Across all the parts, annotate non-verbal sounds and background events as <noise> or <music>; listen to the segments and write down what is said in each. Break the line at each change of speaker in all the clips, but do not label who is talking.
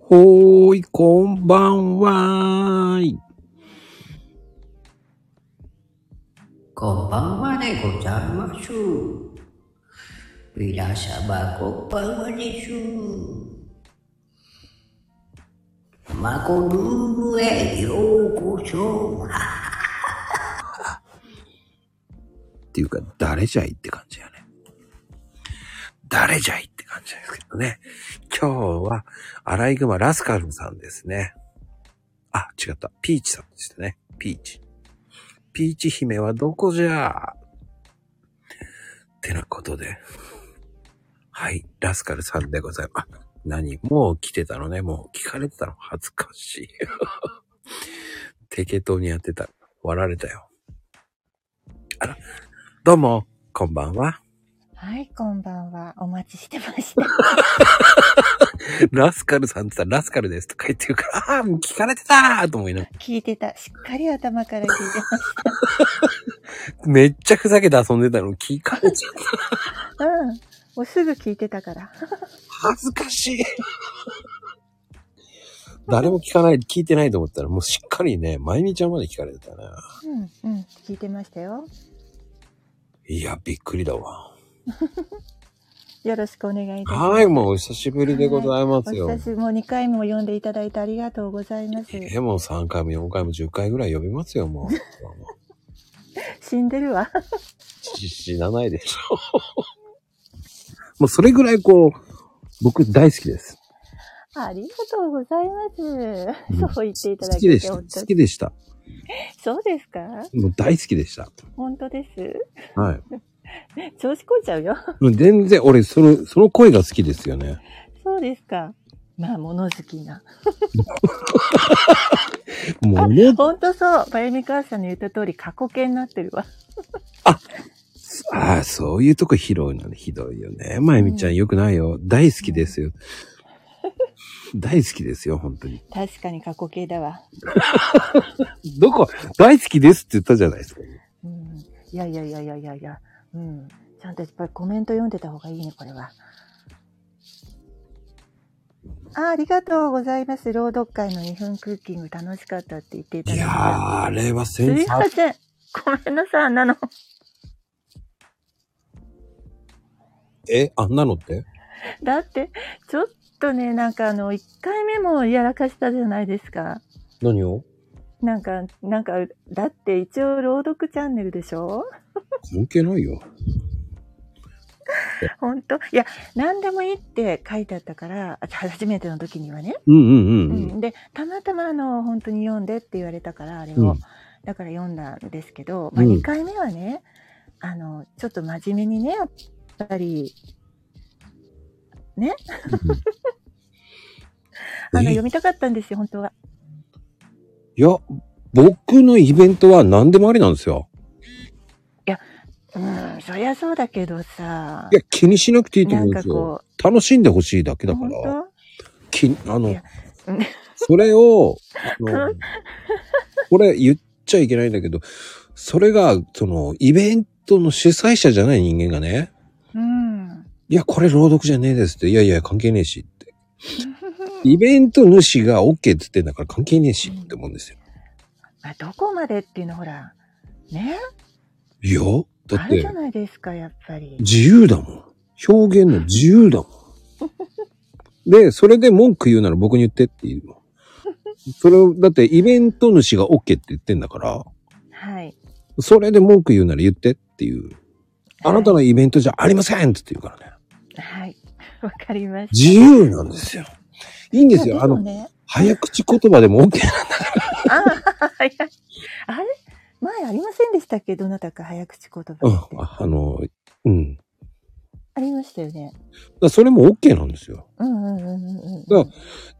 ほーい、こんばんはーい。
こんばんはでございます。皆様こんばんはです。マコルームへようこそ。
っていうか、誰じゃいって感じやね。誰じゃいって感じですけどね。今日は、アライグマラスカルさんですね。あ、違った。ピーチさんですね。ピーチ。ピーチ姫はどこじゃってなことで。はい、ラスカルさんでございます。あ何もう来てたのね。もう聞かれてたの。恥ずかしい。 <laughs> 適当にやってた。割られたよ。あら、どうも、こんばんは。
はい、こんばんは。お待ちしてました。
ラスカルさんって言ったらラスカルですとか言ってるから、ああ、 <laughs> もう聞かれてたーと思いなが
聞いてた。しっかり頭から聞いてまし
ら、めっちゃふざけて遊んでたの聞かれちゃった。
た。うん。もうすぐ聞いてたから。
恥ずかしい。 <laughs> 誰も聞かない、聞いてないと思ったら、もうしっかりね、まゆみちゃんまで聞かれてたね。
うん、うん。聞いてましたよ。
いや、びっくりだわ。
よろしくお願いいたします。
はい、もうお久しぶりでございますよ
お。久しぶり。もう2回も呼んでいただいてありがとうございます。
え、もう3回も4回も10回ぐらい呼びますよ、
<laughs>
もう。
死んでるわ。
し死なないでしょ。もうそれぐらいこう、僕大好きです。
ありがとうございます。そう言っていただ
好
け、
きでしてた。
本当
好
に。
きでした。
そうですか
もう大好きでした。
本当です。
はい。
調子こいちゃうよ。
もう全然、俺、その、その声が好きですよね。
そうですか。まあ、物好きな。
もうね、
本当そう。まゆみ母さんの言った通り、過去形になってるわ。
ああ、そういうとこ拾うのね、ひどいよね。まゆみちゃん、よくないよ。大好きですよ。大好きですよ、本当に。
確かに過去形だわ。
どこ、大好きですって言ったじゃないですか。
うんいやいやいやいやいやいや、うん。ちゃんとやっぱりコメント読んでた方がいいね、これは。あありがとうございます。朗読会の2分クッキング楽しかったって言っていただ
い
い
やー、
て。
あれは
す
セン
い
サー
ません。ごめんなさい、あんなの。 <laughs>
え、あんなのって
だって、ちょっとね、なんかあの、1回目もやらかしたじゃないですか。
何を
なんか、なんか、だって一応朗読チャンネルでしょ
関係ないよ。
本当いや、何でもいいって書いてあったから、あ初めての時にはね。
うんうんうん。
うん、でたまたまあの本当に読んでって言われたからあれを、
うん
だから読んだんですけど、まあ、
うん
2回目はね、あのちょっと真面目にねやっぱりあの
え
読みたかったんですよ本当は。
いや、僕のイベントは何でもありなんですよ。
うんそりゃそうだけどさ
いや、気にしなくていいと
な
思うんんで
か
すよ。
こ
楽しんでほしいだけ
う
だか
本
ら、
当
きあ
い
の
やうん、
それ
<laughs>
を、あの
楽
これ言っちゃいけないんだけど、それが、その、イベントの主催者じゃない人間がね、
うん
いや、これ朗読じゃねえですって、いやいや、関係ねえし
<laughs>
って。イベント主が OK って言ってんだから関係ねえしって思うんですよ。
まあ、どこまでっていうのほらね
いや、だ
あ
っ
るじゃ
て、
ないですかやっぱり。
自由だもん。表現の自由
<laughs>
だもん。で、それで文句言うなら僕に言ってっていうの。それを、だってイベント主が OK って言ってんだから、
はい。
それで文句言うなら言ってっていう。あなたのイベントじゃありませんって言うからね。
はい。 <laughs> わかりました。
自由なんですよ。いいんです
い
よ。
や
あ
も
の、
ね
早口言葉でも OK。
ああ、早い。あれ前ありませんでしたっけどなたか早口言
う
葉って。
ん。ああの、うん。だか
ありましたよね。
らそれも OK なんですよ。
うんうんうんうん
だ
う
か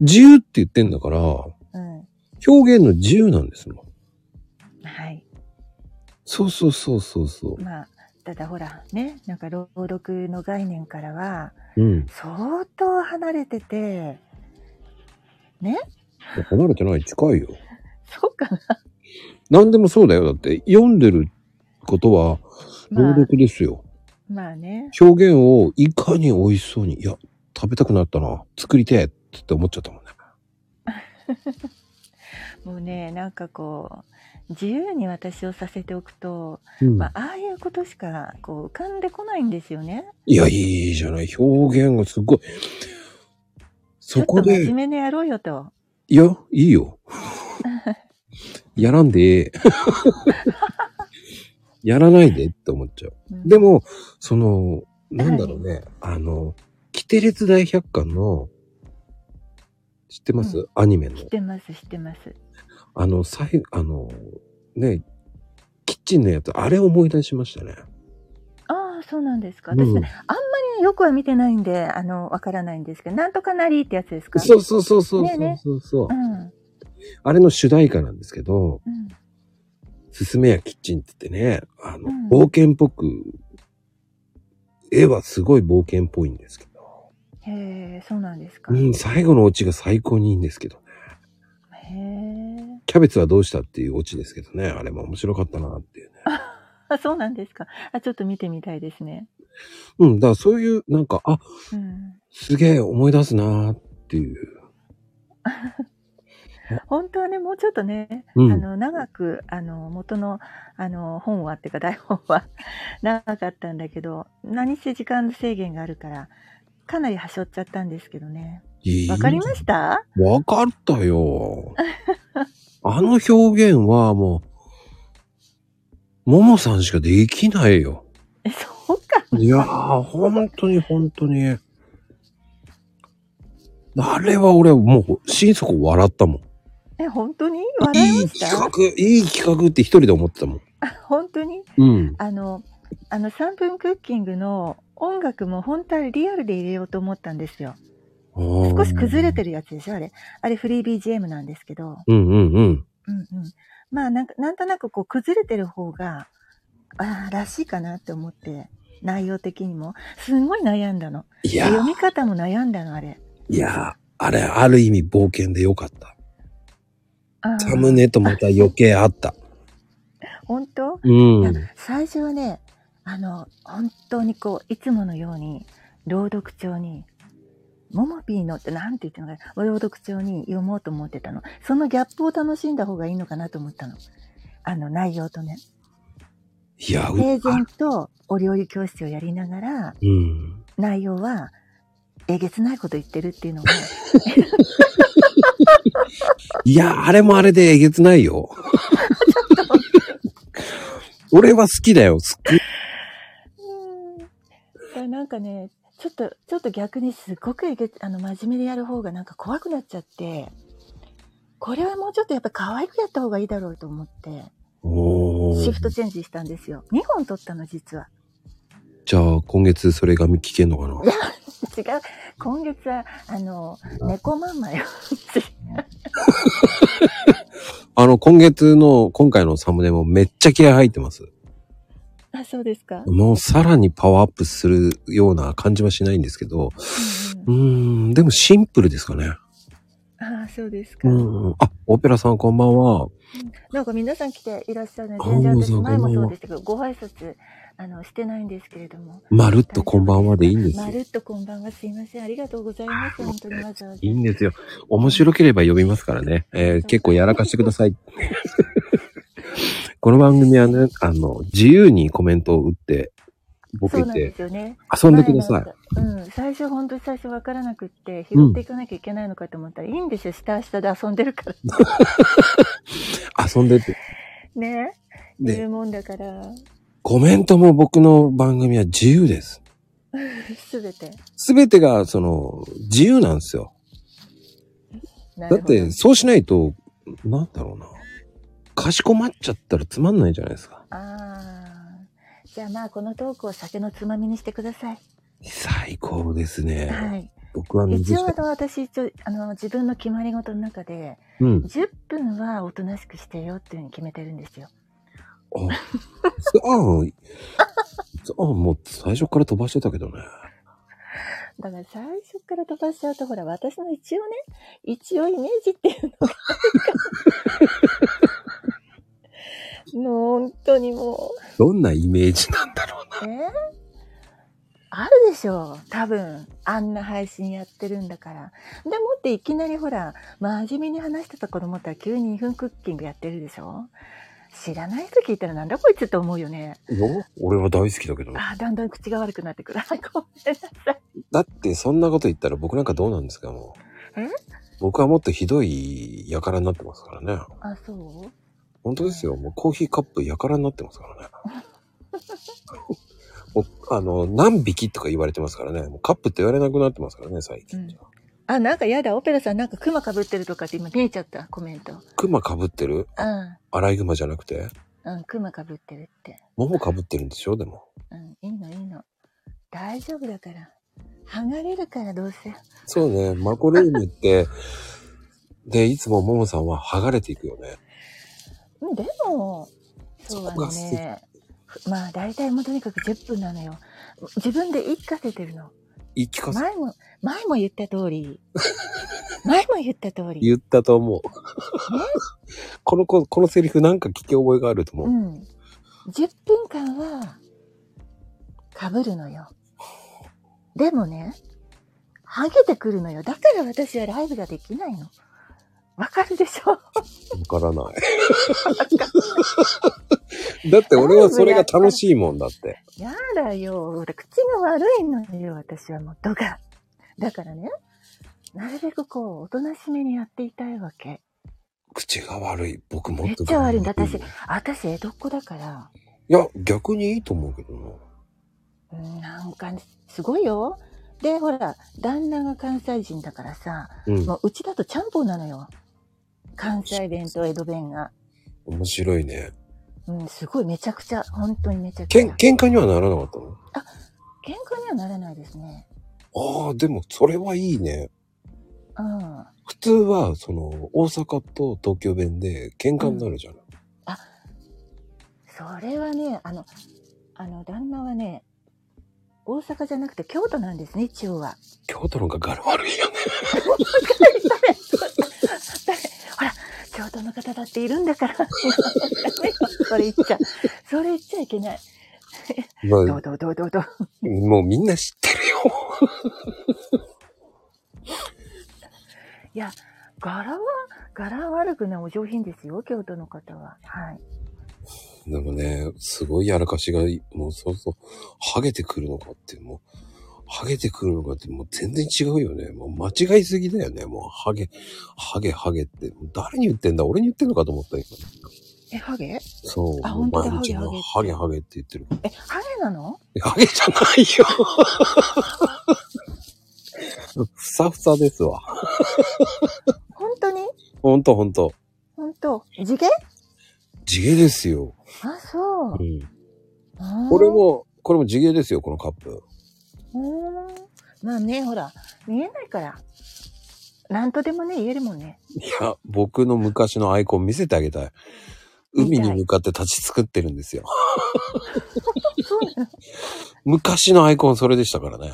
自由って言ってんだから、
ん。う
表現の自由なんですもん。
ん。はい。
そうそうそうそうそ
まあ、ただほら、ね、なんか朗読の概念からは、
う。うん。
相当離れてて、
離れてない。近いよ。
そうかな。
何でもそうだよ。だって、読んでることは
ま
朗
あ、
読ですよ。
まあね。
表現をいかに美味しそうに、いや、食べたくなったな。作りてえって思っちゃったもんね。
もうね、なんかこう、自由に私をさせておくと、
うん
まあ、ああいうことしか、こう、浮かんでこないんですよね。
いや、いいじゃない。表現がすごい。
ちょ
そ
っと
こ
真
で、
面目にやろうよと。
いや、いい
<laughs>
よ。やらんでええ。 <laughs> やらないでって思っちゃう。
うん
でも、その、なんだろうね。あの、キテレツ大百科の、知ってます、
う
アニメの
知っ。てます、知ってます。
あの、さい、あの、ね、キッチンのやつ、あれ思い出しましたね。
ああ、そうなんですか。
うん
私ね、よくは見てないんで、あの、わからないんですけど、なんとかなりってやつですか
そうそうそうそう
ねえね
そうそう。
うん。うん。
あれの主題歌なんですけど、すすめやキッチンって言ってね、あの、
うん
冒険っぽく、絵はすごい冒険っぽいんですけど、
へえ、そうなんですか。
う
へ
ん、最後のオチが最高にいいんですけどね。
え。
キャベツはどうしたっていうオチですけどね、あれも面白かったなっていうね。
あ、そうなんですか。あ、ちょっと見てみたいですね。
うん、だからそういう、なんか、あ、
うん。
すげえ思い出すなーっていう。
本当はね、もうちょっとね、
うん
あの、長く、あの、元の、あの、本はっていうか台本は <laughs> 長かったんだけど、何せ時間制限があるから、かなり端折っちゃったんですけどね。
いい
わかりました
わかったよ。 <laughs> あの表現はもう、ももさんしかできないよ。
え、そうか。
いやー、本当に本当に。あれは俺もう心底笑ったもん。
え、本当に笑い
い
ま
い
した
企画、いい企画って一人で思ってたもん。
本当に
うん。
あの、あの3分クッキングの音楽も本当はリアルで入れようと思ったんですよ。少
少
し崩れて
る。
るやつでしょあれ。あれフリー BGM なんですけど。
うんうんうん。
うんうん。まあなんか、なんとなくこう崩れてる方が、ああ、らしいかなって思って、内容的にも。すんごい悩んだの。
い
で
や
読
ー、
み方も悩んだの、あれ。
いやー、あれ、ある意味冒険でよかった。
あー
サムネとまた余計あった。
本当
うん。
いや最初はねあの本当にこういつものように朗読帳に「ももぴーの」ってなんて言ってんのかな朗読帳に読もうと思ってたのそのギャップを楽しんだ方がいいのかなと思ったのあの内容とね
いや、う
平然とお料理教室をやりながら
うん。
内容はえげつないこと言ってるっていうのが
いや、あれもあれでえげつないよ。俺は好きだよ。好き。
うーんだからなんかねちょっとちょっと逆にすごくえげつあの真面目でやる方がなんか怖くなっちゃってこれはもうちょっとやっぱ可愛くやった方がいいだろうと思って
おー
シフトチェンジしたんですよ2本取ったの実は
じゃあ、今月それが聞けんのかな
違う今月はあの猫まんまよ
あの、今月の、今回のサムネもめっちゃ気合入ってます。
あそうですか、うん
もうさらにパワーアップするような感じはしないんですけど、う
う
ーん、でもシンプルですかね。
ん、ああそうですか、
うん。あ、オペラさんこんばんは。
なんか皆さん来ていらっしゃるね
あ
全然
そうそ
私
う
前もそうでしたけどご挨拶あのしてないんですけれども
まるっとこんばんはでいいんですよ
ま。るっとこんばんは。すいません。ありがとうございます。本当にわざわざ。
いいんですよ。面白ければ呼びますからね。えー結構やらかしてください。 <laughs> この番組はね、あの、自由にコメントを打って、ボ
そう
ケ
なんで
て
すよね。
遊んでください。
前なんかうん。最初、本当に最初わからなくって、拾っていかなきゃいけないのかと思ったら、いいんですよ。下下で遊んでるから。
遊んでって。
ね。い
で、
るもんだから、
コメントも僕の番組は自由です。
すべて。
すべてが、その、自由なんですよ。
な
だ
る
っ
ほど
て、そうしないと、なんだろうな。かしこまっちゃったらつまんないじゃないですか。
ああ。じゃあまあ、このトークを酒のつまみにしてください。
最高ですね。
はい。
僕は水
一応、
下
あ。の、私、一応、あの、自分の決まり事の中で、
うん。
10分はおとなしくしてよっていうふうに決めてるんですよ。
あ、そう、そう、もう最初から飛ばしてたけどね。
だから最初から飛ばしちゃうと、ほら、私の一応ね、一応イメージっていうのが <laughs> あるから。もう本当にも
どんなイメージなんだろうな。
う、えー、あるでしょう。多分。あんな配信やってるんだから。でもっていきなりほら、真面目に話してた子供とは急に2分クッキングやってるでしょ知らない人聞いたらなんだこいつって思うよね。
よ俺は大好きだけど。
ああ、だんだん口が悪くなってくる。 <laughs> あごめんなさい。
だってそんなこと言ったら僕なんかどうなんですか、もう
え。
僕はもっとひどいやからになってますからね。
あ、そう
本当ですよ。もうコーヒーカップやからになってますからね。もうあの、何匹とか言われてますからね。もうカップって言われなくなってますからね、最近じゃ。
あ、なんかやだ、オペラさんなんかクマ被ってるとかって今見えちゃった、コメント。
クマ被ってる
う
アライグマじゃなくて
ん、うん、クマ被ってるって。
モモ被ってるんでしょでも。
うん、いいのいいの。大丈夫だから。剥がれるからどうせ。
そうね、マコルーム
<laughs>
って、で、いつもモモさんは剥がれていくよね。
うんでも、そうはね。まあ大体もうとにかく10分なのよ。自分で言い聞かせてるの。
言い聞かせ、
前も、前も言った通り。前も言った通り。
言ったと思う。 <laughs> この子、このセリフなんか聞き覚えがあると思
う
う。
ん。10分間は、かぶるのよ。でもね、ハゲてくるのよ。だから私はライブができないの。わかるでしょ
わからない。 <laughs> だって俺はそれが楽しいもんだ
<laughs>
って。
やだよ。俺、口が悪いのよ。私はもう、ドが。だからね、なるべくこう、おとなしめにやっていたいわけ。
口が悪い。僕も
め
っ
っ
と。
ちゃ悪いんだ。
い
私、私、江戸っ子だから。
や、逆にいいと思うけどな。
うんなんか、すごいよ。で、ほら、旦那が関西人だからさ、
うん。
もううちだとちゃんぽんなのよ。関西弁と江戸弁が。
面白いね。
うん、すごいめちゃくちゃ、本当にめちゃくちゃ。
けん、喧嘩にはならなかったの
喧嘩にはならないですね。
ああ、でもそれはいいね。
うん。あ、
普通は、その、大阪と東京弁で喧嘩になるじゃない。
それはね、あの、あの、旦那はね、大阪じゃなくて京都なんですね、一応は。
京都の方がガル悪いよね。
ほら、京都の方だっているん
<laughs>
だから。それ言っちゃ、それ言っちゃいけない。
ま
ど
あ
う、どうどうどうどう。
もうみんな知ってるよ。
いや、柄は、柄は悪くないお上品ですよ、京都の方は。はい。
でもね、すごいやらかしが、もうそうそう、ハゲてくるのかって、もう、ハゲてくるのかって、もう全然違うよね。もう間違いすぎだよね。もう、ハゲ、ハゲ、ハゲって、もう誰に言ってんだ俺に言ってんのかと思った今。
え、ハゲ
そう。
あ
もう
本当だ
毎日もうハ
ハ
ゲ、
ゲ
ハゲって言ってる。
え、ハゲなの
ハゲじゃないよ。ふさふさですわ。
本当に
ほんとほんと。
本当地毛
地毛ですよ。
あ、そう
う。ん。
うん
これ。も、これも地毛ですよ、このカップ。
うんまあね、ほら、見えないから。なんとでもね、言えるもんね。
いや、僕の昔のアイコン見せてあげたい。海に向かって立ち作ってるんですよ。
そうな
昔のアイコンそれでしたからね。
の。う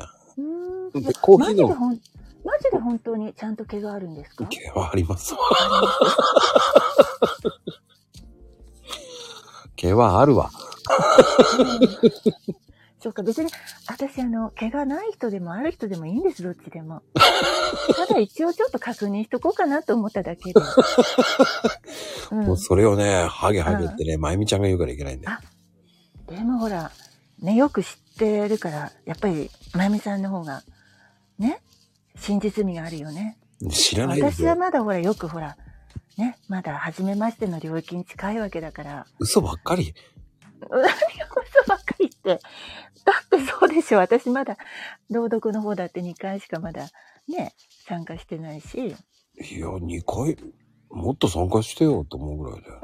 ーん。
でコー
マ
ヒー
ジで
の
ほん、マジで本当にちゃんと毛があるんですか
毛はあり
<laughs>
ますわ。毛はあるわ。
そうか、別に、私、あの、毛がない人でもある人でもいいんです、どっち
<laughs>
でも。ただ一応ちょっと確認しとこうかなと思った
<laughs>
だけで。うん
もうそれをね、ハゲハゲってね、まゆみちゃんが言うからいけないんだよ。
でもほら、ね、よく知ってるから、やっぱり、まゆみさんの方が、ね、真実味があるよね。
知らないで
私
す
は
よ。
まだほら、よくほら、ね、まだ初めましての領域に近いわけだから、
嘘ばっかり。
何を嘘ばっかり言って。だってそうでしょ、私まだ、朗読の方だって2回しかまだ、ね、参加してないし、
いや、2回、もっと参加してよと思うぐらいだよ。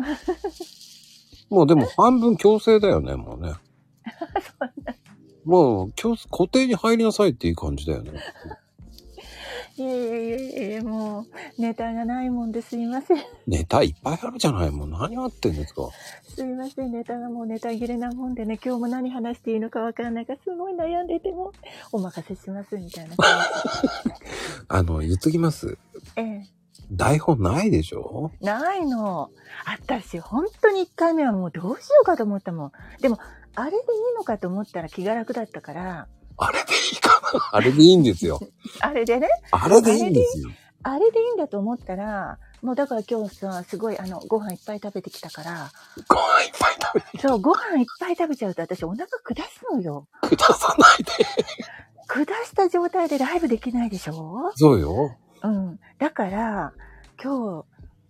<laughs> もうでも半分強制だよね、もう <laughs> ね。もう強制、固定に入りなさいっていう感じだよね。
いえいえいえいえ、もう、ネタがないもんですいません。
ネタいっぱいあるじゃない。もう何やってんですか。
すいません、ネタがもうネタ切れなもんでね、今日も何話していいのかわからないから、すごい悩んでても、お任せします、みたいな感
あの、言っときます。
じ。ええ。
台本ないでしょ
ないの。私、本当に1回目はもうどうしようかと思ったもん。でも、あれでいいのかと思ったら気が楽だったから、
あれでいいかなあれでいいんですよ。
あれでね、
あれでいいんですよ。
あれでいいんだと思ったら、もうだから今日さ、すごいあの、ご飯いっぱい食べてきたから、
ご飯いっぱい食べて
そう、ご飯いっぱい食べちゃうと私お腹下すのよ。
くださないで。
下した状態でライブできないでしょ
そうよ。
うん。だから、今日、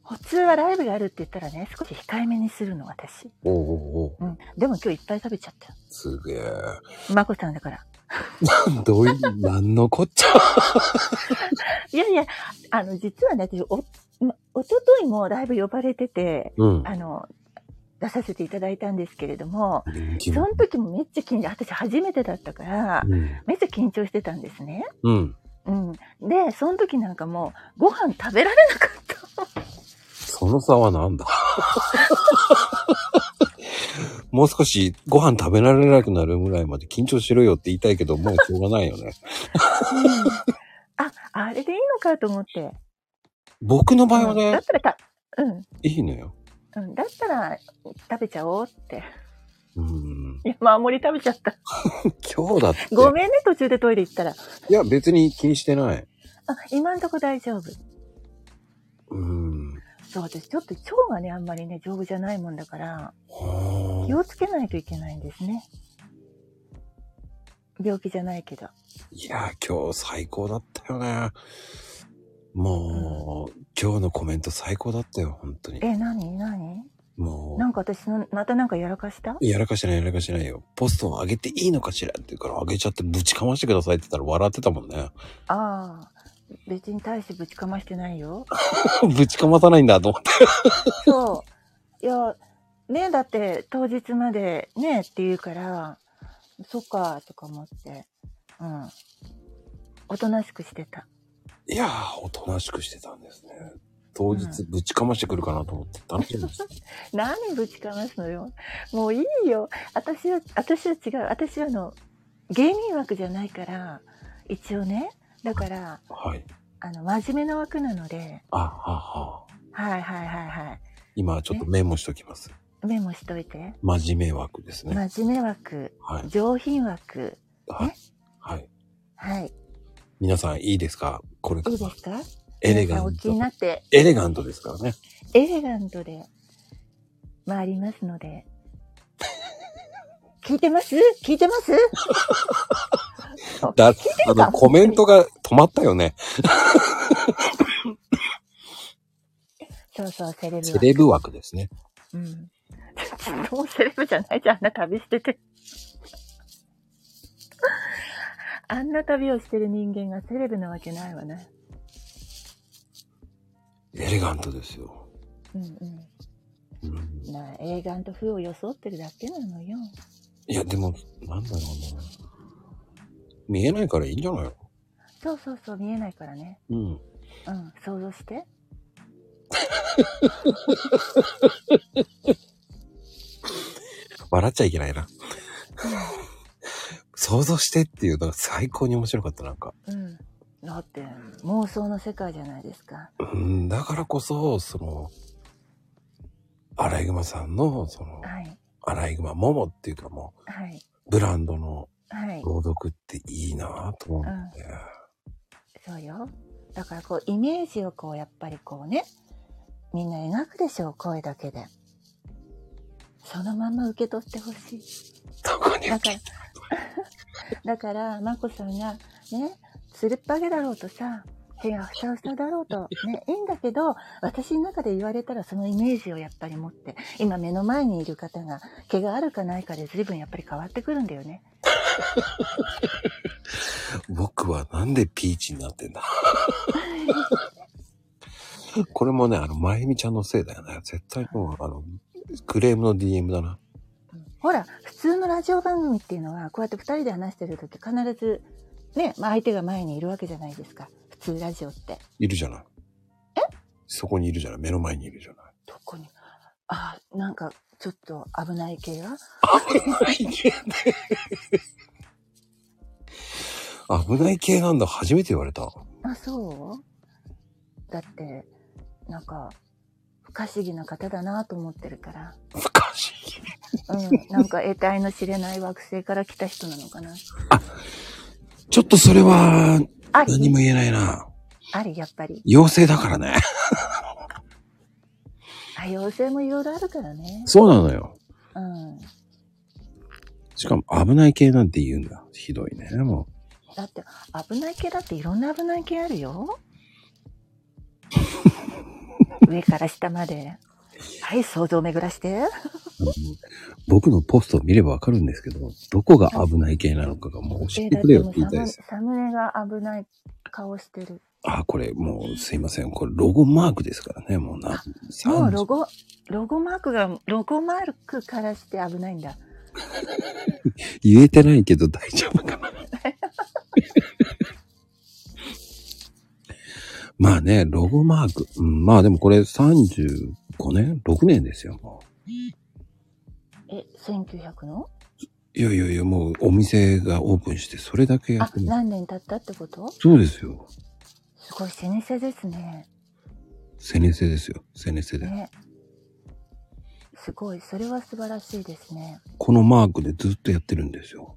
普通はライブがあるって言ったらね、少し控えめにするの、私。
おうおうおう
うん。でも今日いっぱい食べちゃった。
すげえ。
まこさんだから。
どうい、なんのこっちゃ。
いやいや、あの、実はね、私、お、ま、おとといもライブ呼ばれてて、
<laughs> うん。
あの、出させていただいたんですけれども、
人気
そ
の
の時もめっちゃ緊張、私初めてだったから、
うん。
めっちゃ緊張してたんですね。
うん。
うん。で、その時なんかもう、ご飯食べられなかった。
その差はなんだ <laughs> もう少しご飯食べられなくなるぐらいまで緊張しろよって言いたいけど、もうしょうがないよね。
あ、あれでいいのかと思って。
<laughs> 僕の場合は
うんだ
ね
っ、たらた、うん。
いいのよ。
うん、だったら食べちゃおうって。
うん。
いや、まあ、森食べちゃった。
今日だって。
ごめんね、途中でトイレ行ったら。
いや、別に気にしてない。
あ、今んとこ大丈夫。
うん。
そう、私ちょっと腸がね、あんまりね、丈夫じゃないもんだから、
は
気
あ
をつけないといけないんですね。病気じゃないけど。
いや、今日最高だったよね。もう、今日のコメント最高だったよ、本当に。
え、なになに
もう
な。んか私の、またなんかやらかした
やらかしてないやらかしてないよ。ポストを上げていいのかしらって言うから上げちゃってぶちかましてくださいって言ったら笑ってたもんね。 <laughs>
ああ、別に大してぶちかましてないよ。
ぶちかまさないんだと思って。
そう。いや、ねえ、だって当日までねえって言うから、そっか、とか思って。うん。おとなしくしてた。
いやー、おとなしくしてたんですね。当日ぶちかましてくるかなと思って楽しみ <laughs> です。
何ぶちかますのよ。もういいよ。私は、私は違う。私はあの、芸人枠じゃないから、一応ね。だから、
はい。
あの、真面目な枠なので、
あ、はは。
はいはいはいは
今ちょっとメモしときます。
い。メモしといて。
真面目枠ですね。
真面目枠、
はい。
上品枠。
はい
ね。
はい。
はい。
皆さんいいですかこれか
い
ら
いですか
エレガ
皆さんお
ン
気に
ト。
なって、
エレガントですからね。
エレガントで回ります
<laughs>
ので。聞いてます聞いてます
<laughs> だ、
聞いて
あ
るか
の、コメントが止まったよね。
そうそう、セレブ
セ
枠。
レブ枠ですね。
うん。 <laughs> もうセレブじゃないじゃん、あんな旅してて。 <laughs> あんな旅をしてる人間がセレブなわけないわね。
エレガントですよ。
うんう
うん
ん。なあ、エレガント風を装ってるだけなのよ。
いや、でも、なんだろうな。見えないからいいんじゃないの
そうそうそう、見えないからね。
うん。
うん、想像して。
笑っちゃいけないな。想像してっていうのが最高に面白かった、なんか。
うん。だって、妄想の世界じゃないですか。
うん、だからこそ、その、アライグマさんの、その、
はい。
アライグマモモっていうかも
はい。
う、ブランドの
はい。
朗読っていいなぁと思って。
そうよ。だからこう、イメージをこう、やっぱりこうね、みんな描くでしょう、声だけで。そのまま受け取ってほしい。
どこに
だから、 <laughs> だから、まこさんが、ね、つるっぱげだろうとさ、手がふさふさだろうと、ね、いいんだけど、私の中で言われたらそのイメージをやっぱり持って、今目の前にいる方が、毛があるかないかで随分やっぱり変わってくるんだよね。
僕はなんでピーチになってんだ <laughs> これもね、あの、まゆみちゃんのせいだよね。絶対もう、あの、クレームの DM だな。
ほら、普通のラジオ番組っていうのは、こうやって二人で話してるとき必ず、ね、まあ相手が前にいるわけじゃないですか。普通ラジオって。
いるじゃない。えそこにいるじゃない。目の前にいるじゃない。
どこに、あ、なんか、ちょっと危ない系が
危ない系なんだ。初めて言われた。
あ、そうだって、なんか、不可思議な方だなと思ってるから。
不可思議。
うん。なんか得体の知れない惑星から来た人なのかな。
ちょっとそれは、
あり
何も言えないな。
あり、やっぱり。
妖精だからね。
多様性もいろいろあるからね。
そうなのよ。
うん。
しかも危ない系なんて言うんだ。ひどいね。も
だって、危ない系だっていろんな危ない系あ
<laughs>
るよ。上から下まで。はい、想像を巡らして。
う、あの僕のポストを見ればわかるんですけど、どこが危ない系なのかがもう教えてくれよって言いたいで
だっ
す。
てサムネが危ない顔してる。
あ、これもうすいません。これロゴマークですからね。もうな、
もう
30
ロゴ、ロゴマークが、ロゴマークからして危ないんだ。
言えてないけど大丈夫かな。 <laughs> まあね、ロゴマーク。うん、まあでもこれ35年 ?6 年ですよ、もう。
え、1900の
いやいやいや、もうお店がオープンしてそれだけや
あ
っ、てる。
何年経ったってこと
そうですよ。
すごい老舗ですね。
セネセですよ。セネセで。
ね。すごい、それは素晴らしいですね。
このマークでずっとやってるんですよ。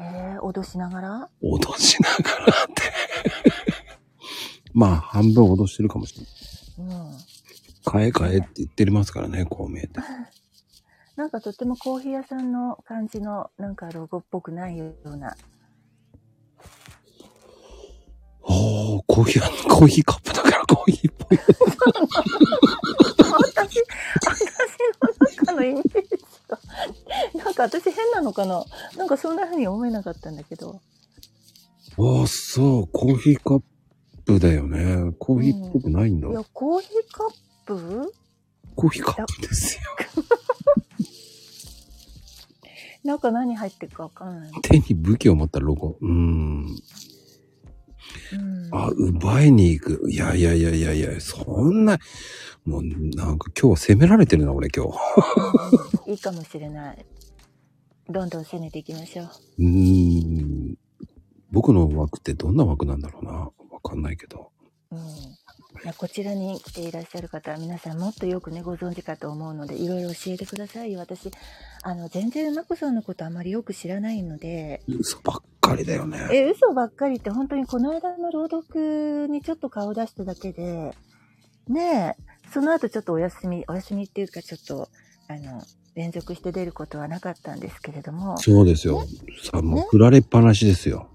へえ、脅しながら
脅しながらって。まあ、半分脅してるかもしれない。
うん。
買え買えって言ってますからね、こう見えて。
なんかとってもコーヒー屋さんの感じの、なんかロゴっぽくないような。
おー、コーヒー、コーヒーカップだからコーヒーっぽい。
私、私の中のイメージが、なんか私変なのかななんかそんな風に思えなかったんだけど。
ああ、そう、コーヒーカップだよね。コーヒーっぽくないんだ。
いや、コーヒーカップ
コーヒーカップですよ。
中何入ってるかわかんない。
手に武器を持ったロゴ。うーん。
うん。
あ、奪いに行く。いやいやいやいやいや、そんな、もうなんか今日は責められてるな、俺今日。
いいかもしれない。どんどん攻めていきましょう。
うーん。僕の枠ってどんな枠なんだろうな。わかんないけど。
うんいや、こちらに来ていらっしゃる方は皆さんもっとよくねご存知かと思うのでいろいろ教えてくださいよ私あの全然まこさんのことあまりよく知らないので
嘘ばっかりだよね。
え嘘ばっかりって本当にこの間の朗読にちょっと顔出しただけでねえその後ちょっとお休みお休みっていうかちょっとあの連続して出ることはなかったんですけれども
そうですよ。さ、もう
ね
振られっぱなしですよ。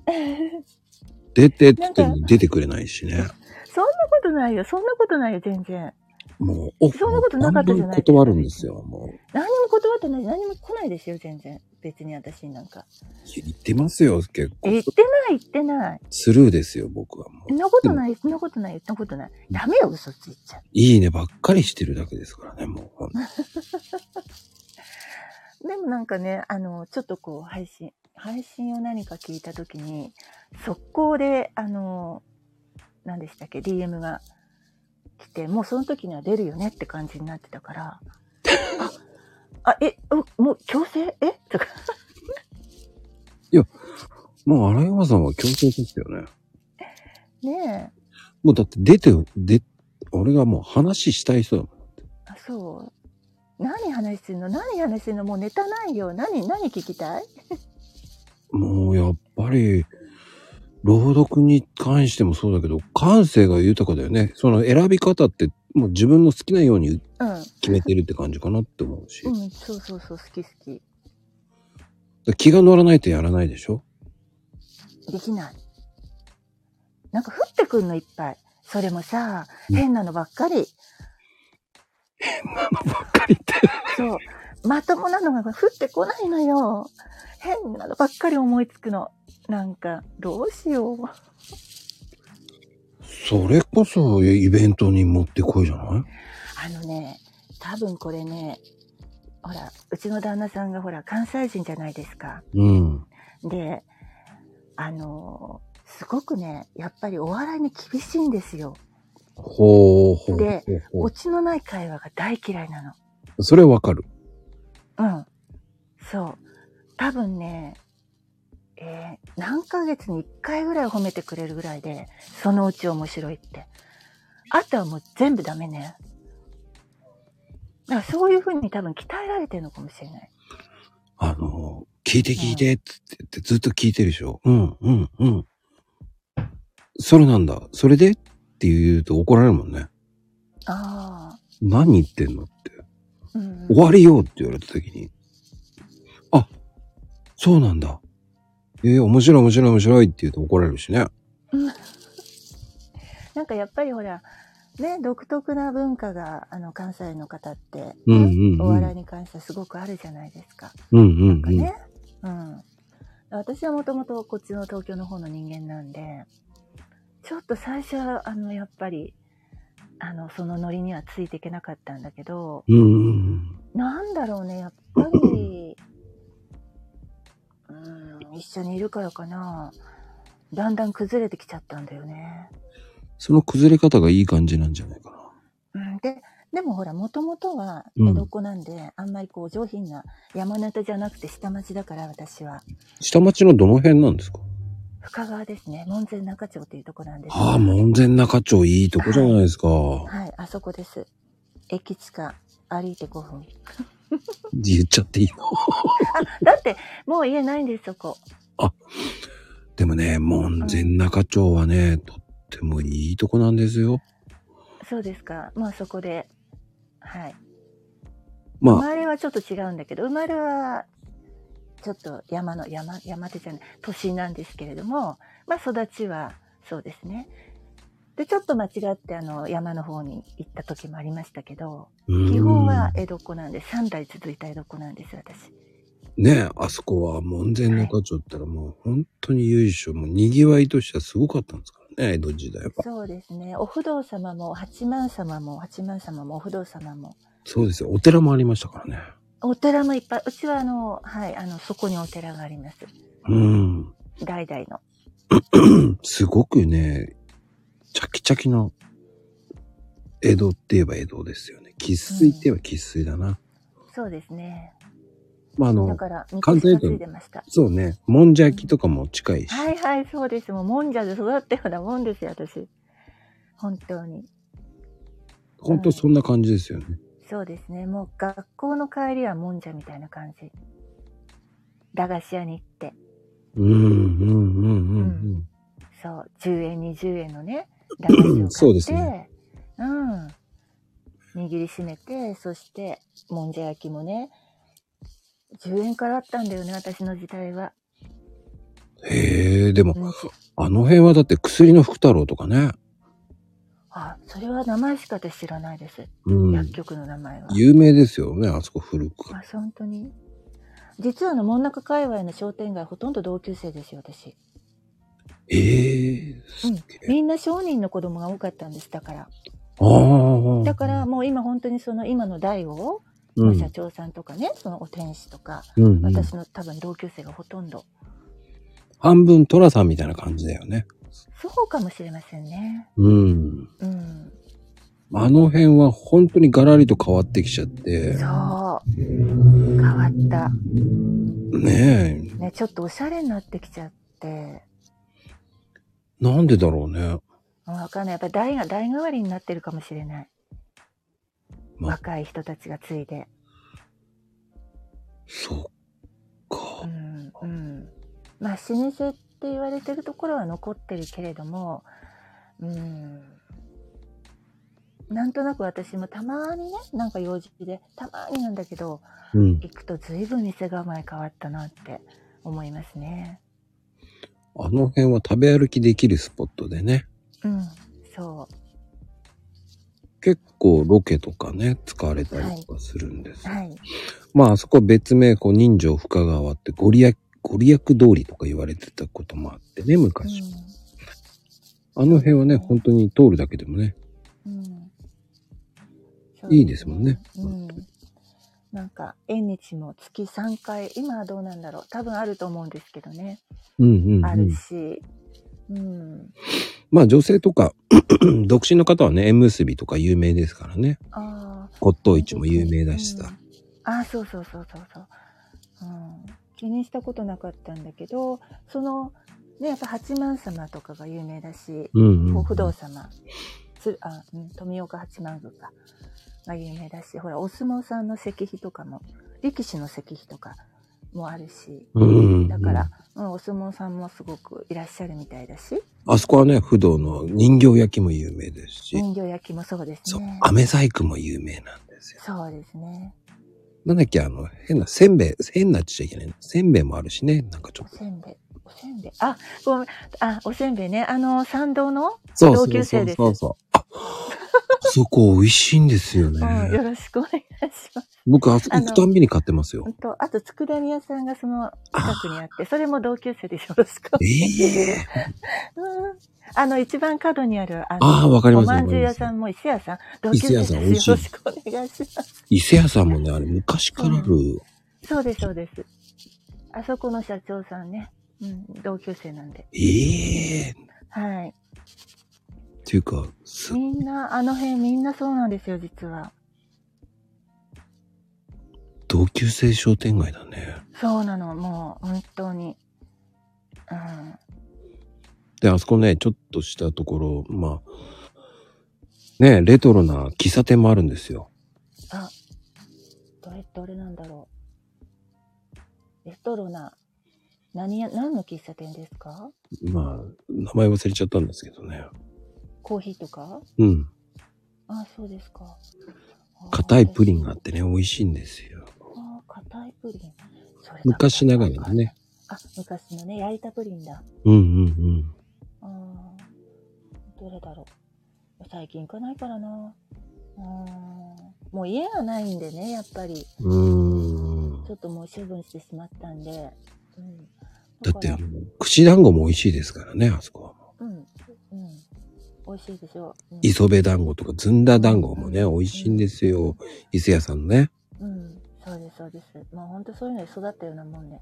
出てって言っても出てくれないしね。
そんなことないよそんなことないよ全然
もう、お
そんなことなかったじゃない
本当に断るんですよ、もう。
何も断ってない何も来ないですよ全然別に私になんか
言ってますよ、結
言
構
っ。てない言ってない。
スルーですよ、僕はも
そん
う。
なことない、そんなことない、そんなことない。ダメよ、嘘ついちゃ
いいねばっかりしてるだけですからね、もう。
う。でもなんかね、あの、ちょっとこう、配信、配信を何か聞いたときに、速攻で、あの、何でしたっけ、DM が来て、もうその時には出るよねって感じになってたから、あ、あえ、うもう強制えとか、
もう、荒山さんは強制ですよね。
ねえ、
もうだって出て、で、俺がもう話したい人だもん。
あ、そう。何話するの何話するのもうネタないよ。何、何聞きたい
もうやっぱり、朗読に関してもそうだけど、感性が豊かだよね。その選び方って、もう自分の好きなように
うん。
決めてるって感じかなって思うし。だか
うん、そうそうそう、好き好き。
ら気が乗らないとやらないでしょ
できない。なんか降ってくんのいっぱい。それもさ、
うん
変なのばっかり。
ばっかりって。
そう。まともなのが降ってこないのよ。変なのばっかり思いつくの。なんか、どうしよう。
それこそイベントに持ってこいじゃない
あのね、多分これね、ほら、うちの旦那さんがほら、関西人じゃないですか。
うん。
で、あのすごくね、やっぱりお笑いに厳しいんですよ。
ほうほうほ
で
うほ
オチのない会話が大嫌いなの。
う。それはわかる。
うん。そう。多分ね、えー何ヶ月に1回ぐらい褒めてくれるぐらいで、そのうち面白いって。あとはもう全部ダメね。だからそういう風に多分鍛えられてるのかもしれない。
あの、聞いて聞いて、つって言ってずっと聞いてるでしょ。うん、うん、うん。それなんだ。それでって言うと怒られるもんね。
あ
何言ってんのって。
あ。うん
終わりよって言われた時に、あ、そうなんだ。えー、面白い面白い面白いって言うと怒られるしね。
なんかやっぱりほら、ね、独特な文化が、あの、関西の方って、ね
うんうんうん
お笑いに関してはすごくあるじゃないですか。
うん
なん
う
か
んうん。
ね。うん。私はもともとこっちの東京の方の人間なんで、ちょっと最初は、あの、やっぱり、あの、そのノリにはついていけなかったんだけど、
うんうん
なんだろうね、やっぱり、うん、一緒にいるからかな。だんだん崩れてきちゃったんだよね。
その崩れ方がいい感じなんじゃないかな。
うん、ででもほらもともとは
うん
江戸っ子なんで、あんまりこう上品な山形じゃなくて下町だから私は
下町のどの辺なんですか
深川ですね門前仲町っていうとこなんです
ああ、門前仲町いいとこじゃないですか。
はいあそこです駅近歩いて5分 <laughs>
言っちゃっていいの
だってもう家ないんですそこ
でもね、門前仲町はね、とってもいいとこなんですよ。
そうですかまあそこではい生
まあ、
まれはちょっと違うんだけど生まれはちょっと山の山山手じゃない都心なんですけれどもまあ育ちはそうですねでちょっと間違ってあの山の方に行った時もありましたけど
うん
基本は江戸っ子なんで3代続いた江戸っ子なんです私
ねえ、あそこは門前仲町ったらもう本当に由緒、もう賑わいとしてはすごかったんですからね、江戸時代は。
そうですねお不動様も八幡様も八幡様もお不動様も
そうですよ、お寺もありましたからね。
お寺もいっぱいうちはあのはいあのそこにお寺があります
うん。 <clears throat>
代々の
すごくね、チャキチャキの江戸って言えば江戸ですよね。喫水って言えば喫水だな。
そうですね
まあ、あ
だ
の、
からみこ
完
し
全
が
に
ついてました
そうね、もんじゃ焼きとかも近いし。
はいはい、そうです。もう、もんじゃで育ったようなもんですよ、私。本当に。
ほんとそんな感じですよね。
そうですね。もう、学校の帰りはもんじゃみたいな感じ。駄菓子屋に行って、
うん、うん、うん、うん。うん
そう、10円、20円
<clears throat>
のね、駄菓子を買って、
そうですね
うん。握りしめて、そして、もんじゃ焼きもね、10円からあったんだよね、私の時代は。
へえ、でも、
うん
あの辺はだって薬の福太郎とかね。
あ、それは名前しか私知らないです。
うん
薬。局の名前は。
有名ですよね、あそこ古くから
あ、そう本当に。実はあの真ん中界隈の商店街ほとんど同級生ですよ、私。
ええすっげえ。
みんな商人の子供が多かったんです、だから。
ああ。
だから、もう今本当にその今の大を、
うん、
社長さんとかね、そのお天使とか、
うんうん、
私の多分同級生がほとんど。
半分トラさんみたいな感じだよね。
そうかもしれませんね。
うん。
うん。
あの辺は本当にガラリと変わってきちゃって、
そう。変わった。
ねえ、
ね、ちょっとおしゃれになってきちゃって。
なんでだろうね。
わかんない。やっぱ代が代替わりになってるかもしれない。
ま
若い人たちが継いで。
そっ
う
か。
んうん、まあ老舗って言われてるところは残ってるけれども、うん、なんとなく私もたまにねなんか用事でたまになんだけど
うん。
行くと随分店構え変わったなって思いますね。
あの辺は食べ歩きできるスポットでね、
うん、そ
結構ロケとかね、使われたりとかするんです
う、
よ。
はい、
まあ、あそこ別名、こう、人情深川ってご利益、ご利益通りとか言われてたこともあってね、
う
昔。
ん
あの辺はね、本当に通るだけでもね、
うんそう
いいですもんね。
うん、なんか縁日も月3回今はどうなんだろう多分あると思うんですけどね。
うんうん、うん。
あるし、うん、
まあ女性とか、 <clears throat> 独身の方はね、縁結びとか有名ですからね。
ああ、
骨董市も有名だし
う
さ。
んああ、そうそうそうそうそう、うん、気にしたことなかったんだけど、そのね、やっぱ八幡様とかが有名だし、
うん、うん。
お不動様、つあ、うん、富岡八幡宮かが有名だし、ほらお相撲さんの石碑とかも、力士の石碑とかもあるし、
うん
だから、うん、お相撲さんもすごくいらっしゃるみたいだし、
あそこはね、不動の人形焼きも有名ですし、
人形焼きもそうです
そう
ね、。
飴細工も有名なんですよ。
そうですね。
なんだっけ、あの、変な、せんべい、変なっちゃいけない。せんべいもあるしね、なんかちょ
お
っと。
せんべい。おせんべい。あ、ごめん。あ、おせんべいね。あの、参道の、
そう
同級生です
そうそうそうあ、あそこ美味しいんですよ
うん、よ
ね。
ろしくお願いします。
僕、あそこ
あ
行
の
くたんびに買ってますよ
うん。と、あと、佃煮屋さんがその近くにあって、それも同級生でよろしく。
ええ
うんあの、一番角にある、あ
あーわかります
おまんじゅう屋
わかります
さんも石屋さん、同級
石
生
屋
で
さ
す。
ん
よ
美味しい
ろしくお願いします。
伊勢屋さんもね、あれ昔からある。
そうです、そうです。あそこの社長さんね。うん、同級生なんで。
ええ
はい。
っていうか、す
みんな、あの辺みんなそうなんですよ、実は。
同級生商店街だね。
そうなの、もう、本当に。うん。
で、あそこね、ちょっとしたところ、まあ、ね、レトロな喫茶店もあるんですよ。
あ、どれ、どれなんだろう。レトロな、何や、何の喫茶店ですか
まあ、名前忘れちゃったんですけどね。
コーヒーとか
うん。
あ、そうですか。あー
硬いプリンがあってね、美味しいんですよ。
あー、硬いプリン。それだ
昔ながらの。ね。
あ、昔のね、焼いたプリンだ。
うんうん
あーどれだろう。最近行かないからな。あーもう家がないんでね、やっぱり。
うん。うーん
ち。ょっともう処分してしまったんで。うん、
だって
から
あの、串団子も美味しいですからね、あそこは。
うん、うん。美味しいでしょ。うん
磯辺団子とかずんだ団子もね、美味しいんですよ。伊勢屋さんのね。
うん、そうです、そうです。もう本当そういうのに育ったようなもんで。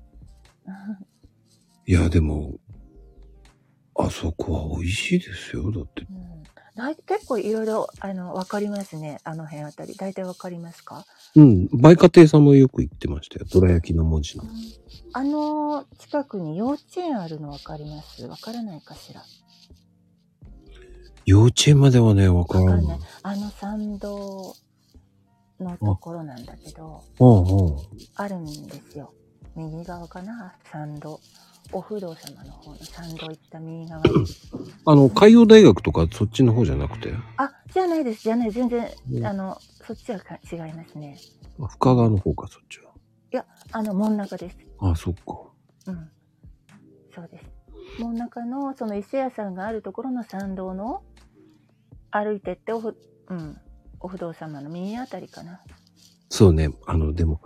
いや、でも、あそこは美味しいですよ。だって。
うん、大結構いろいろ、あの、わかりますね。あの辺あたり。大体わかりますか
うん、梅家庭さんもよく行ってましたよ。どら焼きの文字の。
あの、近くに幼稚園あるのわかりますわからないかしら。
幼稚園まではね、わから
わか
ん
んな
ない
い。。あの参道のところなんだけど、
うんうん。
あるんですよ。右側かな参道。お不動様の方の参道行った右側に。
あの、海洋大学とかそっちの方じゃなくて、
あ、じゃないです。じゃない。全然
う、ん
あの、そっちはか違いますね。
深川の方か、そっちは。
いや、あの、真ん中です。
あそっか。
うん。そうです。真ん中の、その伊勢屋さんがあるところの参道の、歩いてっておふ、うん、お不動様の右あたりかな。
そうね。あの、でも、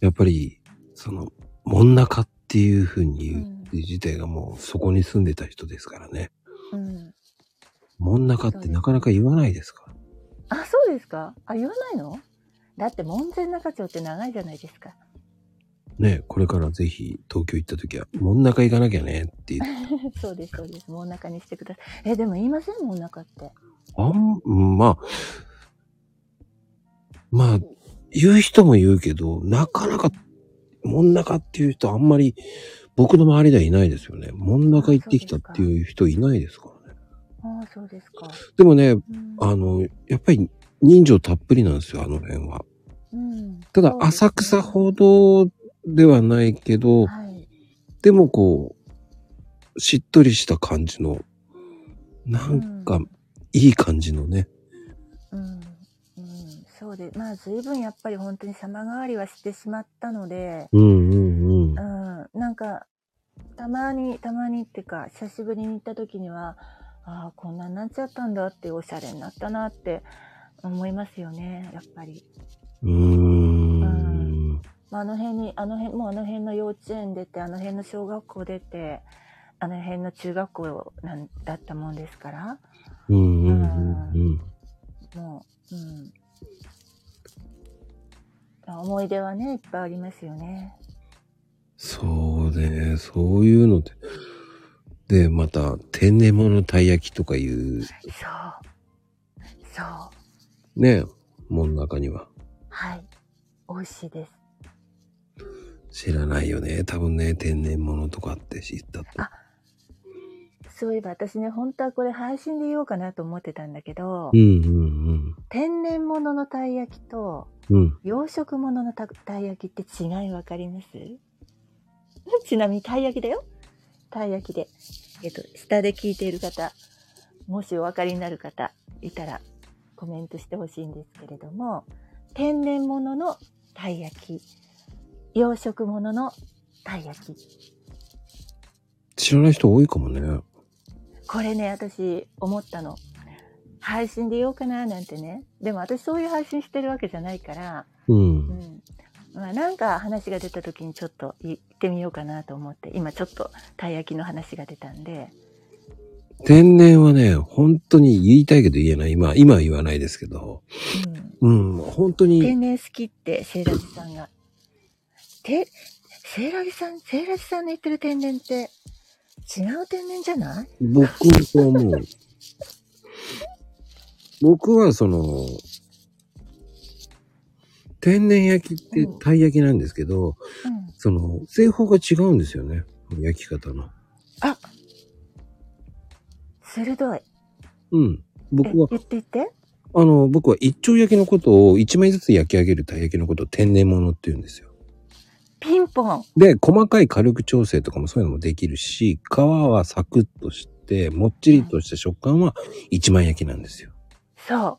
やっぱり、その、真ん中っていうふうに言うっていう自体がもうそこに住んでた人ですからね。
うん。
真ん中ってなかなか言わないですから。
あ、そうですかあ、言わないのだって門前仲町って長いじゃないですか。 <laughs>
ね、これからぜひ東京行った時は、真ん中行かなきゃねって言って。
そうです、そうです。門中にしてください。え、でも言いません門中って。
あん、うんまあ、まあ、言う人も言うけど、なかなか、真ん中っていう人あんまり、僕の周りではいないですよね。真ん中行ってきたっていう人いないですからね。
ああ、そうですか。
でもね、
うん。
あの、やっぱり人情たっぷりなんですよ、あの辺は。
うん、
ただ
そ、うですね
浅草ほどではないけど、
はい。
でもこう、しっとりした感じの、なんか、いい感じのね。
うん、うん、そうで、まあ随分やっぱり本当に様変わりはしてしまったので、
うんうんうん
う。ん、なんか、たまに、たまにってか、久しぶりに行った時には、ああ、こんなになっちゃったんだって、おしゃれになったなって思いますよね、やっぱり。
うーん。
まあ、あの辺に、あの辺、もうあの辺の幼稚園出て、あの辺の小学校出て、あの辺の中学校なんだったもんですから、
うんうんうんうん。
もう、うん。あ思い出はね、いっぱいありますよね。
そうね、そういうので。で、また、天然物たい焼きとかいう、
そう。そう。
ね、もん中には。
はい。美味しいです。
知らないよね。多分ね、天然物とかって知ったと。
あそういえば私ね、本当はこれ配信で言おうかなと思ってたんだけど、
うんうん
天然物のたい焼きと
うん。うん。
養殖物のたたい焼きって違いわかります <laughs> ちなみにたい焼きだよ。たい焼きで。えっと、下で聞いている方、もしお分かりになる方いたらコメントしてほしいんですけれども、天然物のたい焼き、養殖物のたい焼き。
知らない人多いかもね。
これね、私思ったの。配信で言おうかななんてね。でも私そういう配信してるわけじゃないから、
う。
うんん。まあなんか話が出た時にちょっと言ってみようかなと思って、今ちょっとたい焼きの話が出たんで、
天然はね、本当に言いたいけど言えない。今、今は言わないですけど。
うん。
うん、本当に。
天然好きって、セイラジさんが。て、セイラジさん、セイラジさんの言ってる天然って、違う天然じゃない
僕はもう、僕はその、天然焼きってたい焼きなんですけど、
うん。
その、製法が違うんですよね。焼き方の。
あ鋭い。
うん。
え、
僕
言
は
っ、て言って。
あの、僕は一丁焼きのことを一枚ずつ焼き上げるたい焼きのことを天然物って言うんですよ。
ピンポン。
で、細かい火力調整とかもそういうのもできるし、皮はサクッとして、もっちりとした食感は一枚焼きなんですよ。
そ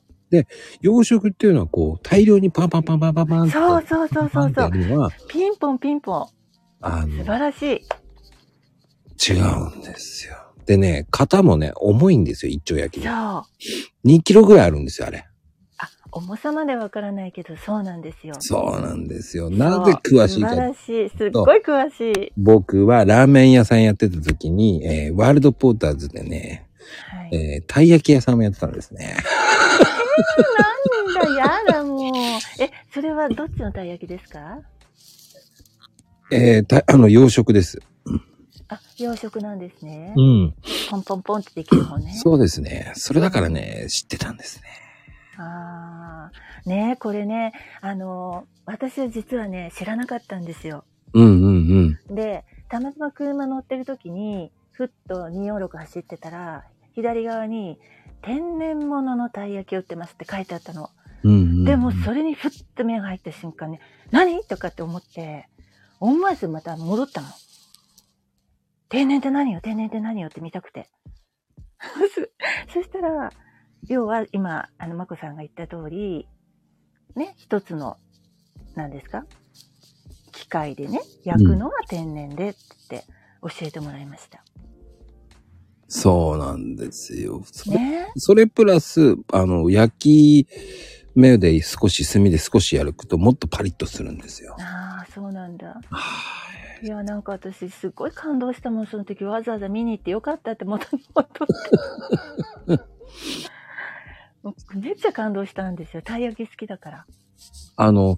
洋食っていうのはこう、大量にパンパンパンパンパンパンっ
う。
て
そうそうそうそ
パン
う
って
そ
や
う。
るのは、
ピンポンピンポン。
あ
素
の、
晴らしい。
違うんですよ。でね、型もね、重いんですよ、一丁焼き
そ
で。
う。あ、
2キロぐらいあるんですよ、あれ。
重さまでわからないけど、そうなんですよ。
そうなんですよ。なぜ詳しい
素晴。
から
しい。すっごい詳しい。
僕はラーメン屋さんやってた時に、えーワールドポーターズでね、
はい。
えーたい焼き屋さんもやってたんですね。
なんだ、やだ、もう。え、それはどっちのたい焼きですか
えーた、あの、洋食です。
あ、洋食なんですね。
うん。
ポンポンポンってできる方ね。
そうですね。それだからね、知ってたんですね。
ああ。ねこれね、あのー私は実はね、知らなかったんですよ。
うんうんうん。
で、たまたま車乗ってる時に、ふっと246走ってたら、左側に、天然物のたい焼きを売ってますって書いてあったの。
うんうんうん
でもそれにふっと目が入った瞬間に、何とかって思って、思わずまた戻ったの。定年って何よ定年って何よって見たくて。 <laughs> そそしたら、要は今、あの、まこさんが言った通り、ね、一つの、何ですか機械でね、焼くのが天然でって教えてもらいました。
そうなんですよ。それ
ね
それプラス、あの、焼き目で少し炭で少しやるともっとパリッとするんですよ。
ああ、そうなんだ。
はい
いや、なんか私、すごい感動したもん、その時、わざわざ見に行ってよかったって元に戻って。もうめっちゃ感動したんですよ。たい焼き好きだから。
あの、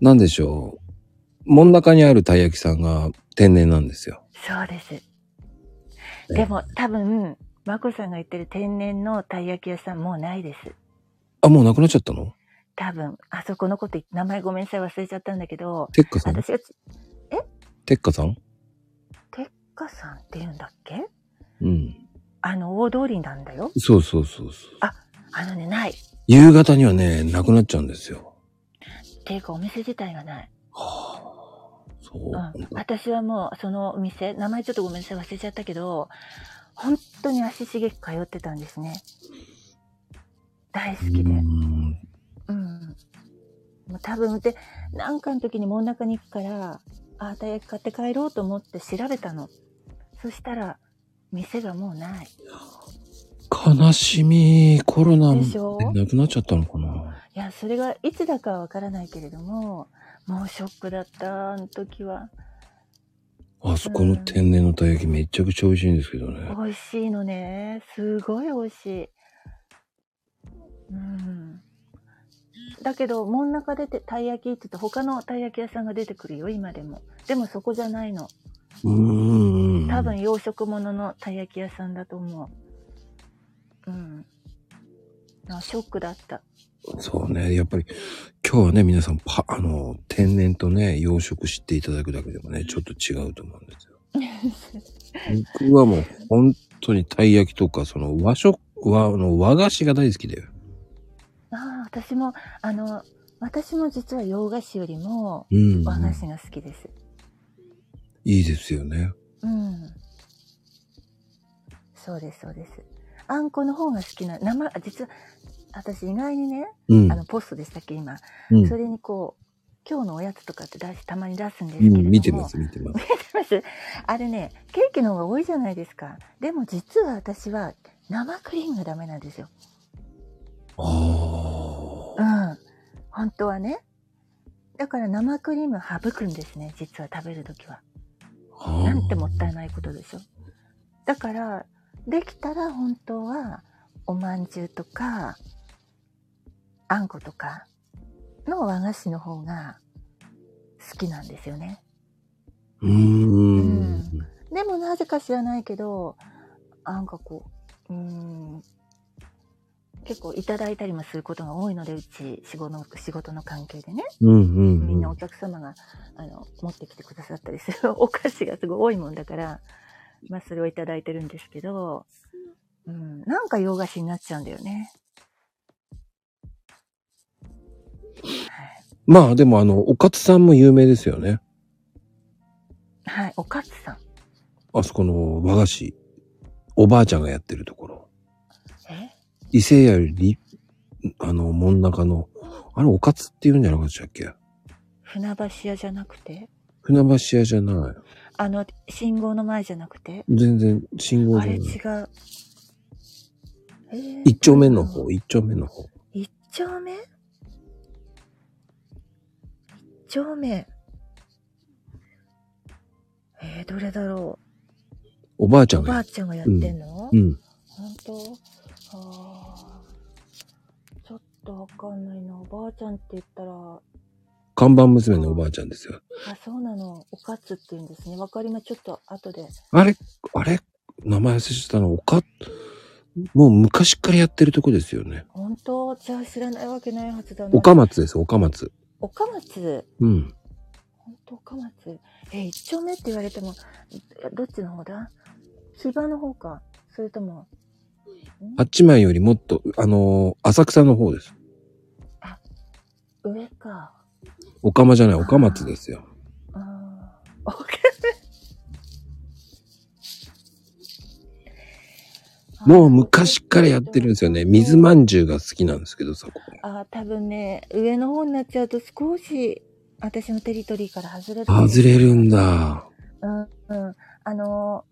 なんでしょう。真ん中にあるたい焼きさんが天然なんですよ。
そうです。でも、多分、まこさんが言ってる天然のたい焼き屋さん、もうないです。
あ、もうなくなっちゃったの
多分、あそこのこと言って、名前ごめんなさい、忘れちゃったんだけど、
てっかさん
私がち、
てっかさん
てっかさんって言うんだっけ
うん。
あの、大通りなんだよ。
そうそうそうそう。
あのね、ない。
夕方にはね、なくなっちゃうんですよ。
っていうか、お店自体がない。
はあ、そうう。
ん、私はもうそのお店名前ちょっとごめんなさい忘れちゃったけど本当に足しげく通ってたんですね大好きで、うん
ん
もう多分で何かの時に真ん中に行くからあたい焼き買って帰ろうと思って調べたのそしたら店がもうないい
悲しみ、コロナ
でしょ
なくなっちゃったのかな。
やそれがいつだかはわからないけれどももうショックだったあの時は
あそこの天然のたい焼きめちゃくちゃ美味しいんですけどね。
美味しいのねすごい美味しいうんだけど真ん中出てたい焼きって言って他のたい焼き屋さんが出てくるよ今でもでもそこじゃないの
うーん。
多分洋食もののたい焼き屋さんだと思ううんあショックだった
そうね。やっぱり、今日はね、皆さん、パ、あの、天然とね、養殖知っていただくだけでもね、ちょっと違うと思うんですよ。僕はもう、本当にたい焼きとか、その和食、和、あの、和菓子が大好きだよ。
ああ私もあの私も実は洋菓子よりも
うん。
和菓子が好きです、
いいですよね。
うん。そうです、そうです。あんこの方が好きな、生、あ実は、私意外にね、
うん
あ。の、ポストでしたっけ、今。
うん
それにこう、今日のおやつとかって出し、たまに出すんです
う
けれども。
ん、見てます、見てます。
ます <laughs> あれねケーキの方が多いじゃないですかでも実は私は生クリームがダメなんですよ
ああ。
うん本当はねだから生クリーム省くんですね実は食べる時は
あー
なんてもったいないことでしょだからできたら本当はおまんじゅうとかあんことかの和菓子の方が好きなんですよね
うーん。
でもなぜか知らないけど、なんかこう、うーん、結構いただいたりもすることが多いので、うち仕事の仕事の関係でね、
うんうん
みんな
う
お
ん。
客様があの持ってきてくださったりする <laughs> お菓子がすごい多いもんだから、まあそれをいただいてるんですけど、うん、なんか洋菓子になっちゃうんだよね。
まあでもあの、おかつさんも有名ですよね。
はい、はい、おかつさん。
あそこの和菓子。おばあちゃんがやってるところ。
え
伊勢屋より、あの、真ん中の、あれ、おかつって言うんじゃなかったっけ
船橋屋じゃなくて
船橋屋じゃない。
あの、信号の前じゃなくて
全然、信号
あ
じゃ
れ
ない。
違う。えー
一丁目の方、。一丁目の方。
一丁目一丁目。えー、どれだろ
おばあちゃ
う。お
んが
ば
や
あ
っ
ちゃんがやってんの、
てる。うん。
本当あーちょっとわかんないな。おばあちゃんって言ったら、あ、
看板娘のおばあちゃんですよ。
そうなの。おかつって言うんですね。わかりまちょっと後で。
あれ、あれ、名前忘れてたの、おか、もう昔からやってるとこですよね。
本当じゃあ知らないわけないはずだな。
おかまつです、おかまつ。
おかまつ。
うん。
本当かまつ。え、一丁目って言われても、どっちの方だ千葉の方か。それとも、ん
あっち前よりもっと、あのー浅草の方です。
上か。
おかまじゃない、おかまつですよ。
あーおか
<laughs>
ま
もう昔からやってるんですよね。水まんじゅうが好きなんですけど、そこ。
ああ、多分ね、上の方になっちゃうと少し、私のテリトリーから外れる。
外れるんだ。
うん、うん。あの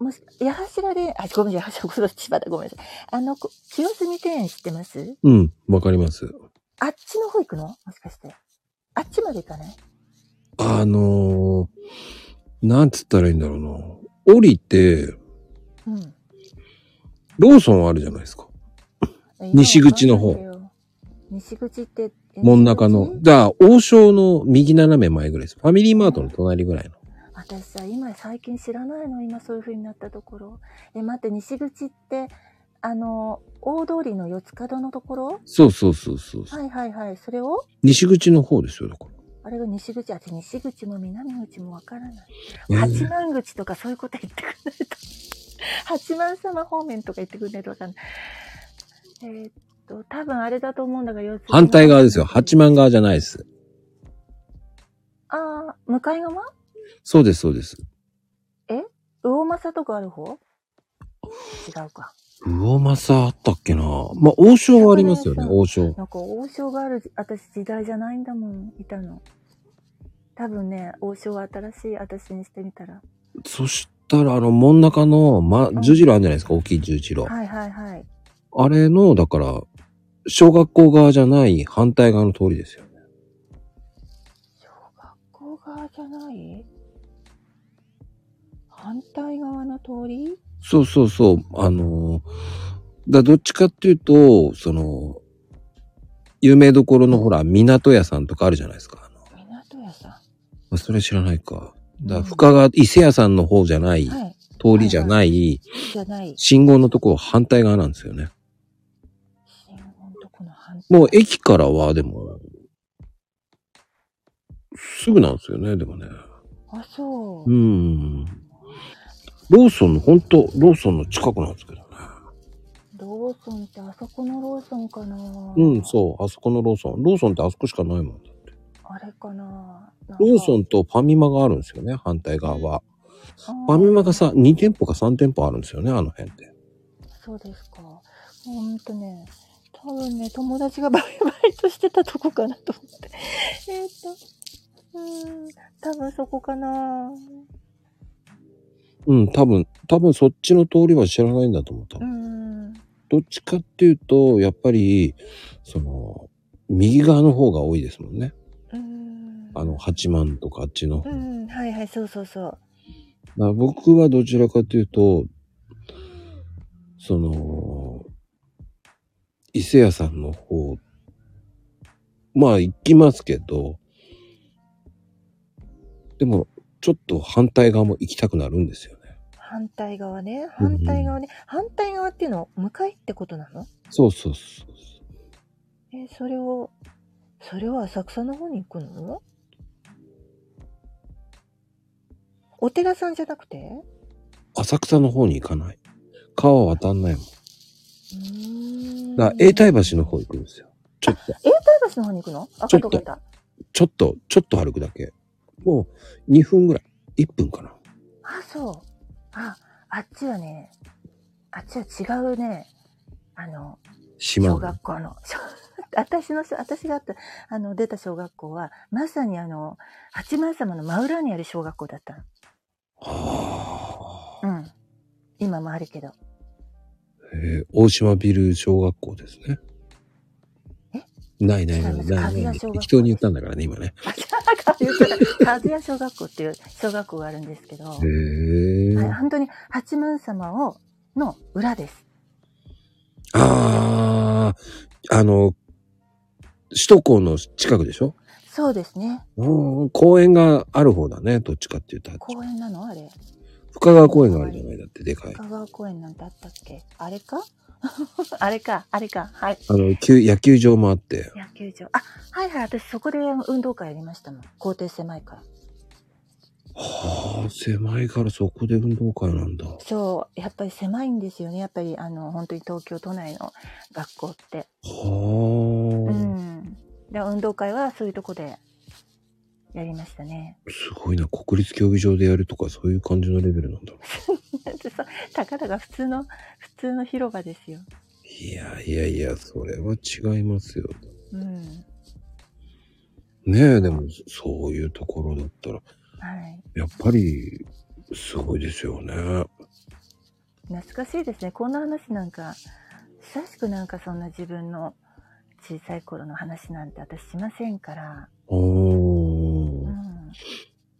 ー、もし、八柱で、あ、ごめんなさい、八柱、千葉だ、ごめんなさい。あの、こ清澄庭園知ってます
うん、わかります。
あっちの方行くのもしかして。あっちまで行かない
あのー、なんつったらいいんだろうな。降りて、
うん。
ローソンあるじゃないですか。西口の方。
西口って、え
真ん中の
西。口
だから、王将の右斜め前ぐらいです。ファミリーマートの隣ぐらいの。
私さ、今最近知らないの今そういう風になったところ。え、待って、西口って、あの、大通りの四つ角のところ
そうそうそうそう。
はいはいはい。それを
西口の方ですよ、だか
あれが西口、あ、違う西口も南口もわからない。
ら。
八幡口とかそういうこと言ってくれないと。八幡様方面とか言ってくれないとわかんない。えーっと、多分あれだと思うんだが、四つ角の
反対側ですよ。八幡側じゃないです。
ああ、向かい側
そうです、そうです。
魚政とかある方違うか。
魚政あったっけなまあ、王将はありますよね、王将。
なんか王将がある私時代じゃないんだもん、いたの。多分ね、王将は新しい私にしてみたら。
そしたら、あの、真ん中の、ま、十字路あるじゃないですか、大きい十字路。
はいはいはい。
あれの、だから、小学校側じゃない反対側の通りですよ。
小学校側じゃない反対側の通り
そうそうそう。あのーだどっちかっていうと、その、有名どころのほら、港屋さんとかあるじゃないですか。あの
港屋さ
まあそれ知らないか。だ
うん
深川、伊勢屋さんの方じゃない、
ん。はい。
通りじゃない、
じゃない。
信号のところ反対側なんですよね。
信号のとこの反対。
もう駅からは、でも、すぐなんですよね、でもね。
あ、そう
う。ん。ローソンの、本当ローソンの近くなんですけどね。
ローソンってあそこのローソンかな
うん、そう、あそこのローソン。ローソンってあそこしかないもん。
あれかななんか
ローソンとファミマがあるんですよね、反対側は。
あー
ファミマがさ、2店舗か3店舗あるんですよね、あの辺って。
そうですか。ほんとね、多分ね、友達がバイバイとしてたとこかなと思って。 <laughs> えーっと、うーん、多分そこかな。
うん、多分、多分そっちの通りは知らないんだと思った。
うーん、
どっちかっていうと、やっぱり、その、右側の方が多いですもんね。
うーん。
あの、8万とかあっちの方。
う
だか
ん、はいはい、そうそうそう。
ら僕はどちらかというと、その、伊勢屋さんの方、まあ行きますけど、でも、ちょっと反対側も行きたくなるんですよね。
反対側ね、
うん
反対側ね。反対側っていうのは向かいってことなの
そうそうそうそう。
えーそれを、それは浅草の方に行くのお寺さんじゃなくてう
浅草の方に行かない。川渡んないもん。
ーん。
だから、永代橋の方行くんですよ。ちょっと、
永代橋の方に行くのあ、
ちょ
分
っと
かった分かっ
ちょっと、ちょっと歩くだけ。もう、2分ぐらい。1分かな。
た。あ、そう。あ、あっちはね、あっちは違うね、あの、
島
小
の。
学校の、 <laughs> 小私の小、私があった、あの、出た小学校は、まさにあの、八幡様の真裏にある小学校だった
はあ。
の。うん。今もあるけど。
えー大島ビル小学校ですね。ないないない
違います
ない
か
な
ぐや
い。
小学校
適当に言ったんだからね、今ね。
あ、じゃあ、かずや小学校っていう小学校があるんですけど、
へえ。
はい本当に八幡様を、の裏です。
ああ、あの、首都高の近くでしょ
そうですね。
うん、公園がある方だね。どっちかっていうと。
公園なのあれ。
深川公園があるじゃないだって、でかい。
香川公園なんてあったっけあれか <laughs> あれか、あれか。はい。
あの、球野球場もあって。
野球場。あ、はいはい。私そこで運動会やりましたもん。校庭狭いから。
はあ、狭いからそこで運動会なんだ。
そう。やっぱり狭いんですよね。やっぱり、あの、本当に東京都内の学校って。う
はあ、
ん。で、運動会はそういうとこでやりましたね。
すごいな。国立競技場でやるとか、そういう感じのレベルなんだろ
だってさ、たかだか普通の、普通の広場ですよ。
う。いやいやいや、それは違いますよ。
うん。
ねえ、でも、そういうところだったら、
はい。
やっぱり、すごいですよね。
懐かしいですねこんな話なんか久しくなんかそんな自分の小さい頃の話なんて私しませんから、う
おー
ん、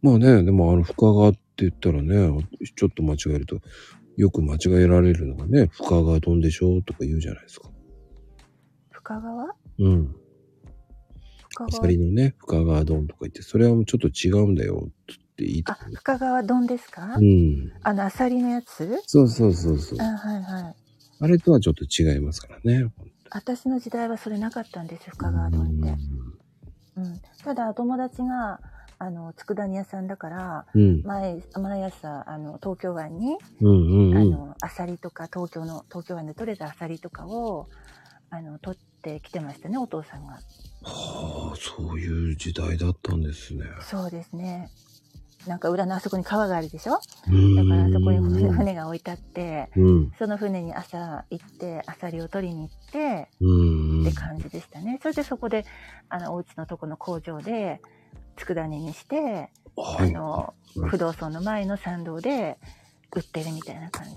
まあね、でも、あの、深川って言ったらね、ちょっと間違えると、よく間違えられるのがね、深川飛んでしょとか言うじゃないですか。
深川
うん。
深
アサ
川
リのね、深川丼とか言って、それはもうちょっと違うんだよ、つって言い
あ
たい。
深川丼ですか、
うん。
あのアサリのやつ
そうそうそうそう
あ。はいはい
あれとはちょっと違いますからね。
私の時代はそれなかったんですよ深川丼って、うん、ただ友達があの佃煮屋さんだから
うん。
毎毎朝あの東京湾に
うんうん
あ
うん。
のアサリとか東京の東京湾で採れたアサリとかをあの取ってきてましたねお父さんが
はあ、そういう時代だったんですね。
そうですねなんか裏のあそこに川があるでしょ
うん。
だからあそこに船船が置いてあって
うん。
その船に朝行ってアサリを取りに行って
うん。
って感じでしたねそれでそこであのお家のとこの工場で佃煮にしてあ
はい。
の不動村の前の参道で売ってるみたいな感じ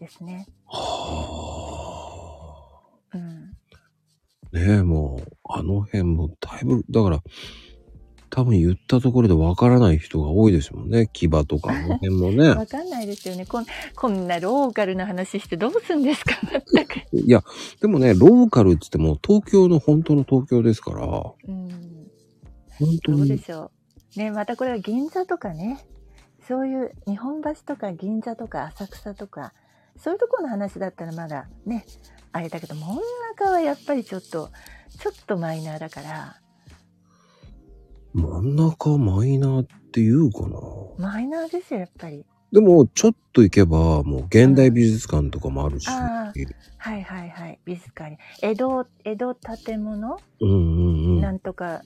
ですね
は
う
あ。
ん
ねえ、もう、あの辺もだいぶ、だから、多分言ったところでわからない人が多いですもんね。牙とか、あの辺も <laughs>
<laughs>
ね。
わかんないですよね。こんこんなローカルな話してどうすんで
<laughs>
すか全く。
いや、でもね、ローカルって言っても、東京の本当の東京ですから、本
うん。
当
どうで
に、
しょう。ね、またこれは銀座とかね。そういう日本橋とか銀座とか浅草とか、そういうところの話だったらまだね、あれだけど、真ん中はやっぱりちょっと、ちょっとマイナーだから、
真ん中マイナーっていうかな。
マイナーですよ、やっぱり。
でも、ちょっと行けば、もう現代美術館とかもあるし、
あはいはいはい。美術館に。江戸、江戸建物、
うんうんう。
なんんとか、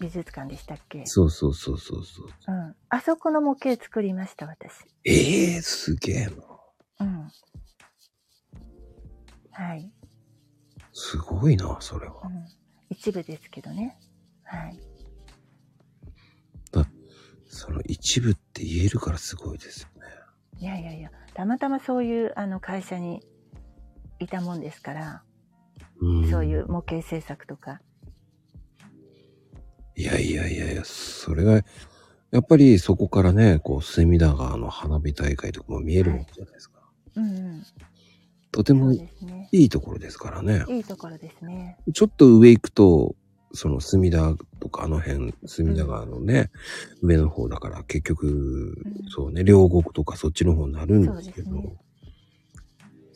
美術館でしたっけ
そうそうそうそうそう。
うん。あそこの模型作りました、私。
ええすげえな。
うん。はい。
すごいな、それ
う
は。
ん。一部ですけどね。はい。
その一部って言えるからすごいですよね。
いやいやいや、たまたまそういうあの会社にいたもんですから、
うん、
そういう。模型制作とか。
いやいやいやいや、それが、やっぱりそこからね、こう、隅田川の花火大会とかも見えるわけじゃないですか。
うんうん。
とて
そ
も
う
い
ですね。
いところですからね。
いいところですね。
ちょっと上行くと、その隅田とかあの辺、隅田川のね、上の方だから結局、
うん
そうね、両国とかそっちの方になるんですけど。
そうですね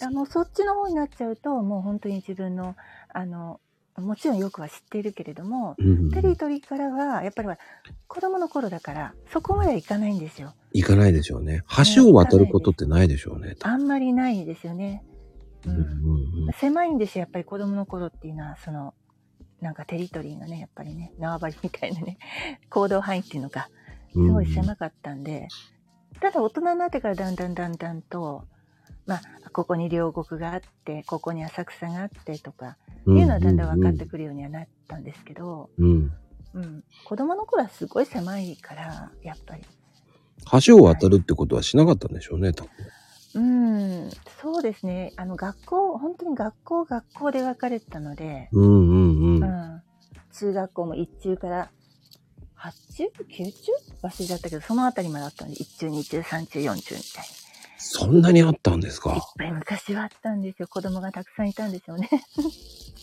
あの、そっちの方になっちゃうと、もう本当に自分の、あの、もちろんよくは知っているけれども、
うん
テリトリーからは、やっぱりほら子供の頃だから、そこまではいかないんですよ。
行かないでしょうね。橋を渡ることってないでしょうね。
あんまりないですよね。
う
うんん。
うんうん
狭いんですよ、やっぱり子供の頃っていうのは、その、なんかテリトリーがね、やっぱりね、縄張りみたいなね、 <laughs> 行動範囲っていうのが、すごい狭かったんで、ただ大人になってからだんだんだんだんと、まあ、ここに両国があって、ここに浅草があってとか、
う
いうのはだんだん分かって
る。
くるようにはなったんですけど、
うん。
うん、子供の頃はすごい狭いから、やっぱり。
橋を渡るってことはしなかったんでしょうね、多分。
うん、そうですね。あの、学校、本当に学校、学校で分かれてたので、
うんうんう。
うんん、中学校も一中から、8中 ?9 中忘れちゃったけど、そのあたりまであったんで、1中、2中、3中、4中みたい
そんなにあったんです
な。いっ
か。
ぱい昔はあったんですよ。子供がたくさんいたんでしょうね。 <laughs>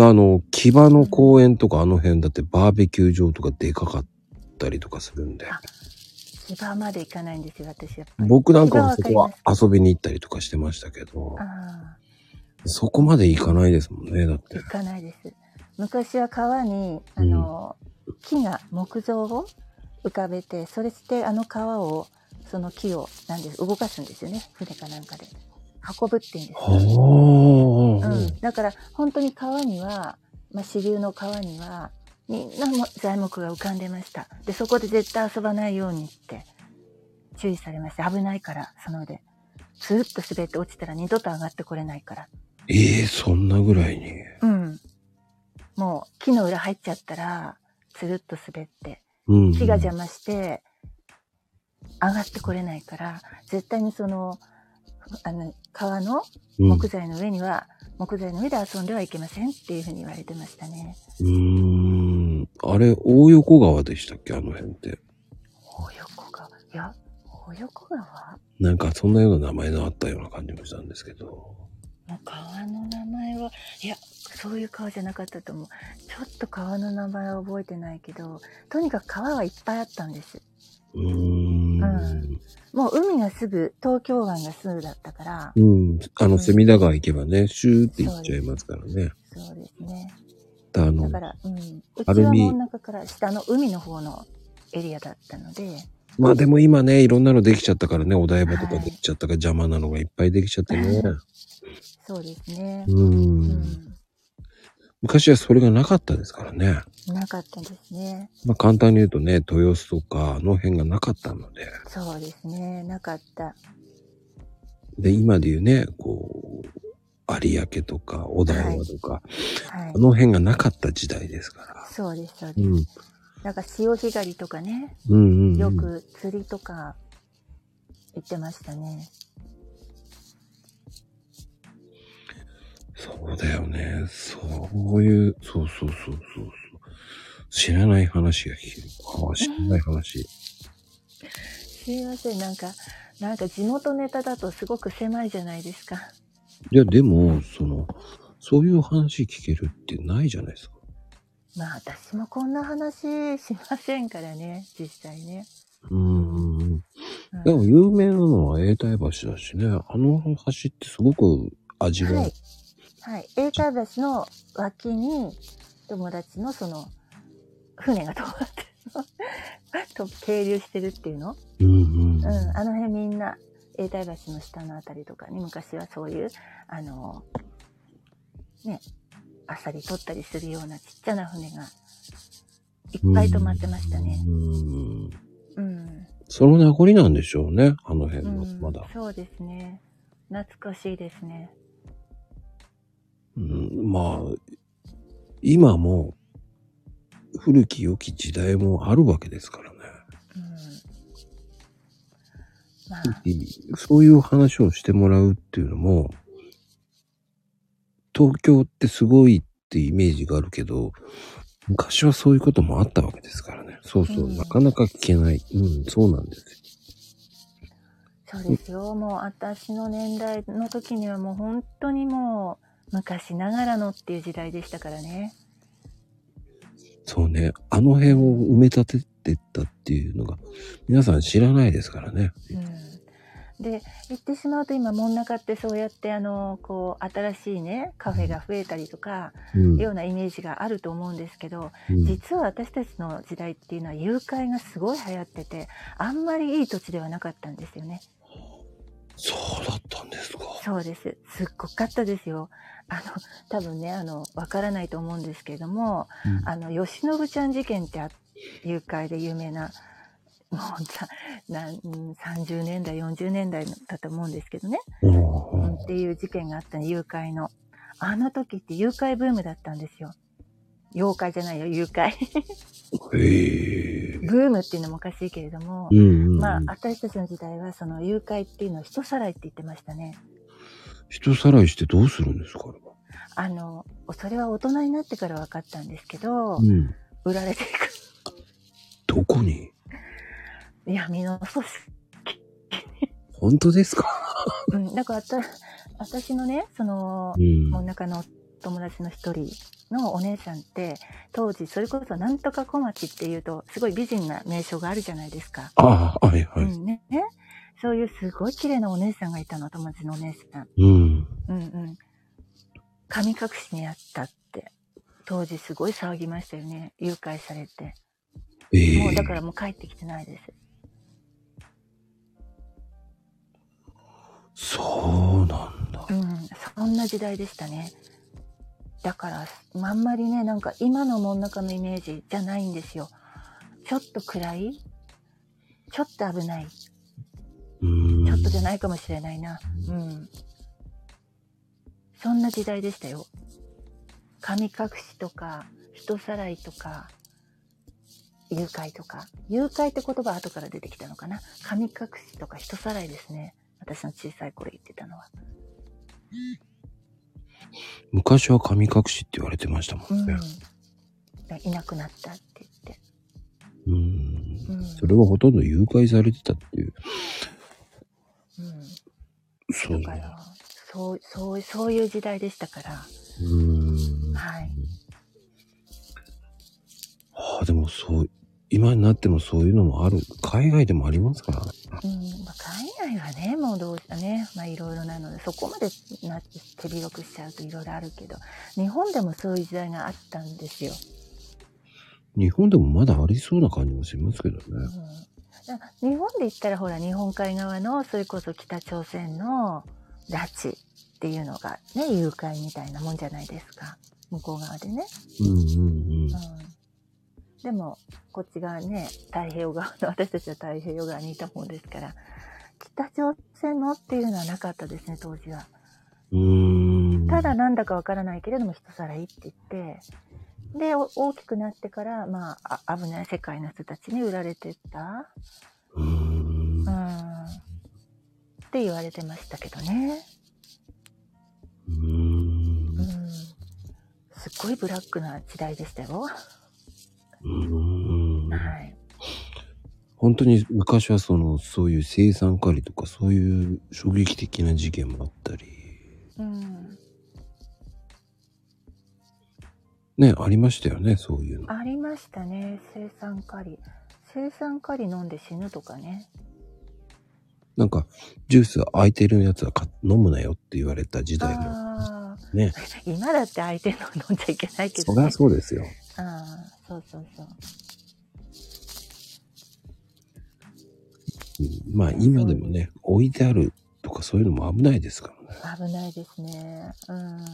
あの、木場の公園とかあの辺だってバーベキュー場とかでかかったりとかするんで。
あ千葉まで行かないんですよ、私やっぱり。
僕なんかもそこ
千葉わ
は
か
遊びに行ったりとかしてましたけど
あ、あ、
そこまで行かないですもんね、だって
行。かないです。昔は川に、あの、木が、木造を浮かべて、それしてあの川を、その木を、なんです、動かすんですよね。船かなんかで。運ぶっていうんですよ
はあ、
うん、だから本当に川には、まあ、支流の川にはみんなも材木が浮かんでましたでそこで絶対遊ばないようにって注意されました危ないからそのでスーッと滑って落ちたら二度と上がってこれないから
ええそんなぐらいに。
うんもう木の裏入っちゃったらつるっと滑って
うん、
木が邪魔して上がってこれないから絶対にそのあの川の
うん
木材の上には、木材の上で遊んではいけませんっていうふうに言われてましたね。
うーん。あれ、大横川でしたっけあの辺って。
大横川いや、大横川
なんか、そんなような名前があったような感じもしたんですけど。
の川の名前は、いや、そういう川じゃなかったと思う。ちょっと川の名前は覚えてないけど、とにかく川はいっぱいあったんです。
うーん。
もう海がすぐ、東京湾がすぐだったから、
うん。あの、隅田川行けばね、シューって行っちゃいますからね。
そうですね。
だあの
だか、ら、うん。うち
ア
は
ルミ
真ん中から下の海の方のエリアだったので、
まあでも今ね、いろんなのできちゃったからね、お台場とかできちゃったから邪魔なのがいっぱいできちゃってね。
そうですね。
う。
うんん。
昔はそれがなかったですからね。
なかったですね。
まあ簡単に言うとね、豊洲とか、あの辺がなかったので。
そうですね。なかった。
で、今で言うね、こう、有明とか、小田原とか、
はい
あ。の辺がなかった時代ですから。
そうです、そう
う
です。
ん。
なんか潮干狩りとかね、
うんうん、うん。
よ。く釣りとか行ってましたね。
そうだよね。そういう、そうそうそうそうそう。知らない話が聞ける。ああ、知らない話。
すいません、なんか、なんか地元ネタだとすごく狭いじゃないですか。
いや、でも、その、そういう話聞けるってないじゃないですか。
まあ私もこんな話しませんからね、実際ね。
うんうんうん。
うん
でも、有名なのは永代橋だしね。あの橋ってすごく味が、
はい。はい。永代橋の脇に友達のその船が止まってるの <laughs> と停留してるっていうの
うんうん。
うん、あの辺みんな永代橋の下のあたりとかに昔はそういうあのねあさり取ったりするようなちっちゃな船がいっぱい止まってましたね。
うん。
うん。
その名残なんでしょうね。あの辺の、
うん
まだ。
そうですね。懐かしいですね。
うん、まあ、今も、古き良き時代もあるわけですからね。
うん。まあ、
そういう話をしてもらうっていうのも、東京ってすごいってイメージがあるけど、昔はそういうこともあったわけですからね。そうそう、
うん
なかなか聞けない。うん、そうなんですよ。
そうですよ。もう私の年代の時にはもう本当にもう昔ながらのっていう時代でしたからね。
そうね、あの辺を埋め立ててったっていうのが、皆さん知らないですからね。
うん。で、言ってしまうと今、門中ってそうやってあの、こう、新しいね、カフェが増えたりとか、
うん。
ようなイメージがあると思うんですけど、
うん
実は私たちの時代っていうのは誘拐がすごい流行ってて、あんまりいい土地ではなかったんですよね。
そうだったんですか。
そうです。すっごかったですよ。あの、多分ね、あの、わからないと思うんですけれども、
うん
あの、吉信ちゃん事件ってあ誘拐で有名な、もうさなんうん30年代、40年代だと思うんですけどね、
うん
うんっていう事件があったね、誘拐の。あの時って誘拐ブームだったんですよ。妖怪じゃないよ、誘拐。
へえ。
ブームっていうのもおかしいけれども
う、んうんうん。
まあ、私たちの時代はその誘拐っていうのを人さらいって言ってましたね。
人さらいしてどうするんですか
あの、それは大人になってから分かったんですけど、
うん。
売られてい <laughs>
どこに
く。闇の組織。
本当ですか
うん、なんか私、私のね、その
う、ん
真ん中の友達の一人のお姉ちゃんって、当時、それこそなんとか小町っていうと、すごい美人な名称があるじゃないですか。
ああ、はいは
う
い。
んね。ねそういうすごい綺麗なお姉さんがいたの、友達のお姉さん。
うん。
うんうん。神隠しにあったって、当時すごい騒ぎましたよね。誘拐されて。
え
もう
え
だからもう帰ってきてないです。
そうなんだ。
うん、そんな時代でしたね。だから、まああんまりね、なんか今の真ん中のイメージじゃないんですよ。ちょっと暗いちょっと危ない。ち
うん。
ょっとじゃないかもしれないな。うん。そんな時代でしたよ。神隠しとか、人さらいとか、誘拐とか。誘拐って言葉は後から出てきたのかな。神隠しとか人さらいですね。私の小さい頃言ってたのは。
昔は神隠しって言われてましたも
うん
ね。
ん、いなくなったって言って、
うん。
うん
それはほとんど誘拐されてたっていう。そう
うん、だからそうそうそういう時代でしたから、
うん。
はい、
ああ、でもそう、今になってもそういうのもある。海外でもありますからね。
うんまあ、海外はねもうどうしたねまあいろいろなのでそこまでな手広くしちゃうといろいろあるけど日本でもそういう時代があったんですよ、
日本でもまだありそうな感じもしますけど
うん
ね。、
だから日本で言ったらほら日本海側のそれこそ北朝鮮の拉致っていうのがね誘拐みたいなもんじゃないですか向こう側でね
うんうんうん。
うんでもこっち側ね太平洋側の私たちは太平洋側にいたもんですから北朝鮮のっていうのはなかったですね当時は
うん。
ただなんだかわからないけれども人さらいって言ってでお大きくなってからまああ危ない世界の人たちに売られてった
うん
う。んって言われてましたけどね
うん
うんすっごいブラックな時代でしたよ、
うん
はい
本当に昔はその、そういう生産狩りとか、そういう衝撃的な事件もあったり、
うん、
ね、ありましたよね、そういうの。
ありましたね生産カリ生産カリ飲んで死ぬとかね
なんか、ジュース空いてるやつは買っ飲むなよって言われた時代も
ああ
ね。
<laughs> 今だって相手の飲んじゃいけないけ
そ
ど、
りゃ
ね、
そうですよ。
ああそうそうそう
うんまあ今でもね、置いてあるとかそういうのも危ないですからね。
危ないですねうん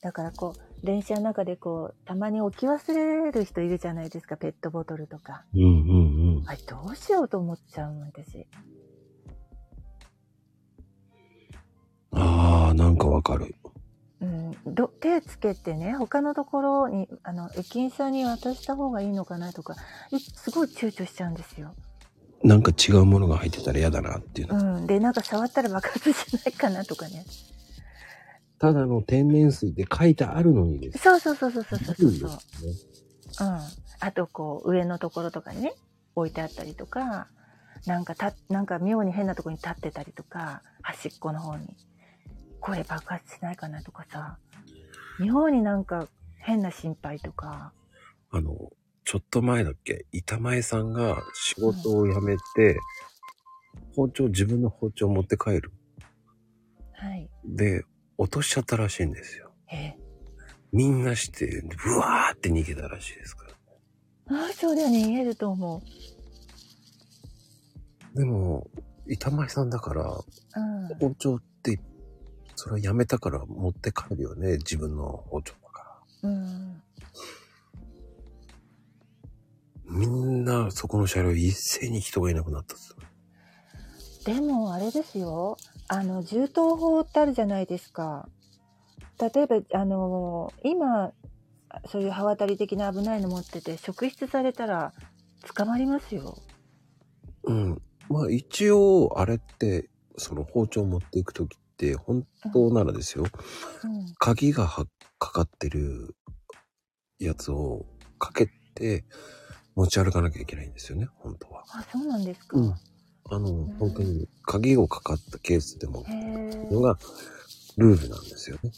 だからこう電車の中でこう、たまに置き忘れる人いるじゃないですか、ペットボトルとか。
うんうんうん。
あれ、どうしようと思っちゃうもん、私。
ああ、なんかわかる。
うん、ど手つけてね、他のところに、あの、駅員さんに渡した方がいいのかなとか、いすごい躊躇しちゃうんですよ。
なんか違うものが入ってたら嫌だなっていうの。
うん。で、なんか触ったら爆発しないかなとかね。
ただの天然水って書いてあるのにです。
そうそうそうそうそうそう
いいん
そ
で
う。
すね
うん。あと、こう、上のところとかにね、置いてあったりとか、なんかた、なんか妙に変なところに立ってたりとか、端っこの方に。これ爆発しないかなとかさ、妙になんか変な心配とか、
あの、ちょっと前だっけ、板前さんが仕事を辞めて、包丁、自分の包丁持って帰る。
はい。
で、落としちゃったらしいんですよ。
え、
みんなして、ブワーって逃げたらしいですから。
ああ、そうだよね、言えると思う。
でも、板前さんだから、
うん。
包丁って、それはやめたから持って帰るよね、自分の包丁だから。
うん。
みんな、そこの車両一斉に人がいなくなったっす。
でもあれですよあの銃刀法ってあるじゃないですか例えばあの今そういう刃渡り的な危ないの持ってて職質されたら捕まりますよ
うん。まあ一応、あれって、その包丁持っていくときって、本当ならですよ、
うん
鍵がはかかってるやつをかけて持ち歩かなきゃいけないんですよね、本当は。
あそうなんですか、
うんあの、
ん
本当に鍵をかかったケースでも
へ、え
のがルールなんですよね。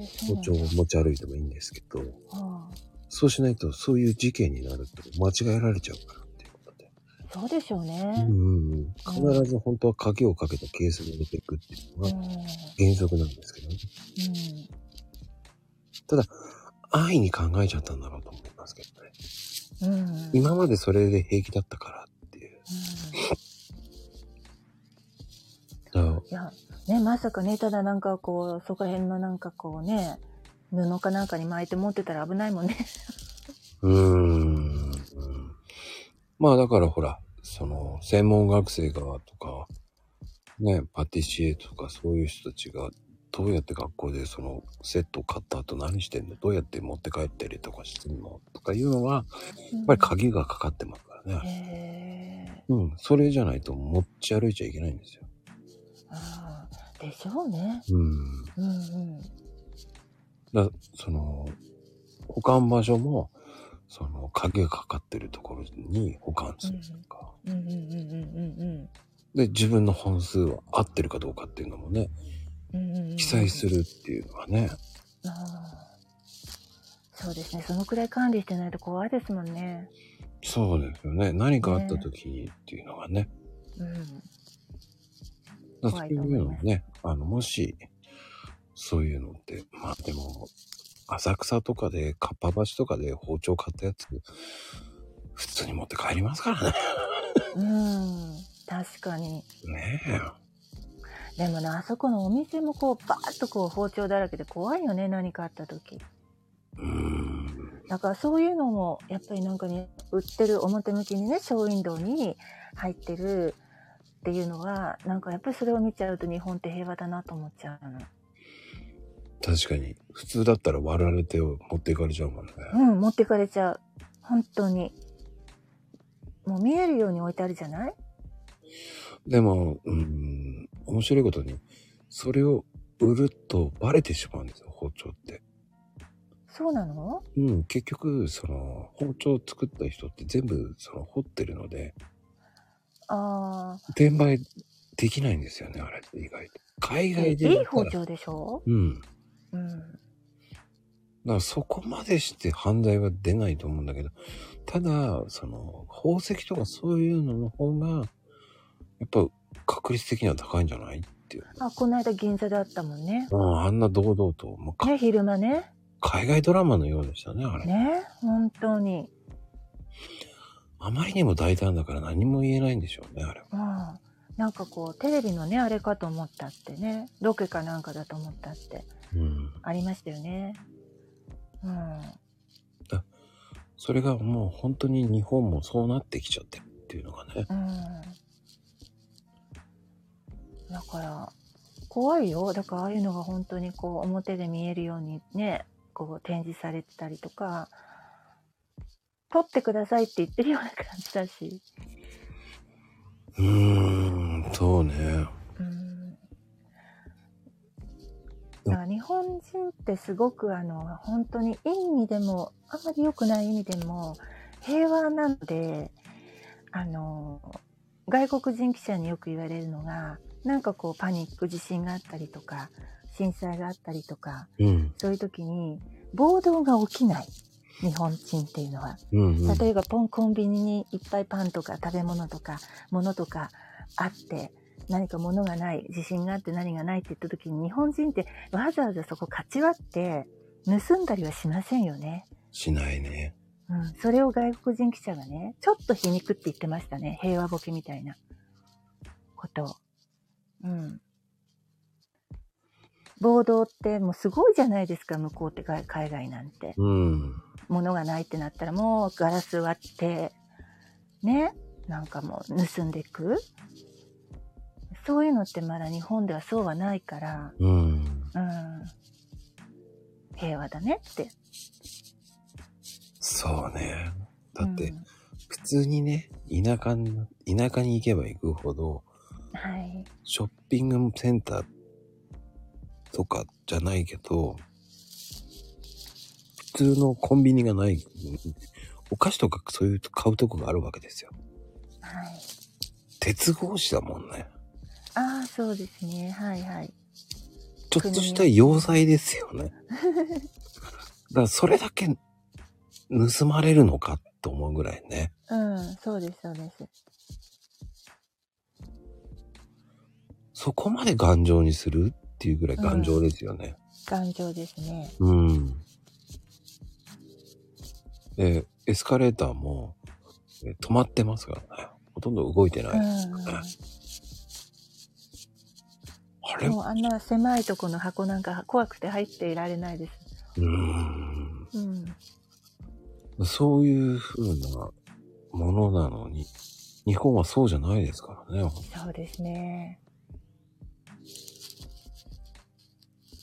へえそ
包
うなん
丁を持ち歩いてもいいんですけど、
だはあ
そうしないとそういう事件になると間違えられちゃうからっていうことで。
そうでしょう
う
ね
ん、うんうん。必ず本当は鍵をかけたケースに入れていくっていうの
うん
が原則なんですけどね。
うん
安易に考えちゃったんだろうと思いますけどね。
うんうん
今までそれで平気だったからっていう。だから
いや、ね、まさかね、ただなんかこう、そこら辺のなんかこうね、布かなんかに巻いて持ってたら危ないもんね。
うーん。まあだからほら、その、専門学生がとか、ね、パティシエとかそういう人たちが、どうやって学校でそのセットを買った後何してんのどうやって持って帰ったりとかしてんのとかいうのは、やっぱり鍵がかかってますからね。
へ
うん。それじゃないと持ち歩いちゃいけないんですよ。
ーあーでしょうね。
うん。
うんうん。
だその、保管場所も、その、鍵がかかってるところに保管するとか。
うんうんうんうん
で、自分の本数は合ってるかどうかっていうのもね、
うんうんうんうん。
記載す。るっていうのはね、
あーそうですね。そのくらい管理してないと怖いですもんね。
そうですよね。何かあった時にっていうのがね、
うん。
だか
怖
ら
い
そう
と
いう
思い
の
ます
もね、あの、もし、そういうのって、まあでも、浅草とかで、かっぱ橋とかで包丁買ったやつ、普通に持って帰りますからね。
うん。確かに。
ねえ。
でもね、あそこのお店もこう、バーッとこう包丁だらけで怖いよね。何かあった時。
うーん。
だからそういうのもやっぱりなんかね売ってる表向きにねショーウィンドウに入ってるっていうのはなんかやっぱりそれを見ちゃうと日本って平和だなと思っちゃうの。
確かに、普通だったら割られて持っていかれちゃうもんね。
うん持ってかれちゃう本当に。もう見えるように置いてあるじゃない
でも、うーん、面白いことに、それを売るとバレてしまうんですよ、包丁って。
そうなの
うん、結局、その、包丁を作った人って全部、その、掘ってるので、
あ
転売できないんですよね、あれって意外と。海
あ
外
い
でや
い
った
包
ら。
丁でしょ
うん。だか
うん。
らそこまでして犯罪は出ないと思うんだけど、ただ、その、宝石とかそういうのの方が、やっぱ確率的には高いんじゃないっていう。
あこの間銀座であったもんね。
うん、あんな堂々と、もうか
ね昼間ね。
海外ドラマのようでしたね、あれ。
ね本当に。
あまりにも大胆だから何も言えないんでしょうね、あれは。
うん、なんかこうテレビのねあれかと思ったってねロケかなんかだと思ったって
うん。
ありましたよねうん。
それがもう本当に日本もそうなってきちゃってるっていうのがね。
うん。だから、怖いよ。だから、ああいうのが本当にこう、表で見えるようにね、こう、展示されてたりとか、撮ってくださいって言ってるような感じだし。
うーん、そうね。
うん。だから日本人ってすごくあの、本当にいい意味でも、あんまり良くない意味でも、平和なので、あの、外国人記者によく言われるのが、なんかこうパニック、地震があったりとか、震災があったりとか、
うん、
そういう時に暴動が起きない。日本人っていうのは。
うん、うん。
例えばポンコンビニにいっぱいパンとか食べ物とか物とかあって何か物がない地震があって何がないって言った時に日本人ってわざわざそこかち割って盗んだりはしませんよね。
しないね。
うん、それを外国人記者がね、ちょっと皮肉って言ってましたね。平和ボケみたいなことを。うん。暴動ってもうすごいじゃないですか、向こうって海海外なんて。
うん。
物がないってなったらもうガラス割ってねなんかもう盗んでいくそういうのってまだ日本ではそうはないから
うん。
うん平和だねって
そうね。だって
う、ん
普通にね、田舎に、田舎に行けば行くほど、
はい
ショッピングセンターとかじゃないけど、普通のコンビニがない、お菓子とかそういう買うとこがあるわけですよ。
はい
鉄格子だもんね。
ああそうですねはいはい
ちょっとした要塞ですよね。だからそれだけ盗まれるのかと思うぐらいね。
うんそうですそうです
そこまで頑丈にするっていうぐらい頑丈ですよね。
頑丈ですね
うん。で、エスカレーターもえ止まってますからね。ほとんど動いてない。
うん
あれ
もうあんな狭いとこの箱なんか怖くて入っていられないです
うん。
うん
そういう風なものなのに、日本はそうじゃないですからね。
そうですね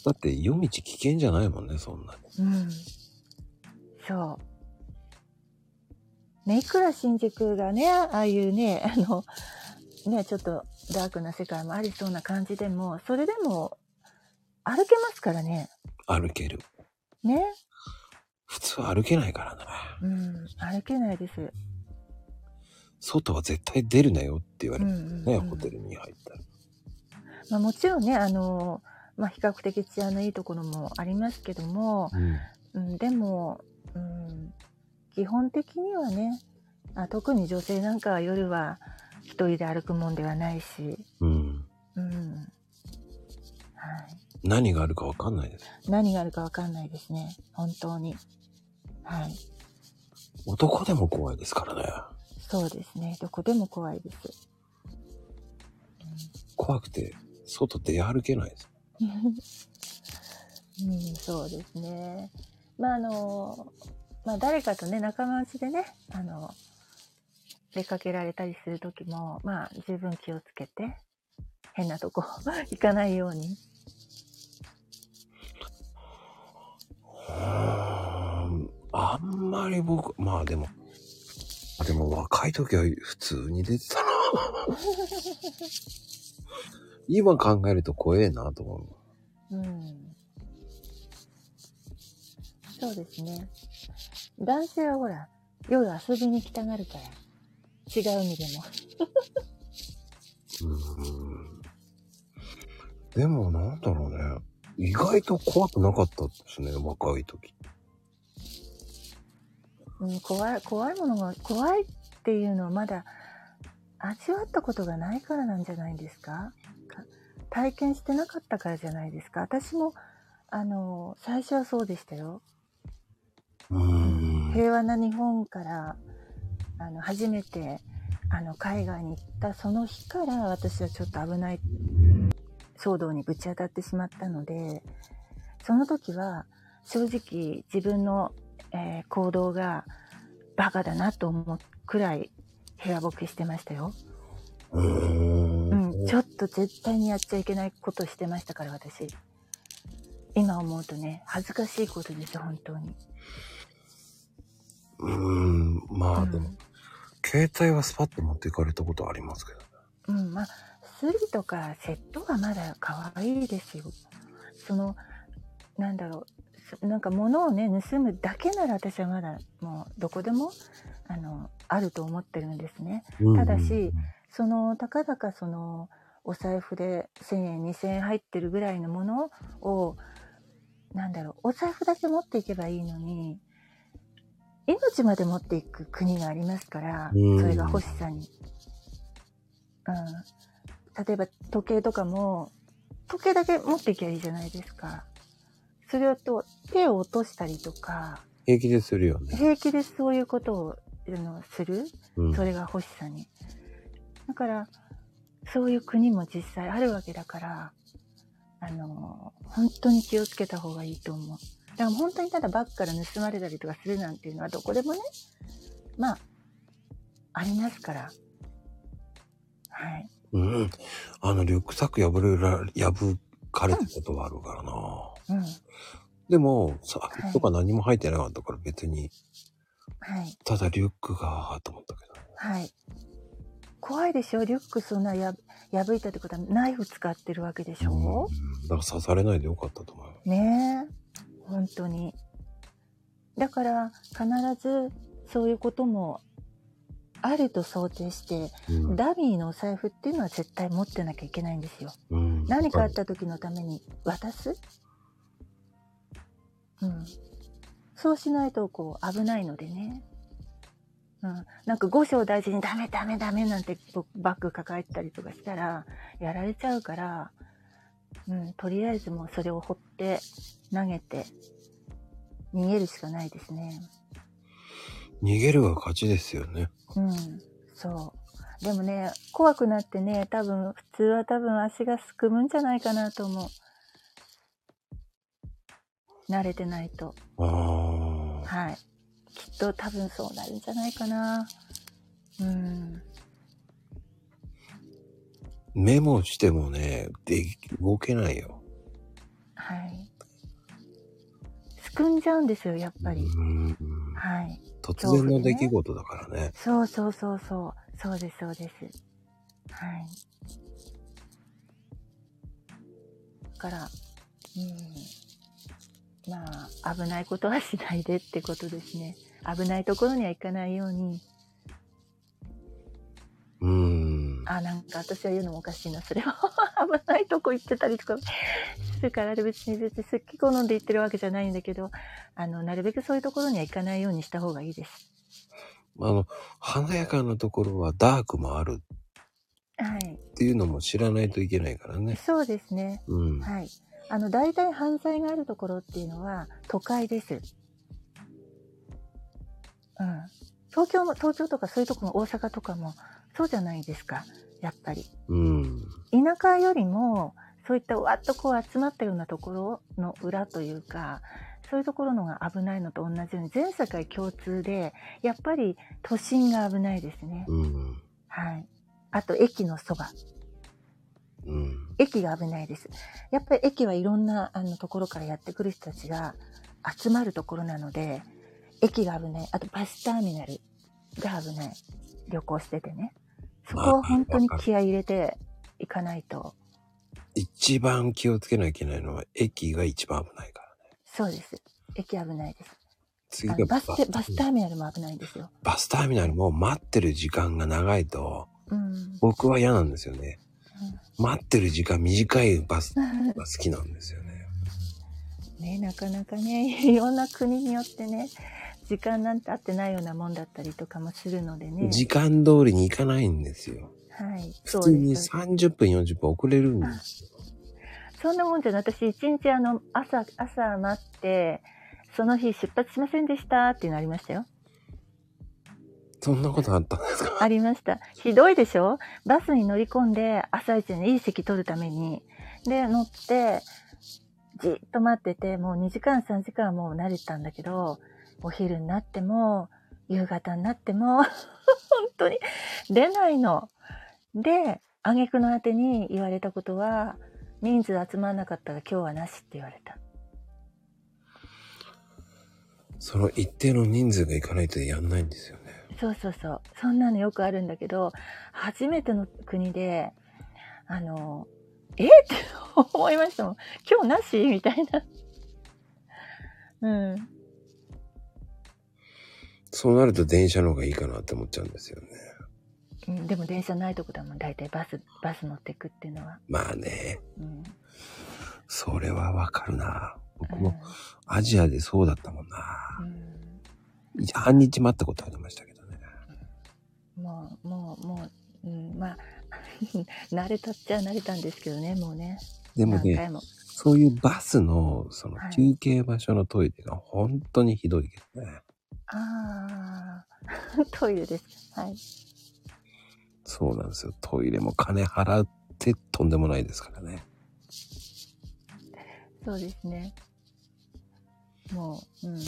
だって夜道危険じゃないもんね、そんなに。
うん。そう。ね、いくら新宿がね、ああいうね、あの、ね、ちょっとダークな世界もありそうな感じでも、それでも歩けますからね。
歩ける。
ね。
普通歩けないからね。
うん。歩けないです。
外は絶対出るなよって言わ
う
れ
んう
る
ん、
ね、
うん
ホテルに入ったら。
まあ、もちろんね、あの、まあ、比較的治安のいいところもありますけども、うん、でも、うん、基本的にはねあ特に女性なんかは夜は一人で歩くもんではないし、
うん。
うんは
何があるかわかんないです。
い、何があるかわかんないですね本当にはい
男でも怖いですからね。
そうですねどこでも怖いです、
怖くて、外出歩けないです。
うん、うんそうですねまああのまあ誰かとね仲間内でねあの出かけられたりする時もまあ十分気をつけて変なとこ <laughs> 行かないように
うーんあんまり僕、まあでも、でも若い時は普通に出て <laughs> たな。今考えると怖えなと思う。
うんそうですね。男性はほら、夜遊びに来たがるから。違う意味でも。
うーんでもなんだろうね。意外と怖くなかったですね、若い時。
うん、怖い、怖いものが、怖いっていうのをまだ味わったことがないからなんじゃないですかか体験してなかったからじゃないですか私も、あの、最初はそうでしたよ。
うーん。
平和な日本からあの初めてあの海外に行ったその日から私はちょっと危ない騒動にぶち当たってしまったのでその時は正直自分の、えー行動がバカだなと思うくらい部屋ボケしてましたよ、
うー。
うんん、ちょっと絶対にやっちゃいけないことしてましたから私今思うとね恥ずかしいことです本当に、
うーん。まあ
うん
でも、携帯はスパッと持っていかれたことありますけど。
うん、まあ、スリとかセットはまだ可愛いですよ。その、なんだろう、そなんか物をね、盗むだけなら私はまだもうどこでも、あの、あると思ってるんですね。
うん
ただし、その、たかだかその、お財布で1000円、2000円入ってるぐらいのものを、なんだろう、お財布だけ持っていけばいいのに、命まで持っていく国がありますから、
うん
それが欲しさに。うん。例えば時計とかも、時計だけ持っていけばいいじゃないですか。それをと手を落としたりとか、
平気でするよね。
平気でそういうことをあのする
うん
それが欲しさに。だから、そういう国も実際あるわけだから、あの、本当に気をつけた方がいいと思う。だから本当にただバッグから盗まれたりとかするなんていうのはどこでもね、まあ、ありますから。はい。
うん。あの、リュックサック破れら、破かれたことはあるからな。
うん。は
でも、さ
は、い
とか何も入ってなかったから別に、
い。
ただリュックが、と思ったけど。
はい。怖いでしょリュックそんなや破いたってことはナイフ使ってるわけでしょ、
うんだから刺されないでよかったと思う。
ねえ本当にだから必ずそういうこともあると想定して、
うん
ダミーのお財布っていうのは絶対持ってなきゃいけないんですよ
うん
何かあった時のために渡すうんそうしないとこう危ないのでねうん、なんか五章大事にダメダメダメなんてぼバッグ抱えてたりとかしたらやられちゃうから、うん、とりあえずもうそれを掘って投げて逃げるしかないですね。
逃げるが勝ちですよね。
うん、そう。でもね、怖くなってね、多分、普通は多分足がすくむんじゃないかなと思う。慣れてないと。
ああ。
はい。きっと多分そうなるんじゃないかな。うん。
メモしてもね、でき、動けないよ。
はい。すくんじゃうんですよ、やっぱり。
うん
はい。
突然の出来事だからね。
そうそうそうそう。そうです、そうです。はい。だから、うん。まあ、危ないことはしないでってことですね。危ないところには行かないように。
うん。
あ、なんか私は言うのもおかしいな。それは <laughs> 危ないとこ行ってたりとかするから、別に別に好き好んで行ってるわけじゃないんだけど、あの、なるべくそういうところには行かないようにした方がいいです。
あの、華やかなところはダークもある
はい。
っていうのも知らないといけないからね。
そうですね。
うん。
はい。あの、大体犯罪があるところっていうのは都会です。うん。東京も、東京とかそういうとこも大阪とかもそうじゃないですか。やっぱり。
うん。
田舎よりも、そういったわっとこう集まったようなところの裏というか、そういうところのが危ないのと同じように、全世界共通で、やっぱり都心が危ないですね。
うん。
はい。あと、駅のそば。
うん。
駅が危ないです。やっぱり駅はいろんなあのところからやってくる人たちが集まるところなので、駅が危ない。あとバスターミナルが危ない。旅行しててね。そこは本当に気合い入れていかないと。
一番気をつけなきゃいけないのは駅が一番危ないからね。
そうです。駅危ないです。
次
あ
が
のバス
バ
テ
ス
バスターミナルも危ないんですよ。
バスターミナルも待ってる時間が長いと、
うん。 <laughs>
僕は嫌なんですよね。待ってる時間短いバスが好きなんですよね。
ね、なかなかね、 <laughs> いろんな国によってね、時間なんて合ってないようなもんだったりとかもするのでね。
時間通りに行かないんですよ。
はい。
普
そう
通
で
に
す。
30分40分遅れるんですよ。
そんなもんじゃない。私、一日あの、朝、朝待って、その日出発しませんでしたっていうのありましたよ。
そんなことあったんですか
ありました。ひどいでしょバスに乗り込んで、朝一にいい席取るために。で、乗って、じっと待ってて、もう2時間3時間はもう慣れたんだけど、お昼になっても、夕方になっても、 <laughs> 本当に出ないの。で、挙句の果てに言われたことは、人数集まらなかったら今日はなしって言われた。
その一定の人数がいかないとやんないんですよね。
そうそうそう。そんなのよくあるんだけど、初めての国で、あの、えって <laughs> 思いましたもん。今日なしみたいな。うん。
そうなると電車の方がいいかなって思っちゃうんですよね。
うんでも電車ないとこだもん。大体バス、バス乗ってくっていうのは。
まあね、
うん。
それはわかるな。僕
うん
もアジアでそうだったもん
う
な。
ん
半日待ったことありましたけどね。
もう、もう、もう、うん、まあ、 <laughs> 慣れたっちゃ慣れたんですけどね、もうね。
でも
何
ね、
回も。
そういうバスの、その
はい
休憩場所のトイレが本当にひどいけどね。
ああ、 <laughs> トイレです。はい。
そうなんですよ。トイレも金払ってとんでもないですからね。
そうですね。もう、うん。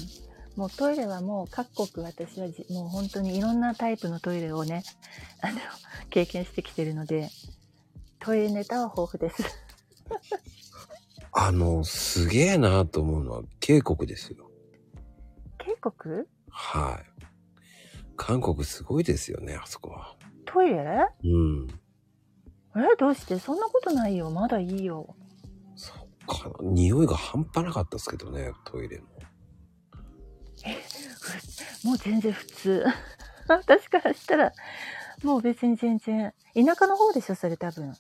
もうトイレはもう各国私はじもう本当にいろんなタイプのトイレをね、 <laughs> あの、経験してきてるので、トイレネタは豊富です。
あの、すげえなと思うのは、渓谷ですよ。
渓谷
はい。韓国すごいですよね、あそこは。
トイレ
うん。
えどうしてそんなことないよ。まだいいよ。
そっか。匂いが半端なかったですけどね、トイレの。
もう全然普通。 <laughs> 私からしたら、もう別に全然。田舎の方でしょ、それ多分。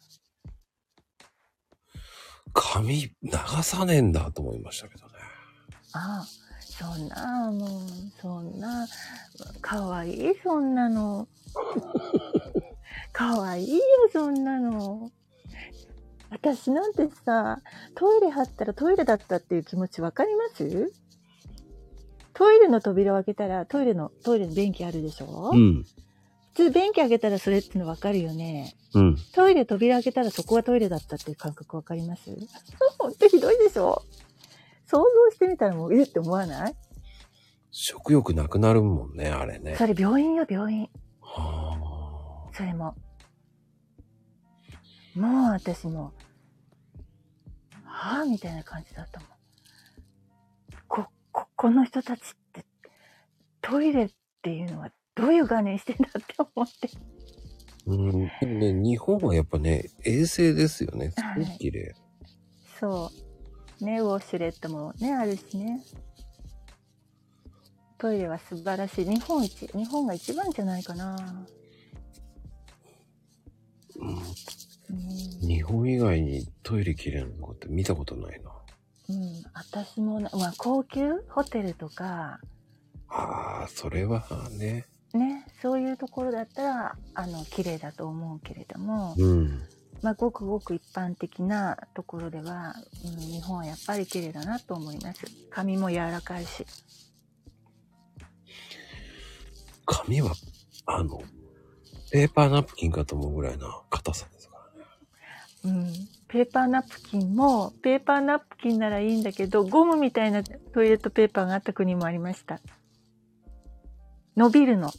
髪流さねえんだと思いましたけどね。
ああ、そんな、もう、そんな、かわいい、そんなの。 <laughs> かわいいよ、そんなの。私なんてさ、トイレ張ったらトイレだったっていう気持ちわかりますトイレの扉を開けたら、トイレの、トイレの便器あるでしょ、
うん。
普通便器開けたらそれってのわかるよね。
うん。
トイレ扉開けたらそこはトイレだったっていう感覚わかります
<laughs>
ほんとひどいでしょ想像してみたらもう、えって思わない
食欲なくなるもんね、あれね。
それ病院よ、病院。
はあ。
それも。もう私もう、はぁ、みたいな感じだったもん。こ、こ、この人たちって、トイレっていうのはどういう概念してんだって思って。
うん。でもね、日本はやっぱね、衛生ですよね。す
はい
ごい綺麗。
そう。ね、ウォシュレットもね、あるしね。トイレは素晴らしい。日本一、日本が一番じゃないかな。うん
日本以外にトイレ綺麗なとこって見たことないな。
うん、私もな、まあ、高級ホテルとか、
ああ、それはね。
ね、そういうところだったら、あの、綺麗だと思うけれども、
うん。
まあ、ごくごく一般的なところでは、うん、日本はやっぱり綺麗だなと思います。髪も柔らかいし。
髪は、あの、ペーパーナプキンかと思うぐらいな硬さですからね。
うん、ペーパーナプキンも、ペーパーナプキンならいいんだけど、ゴムみたいなトイレットペーパーがあった国もありました。伸びるの。
あ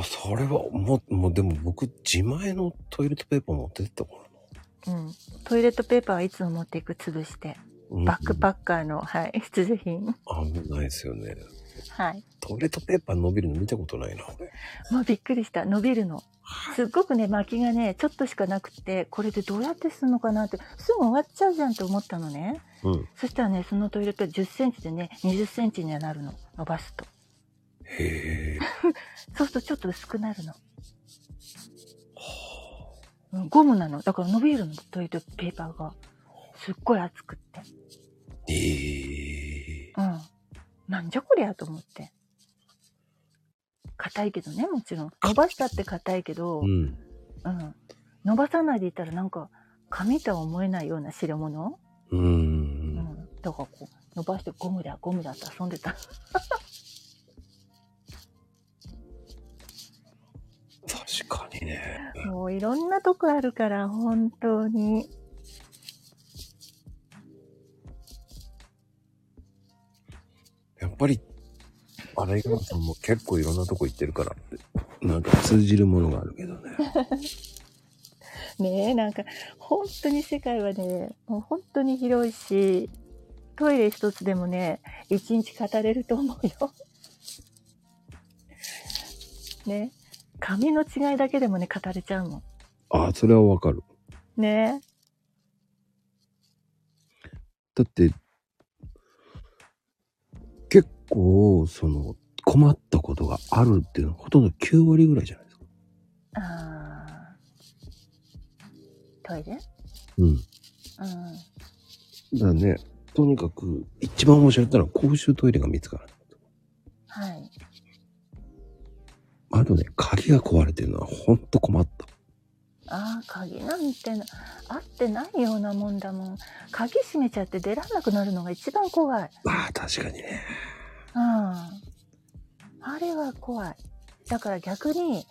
あ、それは、もう、もうでも僕、自前のトイレットペーパー持ってったからな。
うん、トイレットペーパーはいつも持っていく、潰して。
うん
バックパッカーの、はい、必需品。
危ないですよね。
はい。
トイレットペーパー伸びるの見たことないな、俺。
もうびっくりした。伸びるの。すっごくね、薪がね、ちょっとしかなくて、これでどうやってすんのかなって、すぐ終わっちゃうじゃんと思ったのね。
うん。
そしたらね、そのトイレット10センチでね、20センチにはなるの。伸ばすと。
へえ。
そうするとちょっと薄くなるの。うんゴムなの。だから伸びるの、トイレットペーパーが。すっごい厚くって。
ええ。
うん。なんじゃこりゃと思って。硬いけどね、もちろん。伸ばしたって硬いけど、
うん。
うん、伸ばさないでいたらなんか紙とは思えないような代物、
う。
うんん、だからこう伸ばしてゴムだゴムだって遊んでた
確かにね。
もういろんなとこあるから本当に
やっぱり、アライグマさんも結構いろんなとこ行ってるから、なんか通じるものがあるけどね。
ねえ、なんか、本当に世界はね、もう本当に広いし、トイレ一つでもね、一日語れると思うよ。 <laughs> ね。髪の違いだけでもね、語れちゃうも
ああ、それはわかる。
ん。ね
だって、結構、その、困ったことがあるっていうのはほとんど9割ぐらいじゃないですか。
え。あートイレ
うん。
うん。
だからね、とにかく、一番面白いったのは公衆トイレが見つからない。
はい。
あとね、鍵が壊れてるのはほんと困った。
ああ、鍵なんてな、あってないようなもんだもん。鍵閉めちゃって出らんなくなるのが一番怖い。
ああ、確かにね。
うん。あれは怖い。だから逆に、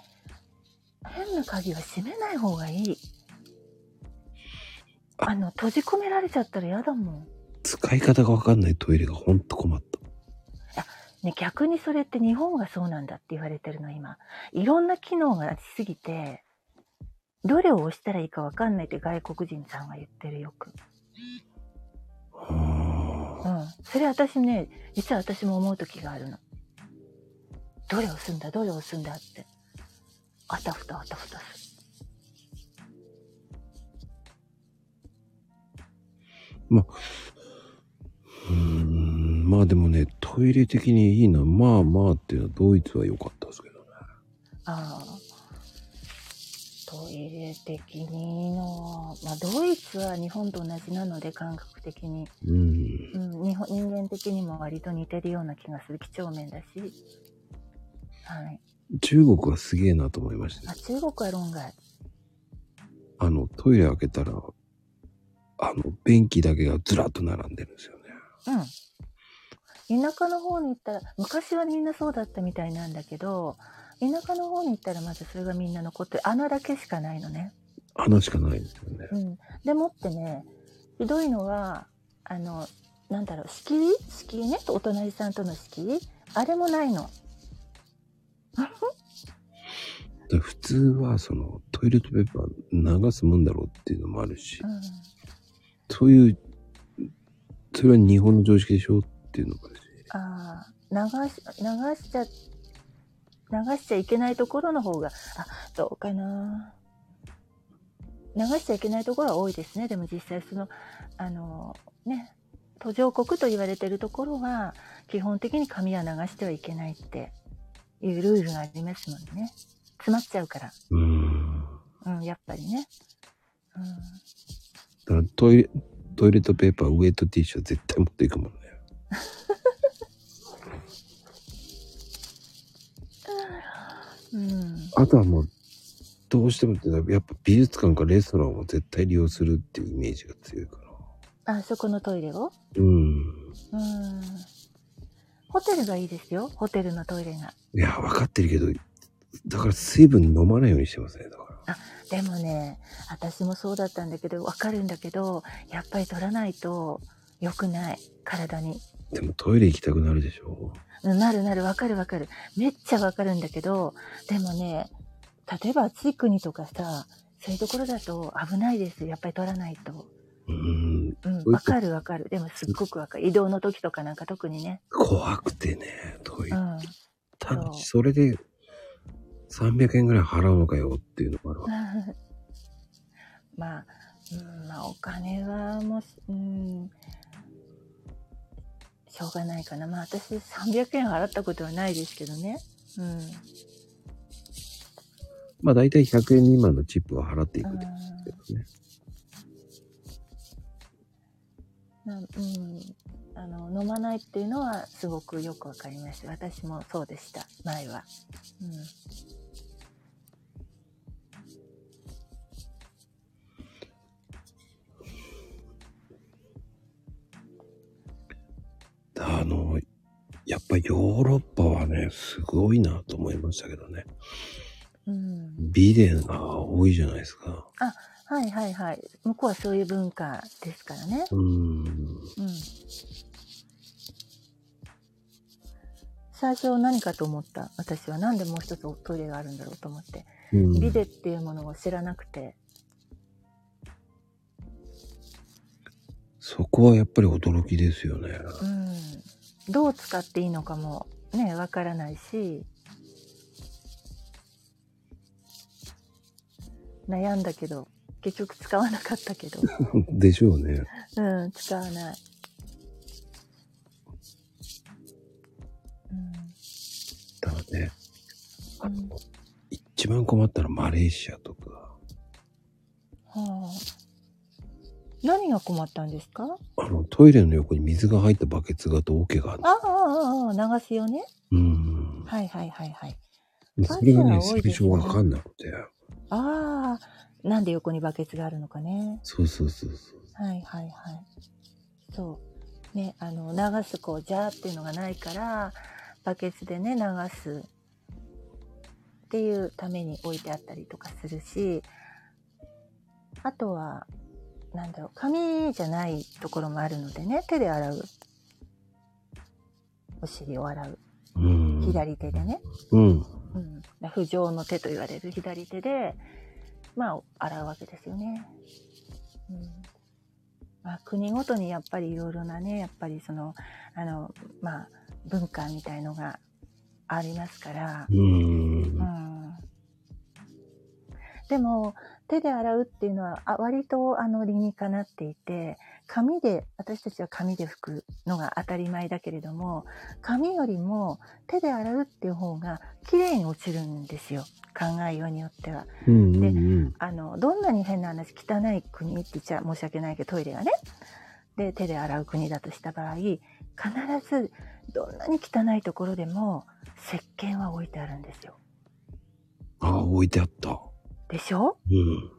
変な鍵は閉めない方がいい。あの、閉じ込められちゃったら嫌だもん。
使い方がわかんないトイレがほんと困った。
ね、逆にそれって日本がそうなんだって言われてるの、今。いろんな機能がありすぎて、どれを押したらいいかわかんないって外国人さんが言ってるよく。
は
う
あ
ん。それ私ね、実は私も思う時があるの。どれ押すんだ、どれ押すんだって。あたふたあたふたする。
うーん、まあでもね、トイレ的にいいな、まあまあっていうのはドイツは良かったですけどね。
ああ。トイレ的にの、まあ、ドイツは日本と同じなので感覚的に、
うん。
うん、日本人間的にも割と似てるような気がする几帳面だし、はい、
中国はすげえなと思いました
あ
ね。
中国は論外
あの、トイレ開けたら、あの、便器だけがずらっと並んでるんですよね。
うん田舎の方に行ったら昔はみんなそうだったみたいなんだけど田舎の方に行ったらまずそれがみんな残ってる穴だけしかないのね
穴しかないんですよね。
うん、でもってねひどいのはあのなんだろう敷居敷居ねお隣さんとの敷居あれもないの
で普通は、その、トイレットペーパー流すもんだろうっていうのもあるし
う、ん
そういう、それは日本の常識でしょっていうのもあるし。
あー流し流しちゃ流しちゃいけないところの方があどうかな流しちゃいけないところは多いですねでも実際そのあのね途上国と言われてるところは基本的に紙は流してはいけないっていうルールがありますもんね詰まっちゃうから
うーん。
うん、やっぱりね。うん、
だからトイレ、トイレットペーパー、ウェットティッシュは絶対持っていくもんね。
うん、
あとはもう、どうしてもってなる、やっぱ美術館かレストランを絶対利用するっていうイメージが強いから。
あそこのトイレを
うん。
うん。ホテルがいいですよ、ホテルのトイレが。
いや、分かってるけど、だから水分飲まないようにしてますね、だから。
でもね、私もそうだったんだけど、わかるんだけど、やっぱり取らないと良くない、体に。
でもトイレ行きたくなるでしょ
うんなるなる、わかるわかる。めっちゃわかるんだけど、でもね、例えば暑い国とかさ、そういうところだと危ないですよ、やっぱり取らないと。
うん。
うん、わかるわかる。でもすっごくわかる。移動の時とかなんか特にね。
怖くてね、トイ
う
レ。
ん。
ただ、それで、300円ぐらい払うのかよっていうのも
<laughs>
あるわ。
まあ、うん、まあお金はもし、うん、しょうがないかな。まあ私300円払ったことはないですけどね。うん。うん
まあ大体100円未満のチップは払っていくんですけどね。
なうん、あの飲まないっていうのはすごくよくわかりました私もそうでした前は、うん、
あの、やっぱヨーロッパはね、すごいなと思いましたけどね。
うん、
ビデオが多いじゃないですか。
はいはいはい向こうはそういう文化ですからね
うーん。
うん最初何かと思った私はなんでもう一つおトイレがあるんだろうと思って、
うん
ビデっていうものを知らなくて
そこはやっぱり驚きですよね。
うんどう使っていいのかもねわからないし悩んだけど結局使わなかったけど、
でしょうね。
うん、使わない、
ただね、
うんうん
一番困ったのはマレーシアとか、
はあ、何が困ったんですか
あの、トイレの横に水が入ったバケツがと桶があって
あ、ああああ流すよね
うん。
はいはいはいはい
それがね、
数が多
最
いです
初
ね
わかんなくて。
ああなんで横にバケツがあるのかね
そうそうそうそう。
はいはいはいそうねあの流すこうジャーっていうのがないからバケツでね流すっていうために置いてあったりとかするしあとはなんだろう紙じゃないところもあるのでね手で洗うお尻を洗う
うん。
左手でね、
うん。
うん、不浄の手と言われる左手で、まあ、洗うわけですよね。うんまあ、国ごとにやっぱりいろいろなね、やっぱりその、あの、まあ、文化みたいのがありますから、
う。
うんん。でも、手で洗うっていうのは、あ割と、あの、理にかなっていて、紙で、私たちは紙で拭くのが当たり前だけれども、紙よりも手で洗うっていう方が綺麗に落ちるんですよ。考えようによっては。
うん。うん。うん。
あの、どんなに変な話、汚い国って言っちゃ申し訳ないけど、トイレがね。で、手で洗う国だとした場合、必ず、どんなに汚いところでも、石鹸は置いてあるんですよ。
ああ、置いてあった。
でしょ
うん。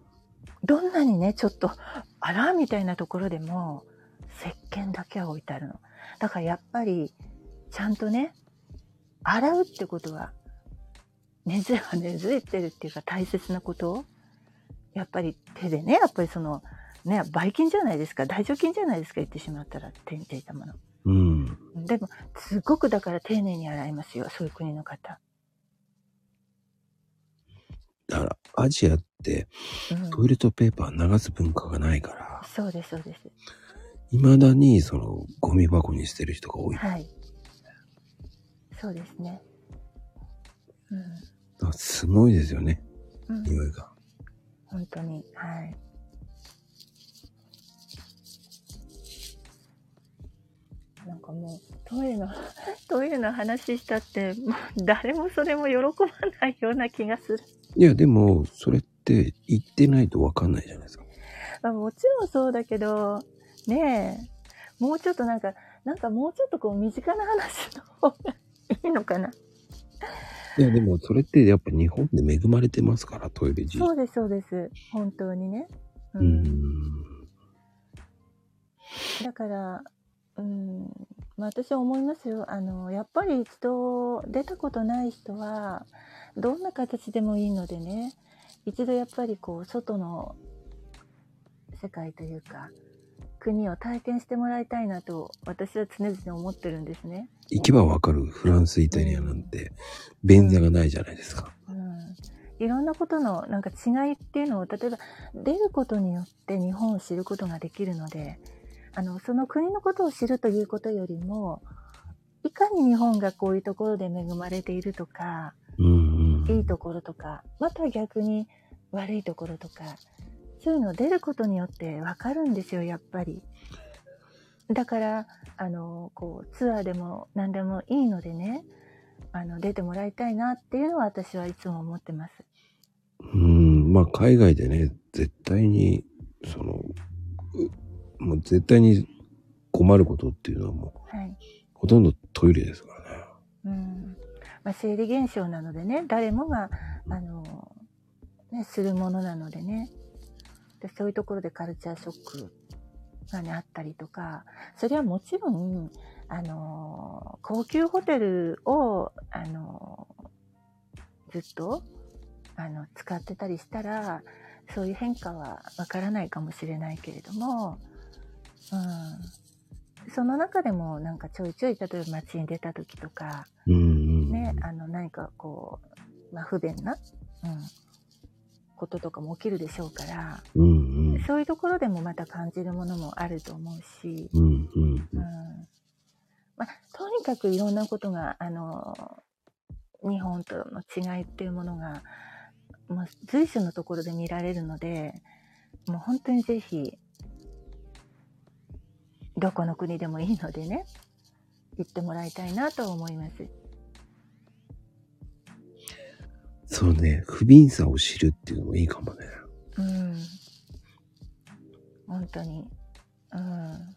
どんなにね、ちょっと、あらみたいなところでも、石鹸だけは置いてあるの。だからやっぱり、ちゃんとね、洗うってことは、根付は根付いてるっていうか大切なことを、やっぱり手でね、やっぱりその、ね、ばい菌じゃないですか、大腸菌じゃないですか、言ってしまったら、手についたもの。
うん。
でも、すごくだから丁寧に洗いますよ、そういう国の方。
だから、アジアって
うん
トイレットペーパー流す文化がないから、
そうです、そうです。
未だにそのゴミ箱に捨てる人が多い。だか
はい。そうですね。うん。
らすごいですよね、
うん、
匂いが。
本当にはいなんかもうトイレの <laughs> トイレの話したって <laughs> もう誰もそれも喜ばないような気がする
いや、でも、それって言ってないとわかんないじゃないですか。
まあもちろんそうだけどねえもうちょっとなんかなんかもうちょっとこう身近な話の方がいいのかない
や、でも、それってやっぱ日本で恵まれてますから、トイレ自体。
そうですそうです本当にね
うーん。
だから、うん、まあ私は思いますよ。あの、やっぱり一度出たことない人は、どんな形でもいいのでね、一度やっぱりこう、外の世界というか、国を体験してもらいたいなと、私は常々思ってるんですね。
行けばわかるフランス、イタリアなんて、便座がないじゃないですか。
うん。いろんなことのなんか違いっていうのを、例えば出ることによって日本を知ることができるので、あの、その国のことを知るということよりも、いかに日本がこういうところで恵まれているとか、
うん、うん。
いいところとか、または逆に悪いところとか、そういうのを出ることによってわかるんですよ、やっぱり。だから、あの、こう、ツアーでも何でもいいのでね、あの、出てもらいたいなっていうのは私はいつも思ってます。
うん。まあ、海外でね、絶対に、その、うもう絶対に困ることっていうのはもう、
はい。
ほとんどトイレですからね。
うん。まあ、生理現象なのでね、誰もが、あの、ね、するものなのでね。でそういうところでカルチャーショックがね、あったりとか、それはもちろん、あの、高級ホテルを、あの、ずっと、あの、使ってたりしたら、そういう変化はわからないかもしれないけれども、うん。その中でもなんかちょいちょい、例えば街に出た時とか、
うん。
ね、あの、何かこう、まあ、不便な、うん、こととかも起きるでしょうから、
うん
そういうところでもまた感じるものもあると思うし、
うん。うんうん
うんまあ、とにかくいろんなことが、あの、日本との違いっていうものが、もう随所のところで見られるので、もう本当にぜひ、どこの国でもいいのでね、行ってもらいたいなと思います。
そうね、不憫さを知るっていうのもいいかもね。
うん。本当に。うん。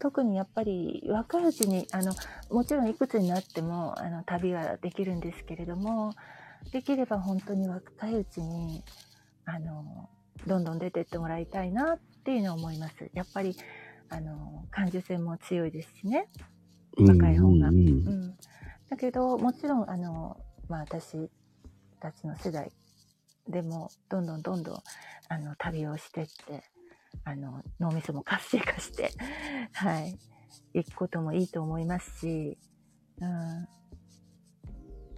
特にやっぱり若いうちにあのもちろんいくつになってもあの旅はできるんですけれどもできれば本当に若いうちにあのどんどん出てってもらいたいなっていうのは思いますやっぱりあの感受性も強いですしね、若い方が
うんうんう
う
ん
ん、だけどもちろんあの、まあ、私たちの世代でもどんどんどんどんあの旅をしてってあの脳みそも活性化して <laughs> はい行くこともいいと思いますし、うん、や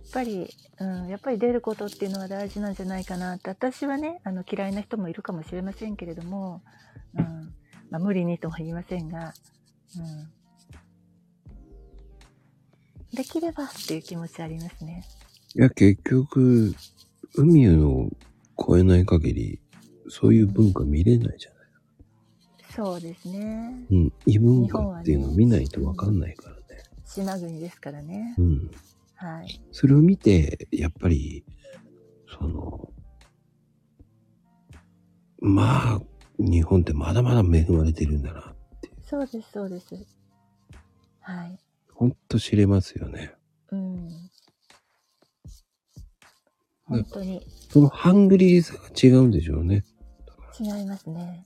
っぱり、うん、やっぱり出ることっていうのは大事なんじゃないかなって私はねあの嫌いな人もいるかもしれませんけれども、うんまあ、無理にとは言いませんが。うんできればっていう気持ちありますね。
いや、結局、海を越えない限り、そういう文化見れないじゃない。
そうですね。
うん。異文化っていうのを見ないとわかんないからね。
島国ですからね。
うん。
はい。
それを見て、やっぱり、その、まあ、日本ってまだまだ恵まれてるんだな。
そうです、そうです。はい。
ほんと知れますよね。
うん。本当に
そのハングリーさが違うんでしょうね。
違いますね。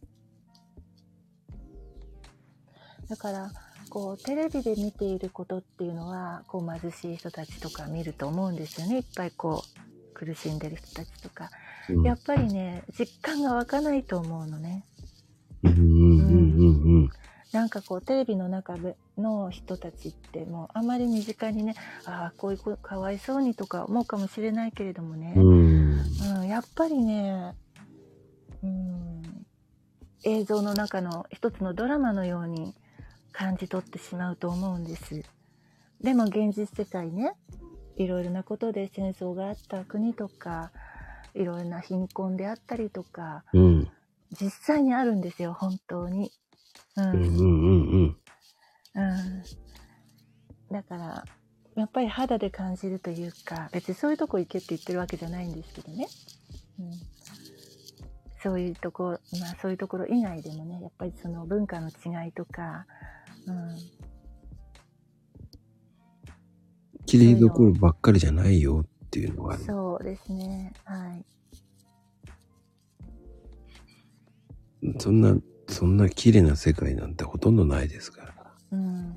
だから、こう、テレビで見ていることっていうのは、こう、貧しい人たちとか見ると思うんですよね。いっぱいこう、苦しんでる人たちとか。
うん
やっぱりね、実感が湧かないと思うのね。
うんうんうんうん
なんかこうテレビの中での人たちってもうあまり身近にねああこういう子かわいそうにとか思うかもしれないけれどもね、
う
うん
ん。うん。
やっぱりね、うん、映像の中の一つのドラマのように感じ取ってしまうと思うんです。でも現実世界ねいろいろなことで戦争があった国とかいろいろな貧困であったりとか
うん
実際にあるんですよ本当に。
うんうんうん。
うんだからやっぱり肌で感じるというか別にそういうとこ行けって言ってるわけじゃないんですけどね、うん、そういうとこ、まあ、そういうところ以外でもねやっぱりその文化の違いとか、うん、
綺麗どころばっかりじゃないよっていうのがある。
そうですねはい
そんな、そんな綺麗な世界なんてほとんどないですから。
うん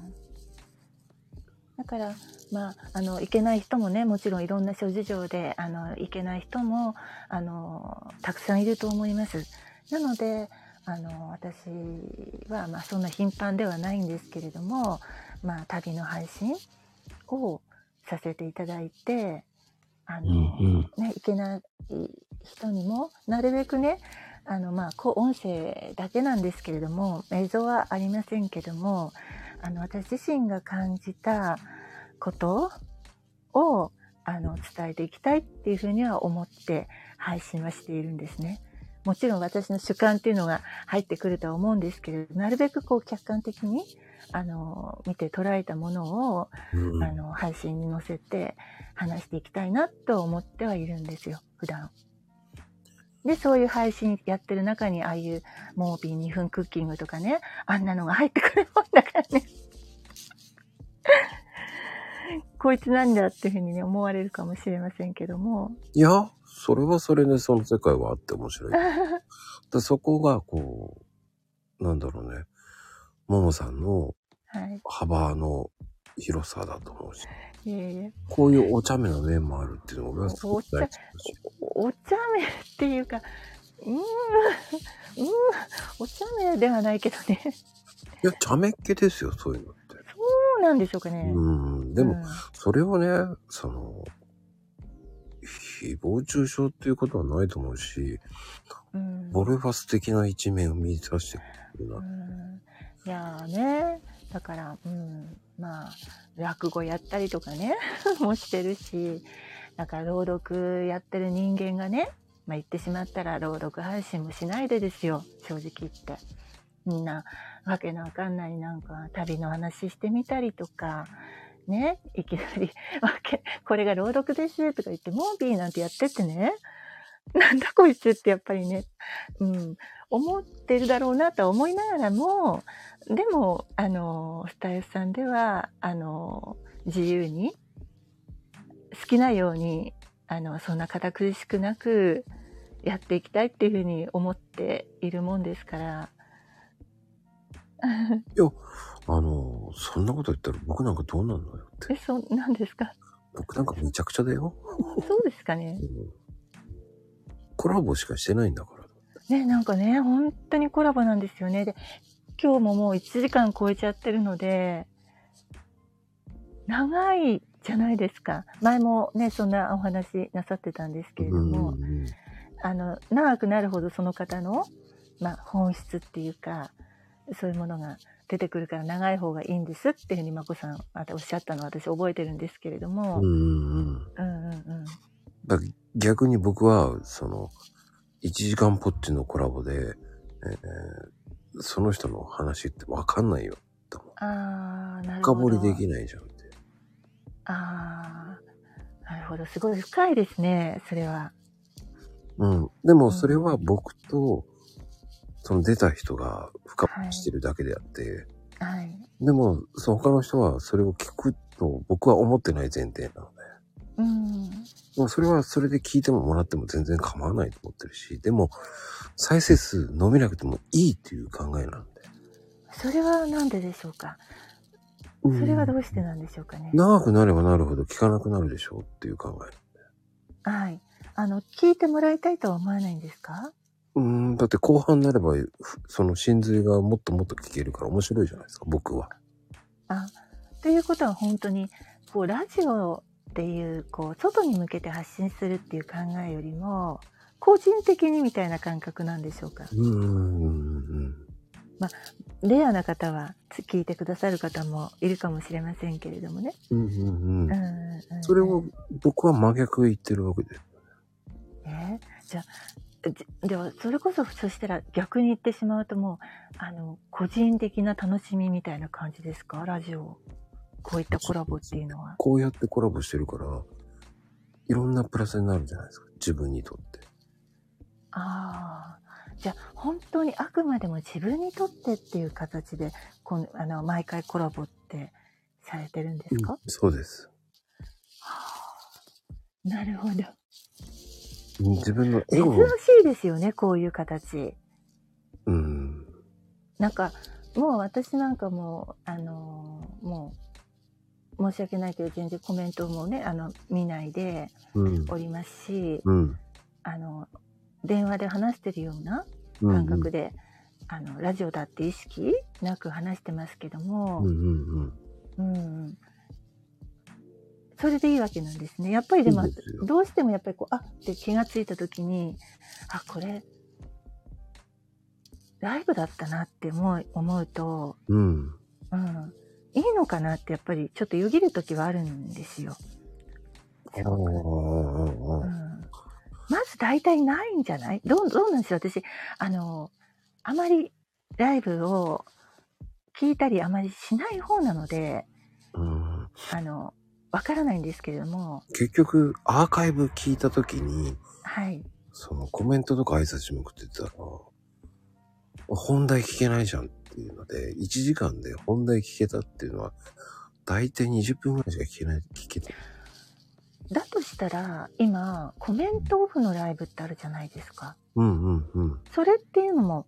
だから、まあ、あの行けない人もねもちろんいろんな諸事情であの行けない人もあのたくさんいると思います。なのであの私は、まあ、そんな頻繁ではないんですけれども、まあ、旅の配信をさせていただいてあ
う
の、
んうん。
ね、いけない人にもなるべくねあのまあこう音声だけなんですけれども映像はありませんけどもあの私自身が感じたことをあの伝えていきたいっていうふうには思って配信はしているんですね。もちろん私の主観っていうのが入ってくるとは思うんですけれどなるべくこう客観的にあの見て捉えたものを
うん
あの配信に載せて話していきたいなと思ってはいるんですよ普段でそういう配信やってる中にああいうモービー2分クッキングとかねあんなのが入ってくるもんだからね <laughs> こいつなんだっていうふうにね思われるかもしれませんけども
いや、それはそれでその世界はあって面
<laughs>
白い。だそこがこう、なんだろうね、ももさんの
はい
幅の広さだと思うし、
いえいえ
こういうお茶目な面もあるっていうのが俺はすごく大好きだし。
お茶目っていうかうーんうーんお茶目ではないけどね <laughs>
いや、茶目っ気ですよ、そういうのって。
そうなんでしょうかね、
うん。でも、
うん
それをね、その、誹謗中傷っていうことはないと思うし、
うん
俺は素敵な一面を見出してくれる
う
な。
んいやーねだから、うん、まあ落語やったりとかね <laughs> もしてるしだから朗読やってる人間がね、まあ、言ってしまったら朗読配信もしないでですよ正直言って。みんなわけのわかんないなんか旅の話してみたりとか。ね、いきなり <laughs> 「わけこれが朗読です」とか言って「モービー」なんてやってってねなんだこいつってやっぱりね、うん、思ってるだろうなとは思いながらもでもあのスタイフさんではあの自由に好きなようにあのそんな堅苦しくなくやっていきたいっていうふうに思っているもんですから。
あの、そんなこと言ったら僕なんかどうなんのよって。
え、そ、なんですか
僕なんかめちゃくちゃだよ。
そうですかね
う。んコラボしかしてないんだから。
ね、なんかね、本当にコラボなんですよね。で、今日ももう1時間超えちゃってるので、長いじゃないですか。前もね、そんなお話なさってたんですけれども、
うんうんうん
あの、長くなるほどその方の、まあ、本質っていうか、そういうものが出てくるから長い方がいいんですっていうふうにまこさん、またおっしゃったのを私覚えてるんですけれども、
うんうんうん。
うんうんうん。
だから逆に僕は、その、1時間ぽっちのコラボで、えーその人の話ってわかんないよ。
あー、なる
深
ほ
掘
ど。
りできないじゃんって。
ああ、なるほど。すごい深いですね、それは。
うん。でもそれは僕と、その出た人が深掘りしてるだけであって、
はい。
でも、そう他の人はそれを聞くと僕は思ってない前提なので、
うん。
もうそれはそれで聞いてももらっても全然構わないと思ってるし、でも、再生数伸びなくてもいいっていう考えなんで。
それはなんででしょうか。
そ
それはどうしてなんでしょうかね。
長くなればなるほど聞かなくなるでしょうっていう考え。
はい。あの、聞いてもらいたいとは思わないんですか
うーん、だって後半になれば、ふその真髄がもっともっと聞けるから面白いじゃないですか、僕は。
あ、ということは本当に、こう、ラジオっていう、こう、外に向けて発信するっていう考えよりも、個人的にみたいな感覚なんでしょうか。
うーん。
レアな方は、つ聞いてくださる方もいるかもしれませんけれどもね。
うんうんう
うん
ん。
うんうん。
それを僕は真逆言ってるわけです。
ねじゃあじではそれこそそしたら逆に言ってしまうともうあの個人的な楽しみみたいな感じですかラジオこういったコラボっていうのは
こうやってコラボしてるから、いろんなプラスになるじゃないですか、自分にとって。
ああじゃあ本当にあくまでも自分にとってっていう形でこのあの毎回コラボってされてるんですか、
そうです。
なるほど
自分のエ
珍
ゴを。
しいですよねこういう形
うん。
なんかもう私なんかもうあのーもう申し訳ないけど全然コメントもねあの見ないで
うん。
おりますし、
うん。
あの電話で話してるような
うん
感覚で、あのラジオだって意識なく話してますけど
うん
も
う、んうん。
うんそれでいいわけなんですねやっぱりでも
いいですよ
どうしてもやっぱりこうあって気がついた時にあこれライブだったなって思う思うと
うん。
うんいいのかなってやっぱりちょっとよぎる時はあるんですよ。すごく
あ
う
あ。
ん、まず大体ないんじゃないどうどうなんですよ私あのあまりライブを聞いたりあまりしない方なので
うん
あのわからないんですけれども
結局、アーカイブ聞いたときに、
はい
そのコメントとか挨拶向くって言ってたら、本題聞けないじゃんっていうので、1時間で本題聞けたっていうのは、大体20分ぐらいしか聞けない、聞けて
だとしたら今コメントオフのライブってあるじゃないですか
うんうんうん。
それっていうのも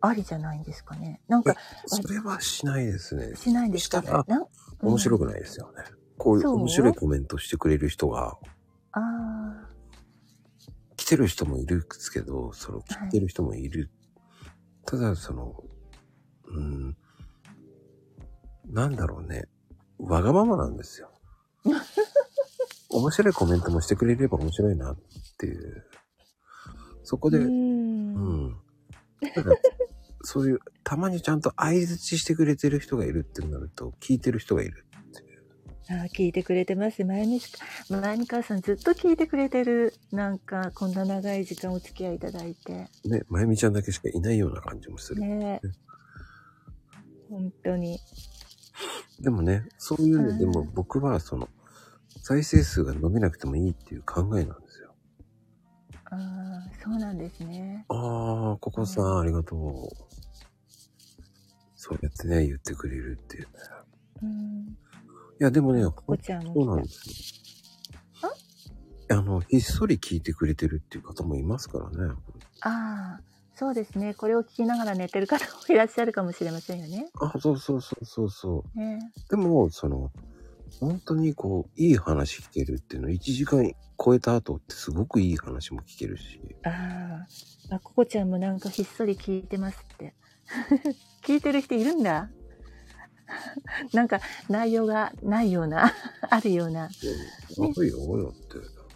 ありじゃないんですかねなんか
それはしないですね。
しないんですか
したら
なんうん
面白くないですよね。こういう
そう
面白いコメントしてくれる人が、
ああ
来てる人もいるんですけど、その聞いてる人もいる。ただ、その、うん、なんだろうね。わがままなんです <laughs> よ。面白いコメントもしてくれれば面白いなっていう。そこで、
う
うんん。ただそういう、たまにちゃんと相づちしてくれてる人がいるってなると、聞いてる人がいる。
あ聞いてくれてます。前にし、前に母さんずっと聞いてくれてる。なんか、こんな長い時間お付き合いいただいて。
ね、まゆみちゃんだけしかいないような感じもする。
ねえ。本当に。
でもね、そういうのでも
うん
僕はその、再生数が伸びなくてもいいっていう考えなんですよ。
ああ、そうなんですね。
ああ、ココさん、ありがとう。そうやってね、言ってくれるっていうね。
うん。
いや、でもね、
ここちゃんも
そうなん
来
ですよ。あの、ひっそり聞いてくれてるっていう方もいますからね。
た。ああ、そうですね。これを聞きながら寝てる方もいらっしゃるかもしれませんよね。
あ、そうそうそうそうそ
ね
う。でも、その、本当にこう、いい話聞けるっていうの、1時間超えた後ってすごくいい話も聞けるし。
え。ああ、あ、ここちゃんもなんかひっそり聞いてますって。 <laughs> 聞いてる人いるんだ。 <laughs> なんか内容がないような、あるような。
うんあるよ、よって。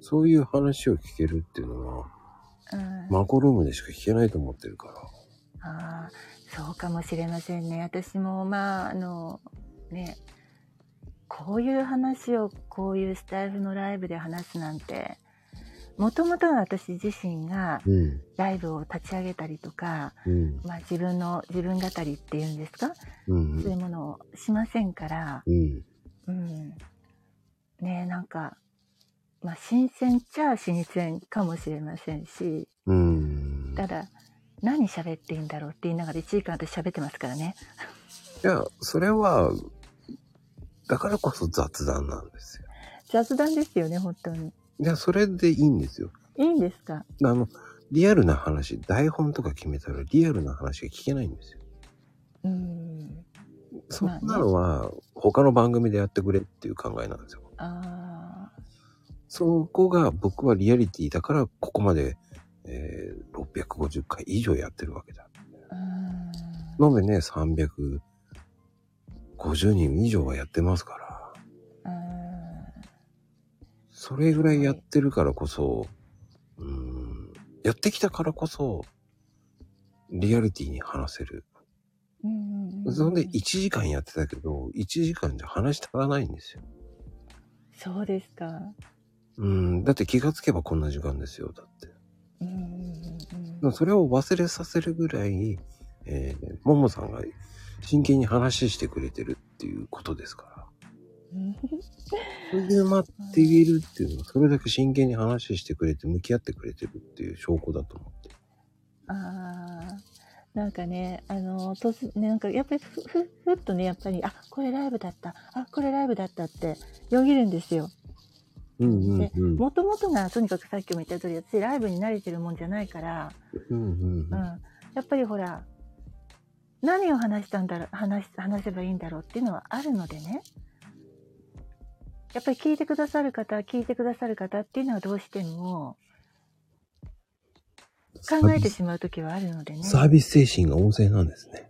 そういう話を聞けるっていうのは、
うん
マコルームでしか聞けないと思ってるから。
ああ、そうかもしれませんね。私も、まあ、あの、ね、こういう話をこういうスタイルのライブで話すなんて、もともとは私自身が
うん。
ライブを立ち上げたりとか、
うん。
まあ自分の、自分語りっていうんですか、
う。
そうんいうものをしませんから、
うん。
うん。ねなんか、まあ新鮮っちゃ新鮮かもしれませんし、
うん。
ただ、何喋っていいんだろうって言いながら1時間私喋ってますからね。
いや、それは、だからこそ雑談なんですよ。
雑談ですよね、本当に。
いや、それでいいんですよ。
いいんです
あ
か
の、リアルな話、台本とか決めたらリアルな話が聞けないんですよ。
うーん。
そんなのは、他の番組でやってくれっていう考えなんですよ。
ああ、
そこが僕はリアリティだから、ここまで、えー650回以上やってるわけだ。
うーん。
のべね、350人以上はやってますから、
うーん
それぐらいやってるからこそ、うーん、やってきたからこそ、リアリティに話せる。
うんうん。
そんで1時間やってたけど、1時間じゃ話足らないんですよ。
そうですか。
うん、だって気がつけばこんな時間ですよ、だって。
うんうん
でもそれを忘れさせるぐらい、えー、ももさんが真剣に話してくれてるっていうことですから。
うん
そういう間って言えるっていうのは、それだけ真剣に話してくれて、向き合ってくれてるっていう証拠だと思って。
うん。ああ。なんかね、あの、突然、なんか、やっぱりふ、ふ、ふっとね、やっぱり、あ、これライブだった、あ、これライブだったって、よぎるんですよ。
うんうん
で
うん。
もともとが、とにかくさっきも言った通り、私、ライブに慣れてるもんじゃないから、
うん
うん、やっぱりほら何を話したんだろ話話せばいいんだろうっていうのはあるのでねやっぱり聞いてくださる方聞いてくださる方っていうのはどうしても考えてしまう時はあるのでね
サービス精神が旺盛なんですね。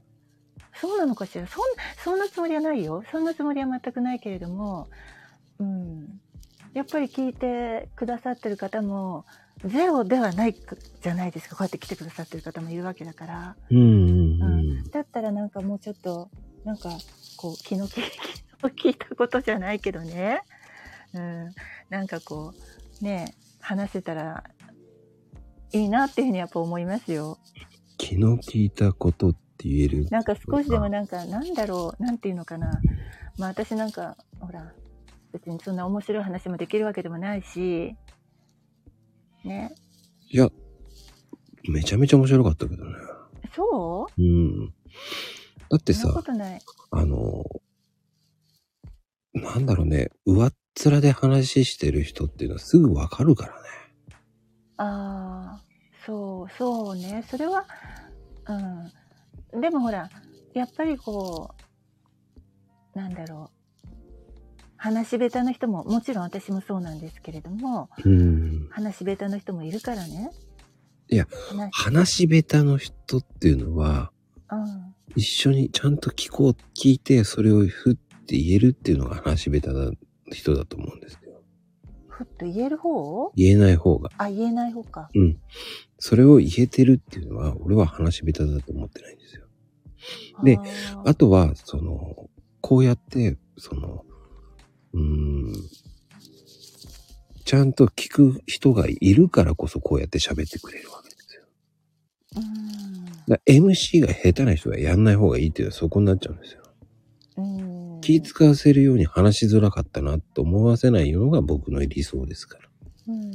そうなのかしらそんそんなつもりはないよそんなつもりは全くないけれども、うん、やっぱり聞いてくださってる方もゼロではないじゃないですかこうやって来てくださってる方もいるわけだから。
うんうん
う
うん。
だったらなんかもうちょっとなんかこう気の利気の利いたことじゃないけどね、うん、なんかこうね話せたらいいなっていうふうにやっぱ思いますよ。
気の利いたことって言える。
なんか少しでもなんかなんだろうなんていうのかなまあ私なんかほら別にそんな面白い話もできるわけでもないしね
いや、めちゃめちゃ面白かったけどね。
そう
うん。だって
そんなこ
さ、
とない。
あの、なんだろうね、上っ面で話してる人っていうのはすぐわかるからね。
ああそうそうねそれはうんでもほらやっぱりこうなんだろう話し下手の人ももちろん私もそうなんですけれども
うん。
話し下手の人もいるからね
いや
話
話し下手の人っていうのは、
うん
一緒にちゃんと聞こう、聞いて、それをふって言えるっていうのが話し下手な人だと思うんですよ。
ふっと言える方
言えない方が。
あ、言えない方か。
それを言えてるっていうのは、俺は話し下手だと思ってないんですよ。で
あー
あとは、その、こうやって、その、うーん、ちゃんと聞く人がいるからこそこうやって喋ってくれるわけですよ。
う
だから MC が下手な人はやんない方がいいっていうのはそこになっちゃうんですよ。
ーん。うーん。
気使わせるように話しづらかったなと思わせないのが僕の理想ですから。
うん。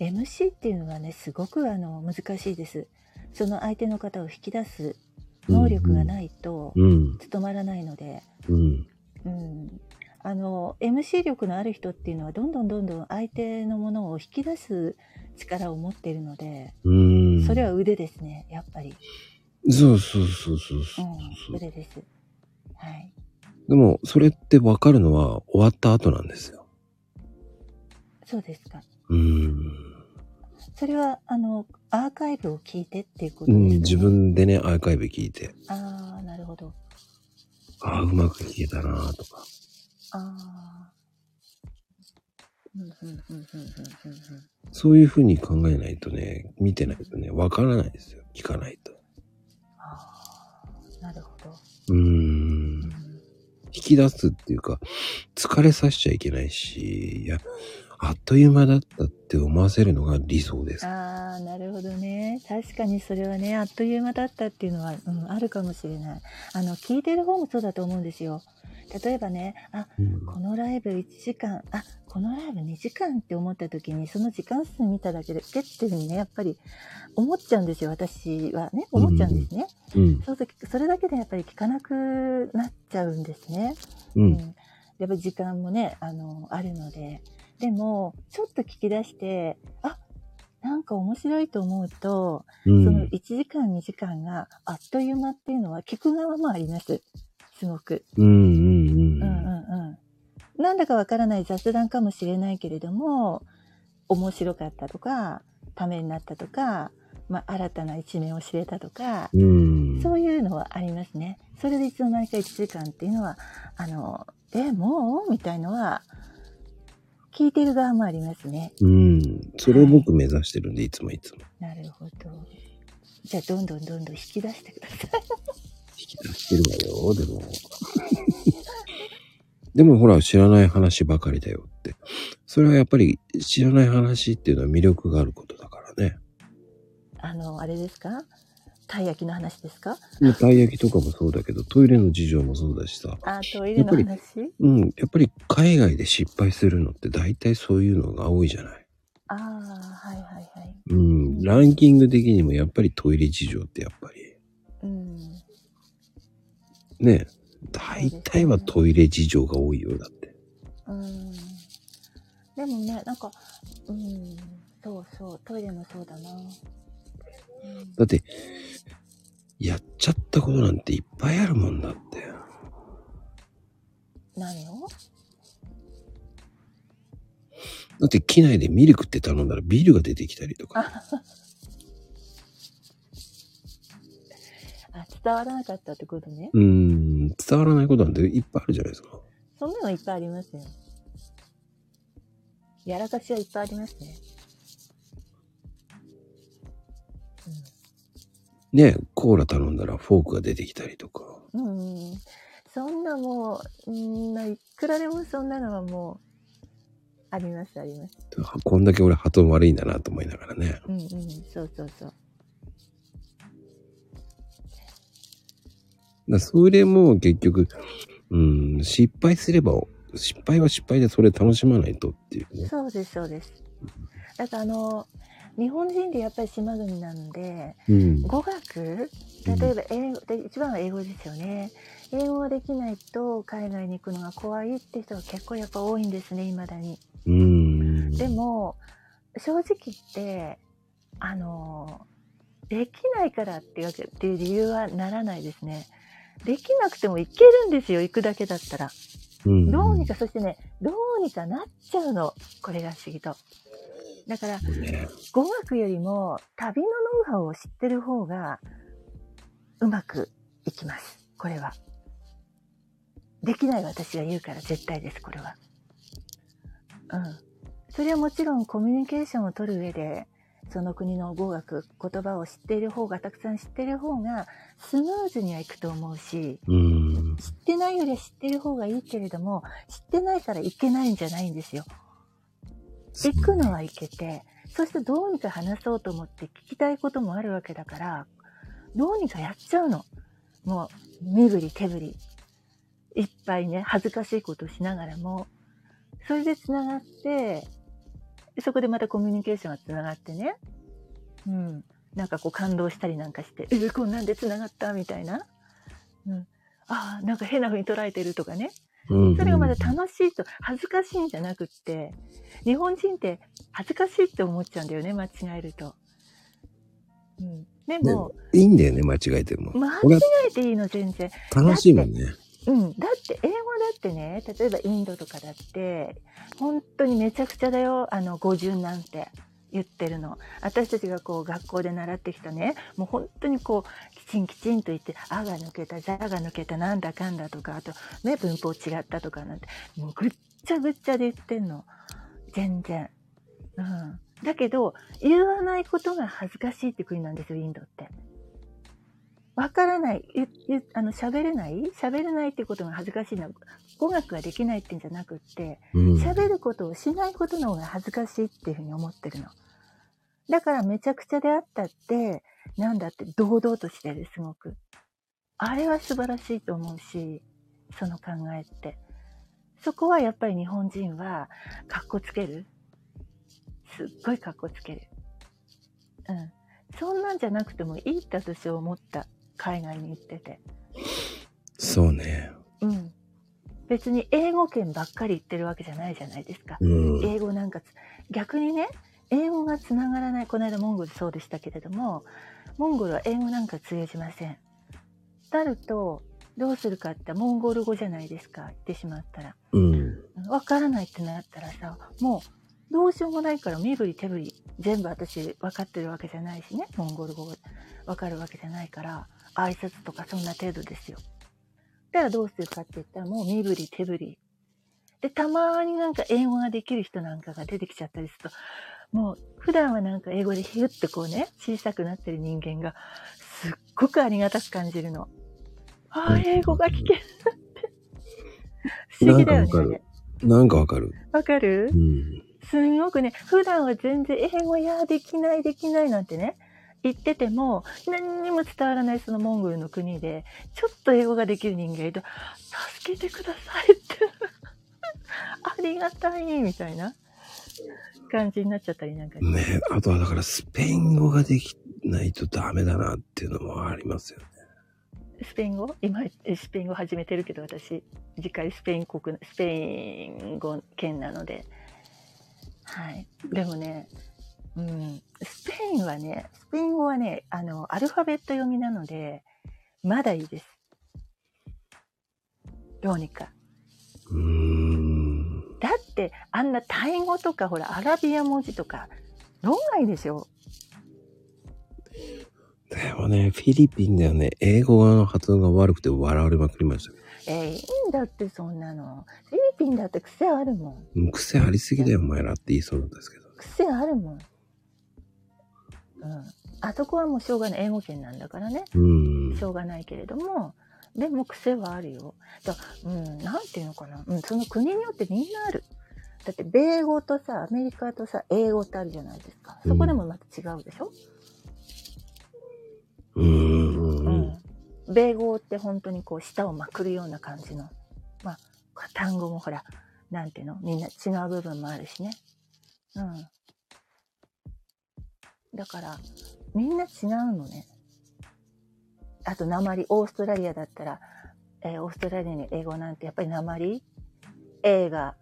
MC っていうのはね、すごくあの、難しいです。その相手の方を引き出す能力がないと、
うん、
務まらないので、
うん、
うん。あの、MC 力のある人っていうのは、どんどんどんどん相手のものを引き出す力を持っているので、
うん。
それは腕ですね、やっぱり。
そうそうそうそう
う
そう。
ん、腕です。はい。
でも、それってわかるのは終わった後なんですよ。
そうですか。
うん。
それは、あの、アーカイブを聞いてっていうこと
う
です
ん、
ね。
自分でね、アーカイブ聞いて、
ああ、なるほど。
ああ、うまく聞けたなとか。
ああ。うんうんうんうんうんうんうん。
そういうふうに考えないとね、見てないとね、わからないですよ。聞かないと。
ああ、なるほど。
うー
うん
ん。引き出すっていうか、疲れさせちゃいけないし、いや、あっという間だったって思わせるのが理想です。
ああ、なるほどね。確かにそれはね、あっという間だったっていうのは、うん、あるかもしれない。あの、聞いてる方もそうだと思うんですよ。例えばね、あ、
うん
このライブ1時間、あ、このライブ2時間って思った時に、その時間数見ただけで、ペッてにね、やっぱり思っちゃうんですよ。私はね、思っちゃうんですね。
うん。
そうするとそれだけでやっぱり聞かなくなっちゃうんですね。
う。
うんん、やっぱり時間もねあのあるのででもちょっと聞き出してあなんか面白いと思うと、
う
その
ん。
1時間2時間があっという間っていうのは聞く側もありますすごく。
うん。うん。うん。
うんうんうん、なんだかわからない雑談かもしれないけれども面白かったとかためになったとか、まあ、新たな一面を知れたとか、
うん。
そういうのはありますね。それでいつの間にか1時間っていうのは、あの、え、もうみたいのは、聞いてる側もありますね。
うん。それを僕目指してるんで、いつもいつも。
なるほど。じゃあ、どんどんどんどん引き出してください。 <laughs>
引き出してるわよ、でも。 <laughs> でもほら、知らない話ばかりだよって。それはやっぱり知らない話っていうのは魅力があることだからね。
あの、あれですかたい焼きの話ですか
もうたい焼きとかもそうだけど、トイレの事情もそうだしさ。
あ、トイレの話
うん、やっぱり海外で失敗するのって大体そういうのが多いじゃない。
ああ、はいはいはい。
うん、ランキング的にもやっぱりトイレ事情ってやっぱり、
うん。
ね、大体はトイレ事情が多いよ、だって。
うん。でもね、なんか、うん、そうそう、トイレもそうだな。うん
だって、やっちゃったことなんていっぱいあるもんだって。
何を
だって機内でミルクって頼んだらビールが出てきたりとか。
あ、伝わらなかったってことね。
うーん、伝わらないことなんていっぱいあるじゃないですか。
そんなのいっぱいありますよ。やらかしはいっぱいありますね。
ね、コーラ頼んだらフォークが出てきたりとか。
うん。うん、そんなもう、うんないくらでもそんなのはもう、ありますあります。
こんだけ俺発音悪いんだなと思いながらね。
うんうん、そうそうそう。
だそれも結局、うーん、失敗すれば、失敗は失敗でそれ楽しまないとっていうね。
そうですそうです。だからあの、日本人でやっぱり島国なんで、
うん。
語学例えば英語で一番は英語ですよね英語ができないと海外に行くのが怖いって人が結構やっぱ多いんですね未だに
うーん。
でも正直言ってあのできないからっていうわけっていう理由はならないですねできなくても行けるんですよ行くだけだったら
うん、
どうにかそしてねどうにかなっちゃうのこれが不思議とだから
ね。
語学よりも旅のノウハウを知ってる方がうまくいきます。これは。できない私が言うから絶対です、これは。うん。それはもちろんコミュニケーションを取る上で、その国の語学、言葉を知っている方が、たくさん知っている方が、スムーズにはいくと思うし、
うん。
知ってないよりは知ってる方がいいけれども、知ってないからいけないんじゃないんですよ。行くのはいけて、そしてどうにか話そうと思って聞きたいこともあるわけだから、どうにかやっちゃうの。もう、身振り手振り。いっぱいね、恥ずかしいことをしながらも、それで繋がって、そこでまたコミュニケーションが繋がってね。うん。なんかこう感動したりなんかして、え、こんなんで繋がったみたいな。うん。ああ、なんか変な風に捉えてるとかね。
うん
それがまだ楽しいと、恥ずかしいんじゃなくって、日本人って恥ずかしいって思っちゃうんだよね、間違えると。うん。で
ね
も、、
いいんだよね、間違えても。
間
俺
違
は
えていいの、全然。
楽しいもんね。
うん。だって、英語だってね、例えばインドとかだって、本当にめちゃくちゃだよ、あの、語順なんて言ってるの。私たちがこう、学校で習ってきたね、もう本当にこう、きちんきちんと言って、あが抜けた、ざが抜けた、なんだかんだとか、あと、ね、文法違ったとかなんて、もうぐっちゃぐっちゃで言ってんの。全然。うん。だけど、言わないことが恥ずかしいって国なんですよ、インドって。わからない、ゆゆあの、喋れない喋れないってことが恥ずかしいのは、語学ができないってんじゃなくって、
うん。
喋ることをしないことの方が恥ずかしいっていうふうに思ってるの。だからめちゃくちゃであったって、なんだって堂々としてる、すごく。あれは素晴らしいと思うし、その考えって。そこはやっぱり日本人は、かっこつける。すっごいかっこつける。うん。そんなんじゃなくてもいいって私は思った。海外に行ってて。
そうね。
うん。別に英語圏ばっかり行ってるわけじゃないじゃないですか。
うん。
英語なんかつ逆にね英語がつながらないこの間モンゴルそうでしたけれどもモンゴルは英語なんか通用しませんなるとどうするかってモンゴル語じゃないですか言ってしまったら
うん。
わからないってなったらさもうどうしようもないから身振り手振り全部私分かってるわけじゃないしねモンゴル語分かるわけじゃないから挨拶とかそんな程度ですよだからどうするかって言ったらもう身振り手振りでたまになんか英語ができる人なんかが出てきちゃったりするともう普段はなんか英語でヒュッてこうね小さくなってる人間がすっごくありがたく感じるのああ英語が聞けるって不思議だよ
<laughs> なんかわか
ね
るなんかわかる。
わかる
うん。
すんごくね、普段は全然英語やできないできないなんてね、言ってても何にも伝わらないそのモンゴルの国で、ちょっと英語ができる人間がいると、助けてくださいって、 <laughs> ありがたいみたいな感じになっちゃったりなんかね
ねあとはだからスペイン語ができないとダメだなっていうのもありますよね。
スペイン語今えスペイン語始めてるけど私次回スペイン国スペイン語圏なのではいでもねうんスペインはねスペイン語はねあのアルファベット読みなのでまだいいですどうにか
うーん。
だってあんなタイ語とかほらアラビア文字とか論外でしょ
でもね、フィリピンではね、英語の発音が悪くて笑われまくりました。
えーいいんだってそんなのフィリピンだって癖あるもん
もう癖ありすぎだよ、お前らって言いそうなんですけど。
癖あるもん。うん。あそこはもうしょうがない。英語圏なんだからね。
うん
し。ょうがないけれども、でも癖はあるよ。だうん、なんていうのかな。うん、その国によってみんなある。だって、米語とさ、アメリカとさ、英語ってあるじゃないですか。そこでもまた違うでしょ、
うーん。
うん、米語って本当にこう舌をまくるような感じの、まあ、単語もほらなんていうのみんな違う部分もあるしね、うん、だからみんな違うのねあと鉛オーストラリアだったら、えーオーストラリアの英語なんてやっぱり鉛映画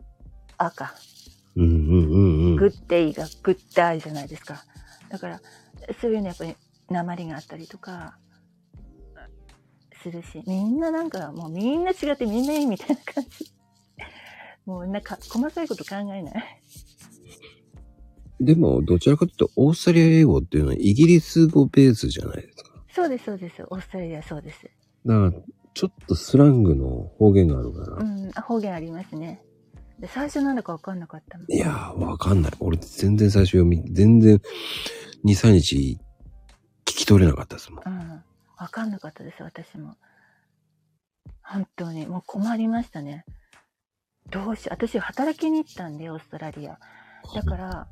赤
うんうんうんう
グ
ん。
ッデイがグッダイじゃないですか。だから、そういうのやっぱり鉛があったりとか、するし、みんななんかもうみんな違ってみんないいみたいな感じ。 <laughs> もうなんか細かいこと考えない。
でも、どちらかというと、オーストラリア英語っていうのはイギリス語ベースじゃないですか。
そうです、そうです。オーストラリアそうです。
だから、ちょっとスラングの方言があるから。
うん、あ方言ありますね。で最初なんだかわかんなかったの。
いやー、わかんない。俺、全然最初読み、全然、2、3日、聞き取れなかったですもん。
うん、わかんなかったです、私も。本当に、もう困りましたね。どうしよう。私、働きに行ったんで、オーストラリア。だから、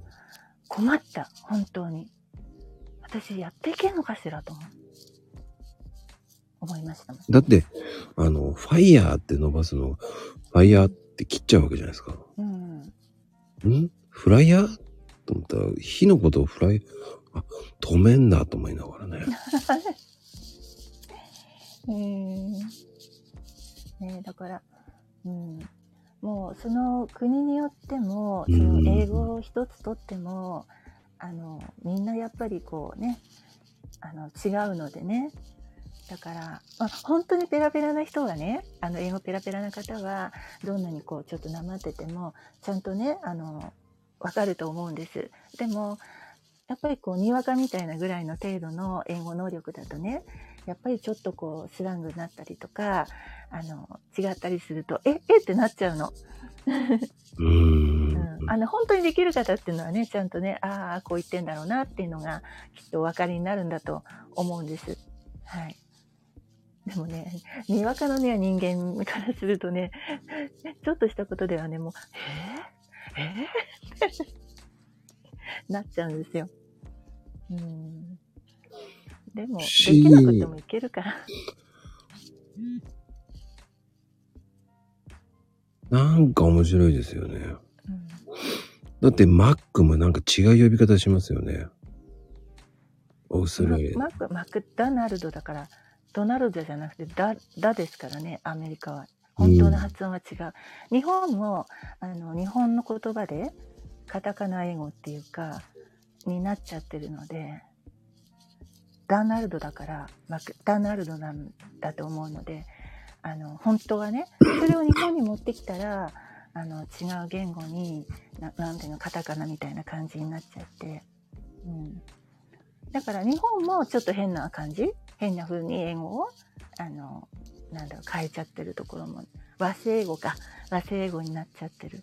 困った、本当に。私、やっていけんのかしらと思う思いましたもん。
だって、あの、ファイヤーって伸ばすの、ファイヤーって切っちゃうわけじゃないですか。
うん。
んフライヤーと思ったら、火のことをフライ、あ、止めんだと思いながらね。
うん。ねだから、うん。もう、その国によっても、そ
うん
の英語を一つとっても、あの、みんなやっぱりこうね、あの、違うのでね。だから、まあ、本当にペラペラな人はね、あの、英語ペラペラな方は、どんなにこう、ちょっとなまってても、ちゃんとね、あの、わかると思うんです。でも、やっぱりこう、にわかみたいなぐらいの程度の英語能力だとね、やっぱりちょっとこう、スラングになったりとか、あの、違ったりすると、え、えってなっちゃうの。
<laughs> うーん。
うん、あの本当にできる方っていうのはねちゃんとねああこう言ってんだろうなっていうのがきっとお分かりになるんだと思うんです。はいでもね、にわかのね、人間からするとね、ちょっとしたことではね、もう、えー、えー、って <laughs> なっちゃうんですよ。うん。でも、できなくてもいけるから。
なんか面白いですよね。
うん
だって、マックもなんか違う呼び方しますよね。オーストラリア。
ママクマクダナルドだからドナルドじゃなくてダダですからねアメリカは本当の発音は違う、日本もあの日本の言葉でカタカナ英語っていうかになっちゃってるのでダナルドだからマクダナルドなんだと思うのであの本当はねそれを日本に持ってきたらあの違う言語にななんていうのカタカナみたいな感じになっちゃって、うん、だから日本もちょっと変な感じ変な風に英語をあのなんだろう変えちゃってるところも和製英語か和製英語になっちゃってる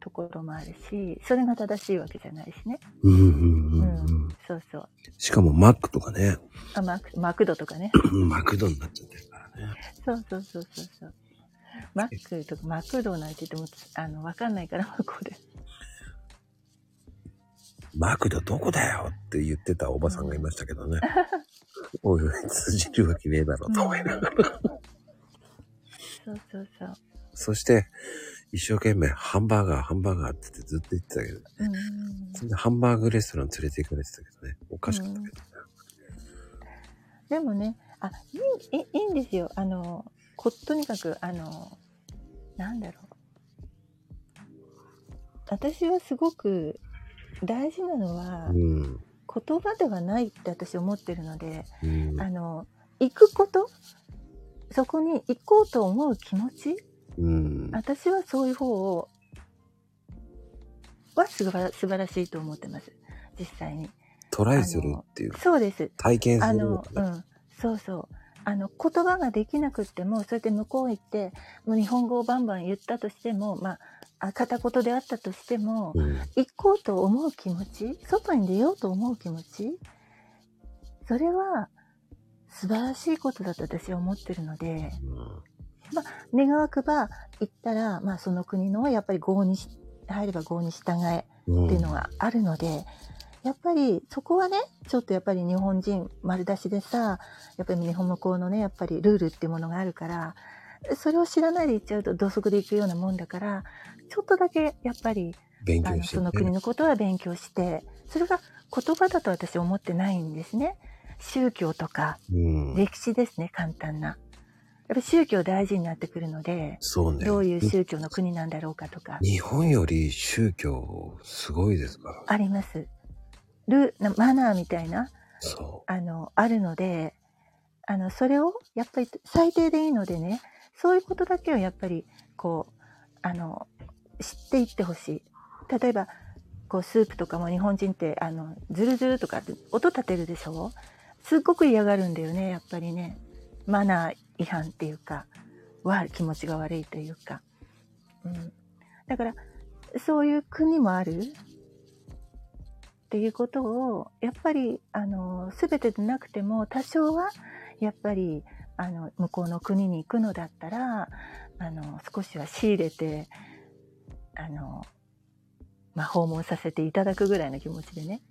ところもあるしそれが正しいわけじゃないしね、
うんうんうん
う
うん
ん、そうそう
しかもマックとかね、
あマクマクドとかね
マクドになっちゃってるからね。
そうそうそうそうそう。マックとかマクドなんて言ってもあのわかんないから向こうで。
マクドどこだよって言ってたおばさんがいましたけ
<laughs>
どね。おいおい、通じるわけねえだろ、と思いながら。
そうそうそう。
そして、一生懸命ハンバーガー、ハンバーガーってずっと言ってたけど、
うん
それでハンバーグレストラン連れて行かれてたけどね。おかしかったけどね。
でもね、あいいいいいいんですよ。あのこうとにかくあのなんだろう。私はすごく大事なのは
うん。
言葉ではないって私思ってるので、
うん。
あの行くこと、そこに行こうと思う気持ち
うん。
私はそういう方をはすば素晴らしいと思ってます実際に
トライするっていうか、
そうです
体験す
あ
るの
の
か
う
な。
んそうそうあの言葉ができなくってもそうやって向こう行ってもう日本語をバンバン言ったとしてもまああ片言であったとしても
うん。
行こうと思う気持ち外に出ようと思う気持ちそれは素晴らしいことだと私は思ってるので。願わくば行ったら、まあ、その国のやっぱり合にし入れば合に従え
うん
っていうのがあるので、やっぱりそこはねちょっとやっぱり日本人丸出しでさやっぱり日本向こうのねやっぱりルールっていうものがあるからそれを知らないで行っちゃうと土足で行くようなもんだからちょっとだけやっぱり
勉
あ
強
の
して
その国のことは勉強してそれが言葉だと私思ってないんですね。宗教とか
うん。
歴史ですね簡単な。やっぱり宗教大事になってくるので、
そうね。
どういう宗教の国なんだろうかとか、
日本より宗教すごいですから。
あります。ルーマナーみたいな、
そ
あの、あるので、あの、それを、やっぱり最低でいいのでね、そういうことだけをやっぱり、こう、あの、知っていってほしい。例えば、こう、スープとかも日本人って、あの、ズルズルとかって音立てるでしょすっごく嫌がるんだよね、やっぱりね。マナー違反っていうか、悪い気持ちが悪いというか。うん。だから、そういう国もあるっていうことを、やっぱり、あの、すべてでなくても、多少は、やっぱり、あの、向こうの国に行くのだったら、あの、少しは仕入れて、あの、まあ、訪問させていただくぐらいの気持ちでね、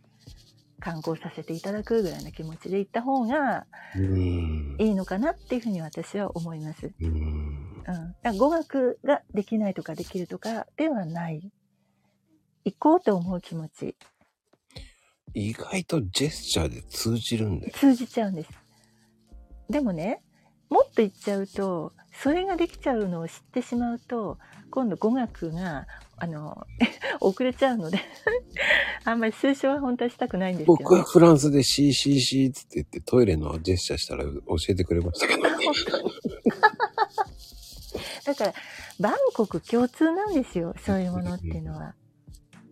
観光させていただくぐらいの気持ちで行った方が
うん。
いいのかなっていうふうに私は思います。
うん。
うん、だから語学ができないとかできるとかではない。行こうと思う気持ち、
意外とジェスチャーで通じるんだよ。
通じちゃうんです。でもね、もっと行っちゃうと、それができちゃうのを知ってしまうと、今度語学が、あの、 <laughs> 遅れちゃうので、 <laughs> あんまり推奨は本当はしたくないんですけど
僕
ね
は。フランスで CCC つって言ってトイレのジェスチャーしたら教えてくれましたけ <laughs> ど。
<laughs> だから、万国共通なんですよ、そういうものっていうのは。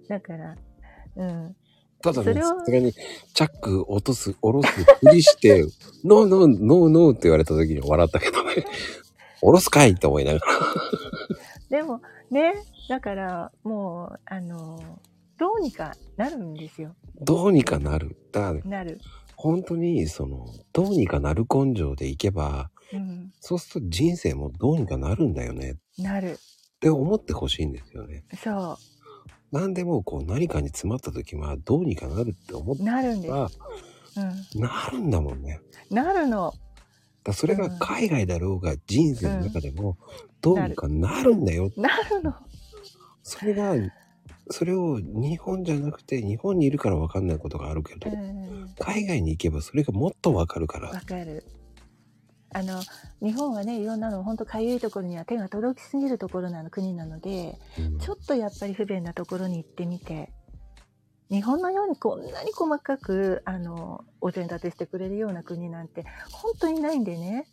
だから、うん。
ただ
そ
ね、
れ
さ
は
すがに、チャック落とす、下ろすふりして、 <laughs> ノーノーノーノーって言われた時に笑ったけどね、 <laughs> 下ろすかいって思いながら。 <laughs>
でも、ね、だから、もう、あの、どうにかなるんですよ。
どうにかなる。だからね、
なる。
本当に、その、どうにかなる根性でいけば、
うん。
そうすると人生もどうにかなるんだよね
なる。
って思ってほしいんですよね。
そ
なんでもこう何かに詰まった時はどうにかなるって思っ
う。なるんで
たら、
す。う
なるんだもんね。
ん。なるの。
だからそれが海外だろうが人生の中でもどうにかなるんだよ、
なるの。
それがそれを日本じゃなくて日本にいるから分かんないことがあるけ
う
ど、
ん。
海外に行けばそれがもっと分かるから
わかる。あの日本はねいろんなの本当かゆいところには手が届きすぎるところなの国なので、
うん
ちょっとやっぱり不便なところに行ってみて、日本のようにこんなに細かく、あの、お膳立てしてくれるような国なんて、本当にないんでね、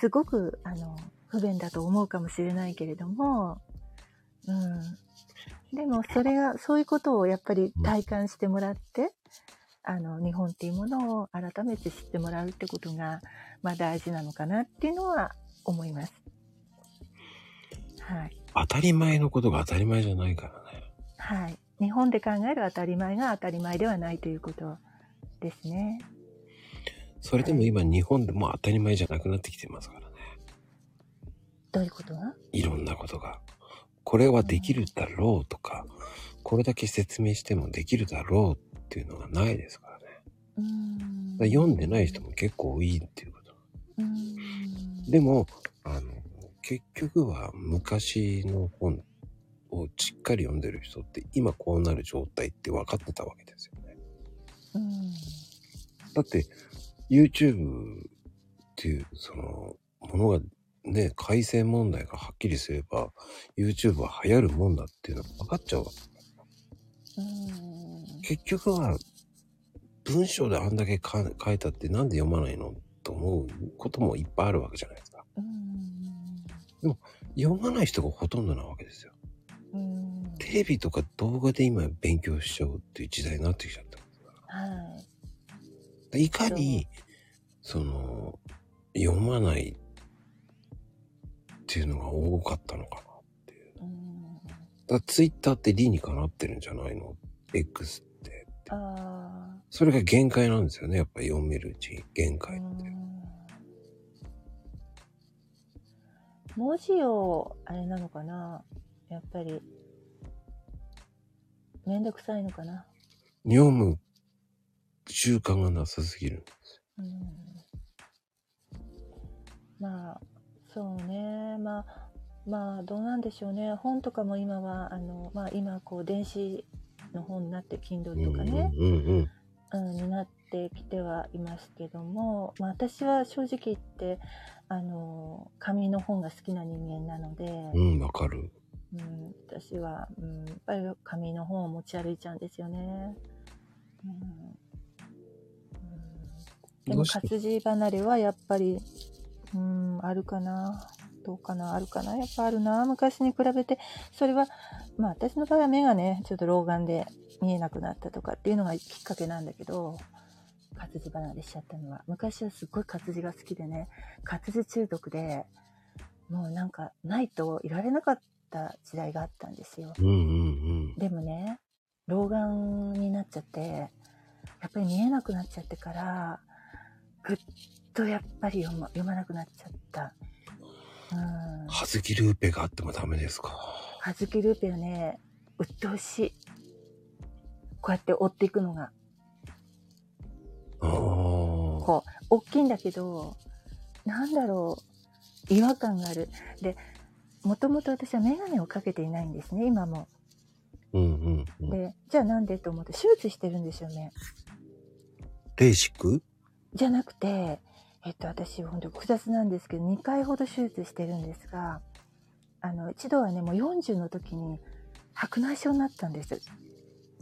すごく、あの、不便だと思うかもしれないけれども、うん。でも、それが、そういうことをやっぱり体感してもらって、あの、日本っていうものを改めて知ってもらうってことが、まあ大事なのかなっていうのは思います。はい。
当たり前のことが当たり前じゃないからね
はい。日本で考える当たり前が当たり前ではないということですね。
それでも今日本でもう当たり前じゃなくなってきてますからね
どういうことが
いろんなことがこれはできるだろうとかこれだけ説明してもできるだろうっていうのがないですからね
うーん
だから読んでない人も結構多いっていうこと
うーん
でも、あの、結局は昔の本をしっかり読んでる人って今こうなる状態って分かってたわけですよね。
うーん
だって、YouTube っていう、その、ものがね、改正問題がはっきりすれば、YouTube は流行るもんだっていうのが分かっちゃうわけ。
うーん
結局は、文章であんだけか書いたってなんで読まないのと思うこともいっぱいあるわけじゃないですか。
うーん
読まない人がほとんどなわけですよ。
うーん
テレビとか動画で今勉強しちゃうっていう時代になってきちゃった。
はい
いかに、その、読まないっていうのが多かったのかなっていう。
うーん
だからツイッターって理にかなってるんじゃないの ?X って。
あ
それが限界なんですよね。やっぱ読めるうちに限
ーうー
界っ
ん
て。
文字をあれなのかなやっぱりめんどくさいのかな
読む習慣がなさすぎる。
うんまあそうねまあまあどうなんでしょうね本とかも今はあの、まあ、今こう電子の本になって Kindle とかね、
うんうんうん。
うん、になってきてはいますけども、まあ、私は正直言ってあの紙の本が好きな人間なので、
うん、わかる。
うん、私は、うん、やっぱり紙の本を持ち歩いちゃうんですよね。うんうん、で
ど
も
うして
活字離れはやっぱり、うん、あるかなどうかなあるかなやっぱあるな昔に比べてそれはまあ私の場合は目がねちょっと老眼で見えなくなったとかっていうのがきっかけなんだけど活字離れしちゃったのは。昔はすっごい活字が好きでね、活字中毒で、もうなんかないといられなかった時代があったんですよ。
うんうん
でもね、老眼になっちゃって、やっぱり見えなくなっちゃってから、ぐっとやっぱり読ま読まなくなっちゃった。うん
<laughs> うん。。はずきルーペがあってもダメですか。
はずきルーペはね、鬱陶しい。こうやって追っていくのが。
ああ。
こう、大きいんだけど、なんだろう、違和感がある。で、もともと私はメガネをかけていないんですね、今も。
うんうんうん。
で、じゃあなんでと思って、手術してるんですよね。
レーシック
じゃなくて、えっと、私、本当複雑なんですけど、2回ほど手術してるんですが、あの、一度はね、もう40の時に、白内障になったんです。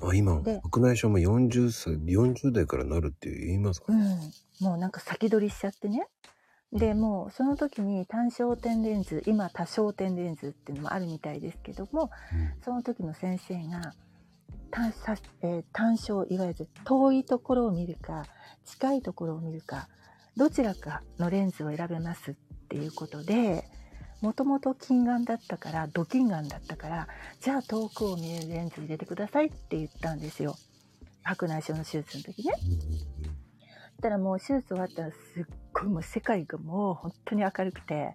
あ今、
で
白内障も40歳、40代からなるって言いますか
う
ね。
ん。もうなんか先取りしちゃってね。で、もうその時に単焦点レンズ、今多焦点レンズっていうのもあるみたいですけども、その時の先生が、単さえー単焦、いわゆる遠いところを見るか、近いところを見るか、どちらかのレンズを選べますっていうことで、もともと近眼だったから、ド近眼だったから、じゃあ遠くを見えるレンズ入れてくださいって言ったんですよ。白内障の手術の時ね。そしたらもう手術終わったらすっごいもう世界がもう本当に明るくて、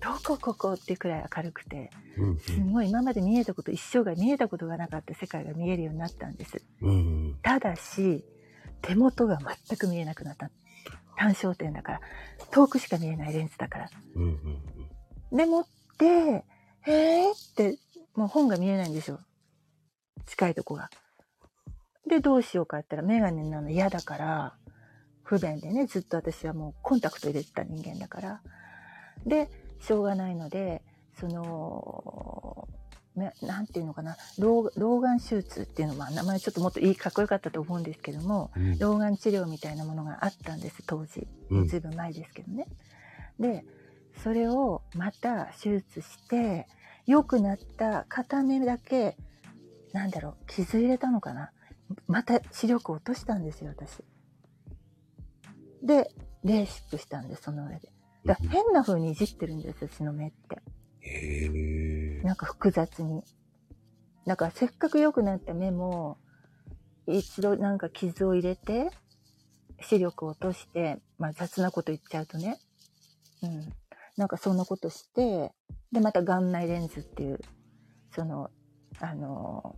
どこここっていうくらい明るくて、
うんうん
すごい今まで見えたこと、一生が見えたことがなかった世界が見えるようになったんです。
うんうん
ただし、手元が全く見えなくなった。単焦点だから、遠くしか見えないレンズだから。
うんうんうんうん
でもって、えーって、もう本が見えないんですよ。近いとこが。で、どうしようかって言ったら、メガネなの嫌だから、不便でね、ずっと私はもうコンタクト入れてた人間だから。で、しょうがないので、その、めなんていうのかな、老老眼手術っていうのは、名前ちょっともっといい、かっこよかったと思うんですけども、
うん
老眼治療みたいなものがあったんです、当時。
うん
ずいぶん前ですけどね。で、それをまた手術して、良くなった片目だけ、なんだろう、傷入れたのかな。また視力を落としたんですよ、私。で、レーシックしたんです、その上で。だから変な風にいじってるんです、私の目って。
へえ。
なんか複雑に。だからせっかく良くなった目も、一度なんか傷を入れて、視力を落として、まあ雑なこと言っちゃうとね。うん。なんかそんなことして、でまた眼内レンズっていう、その、あの、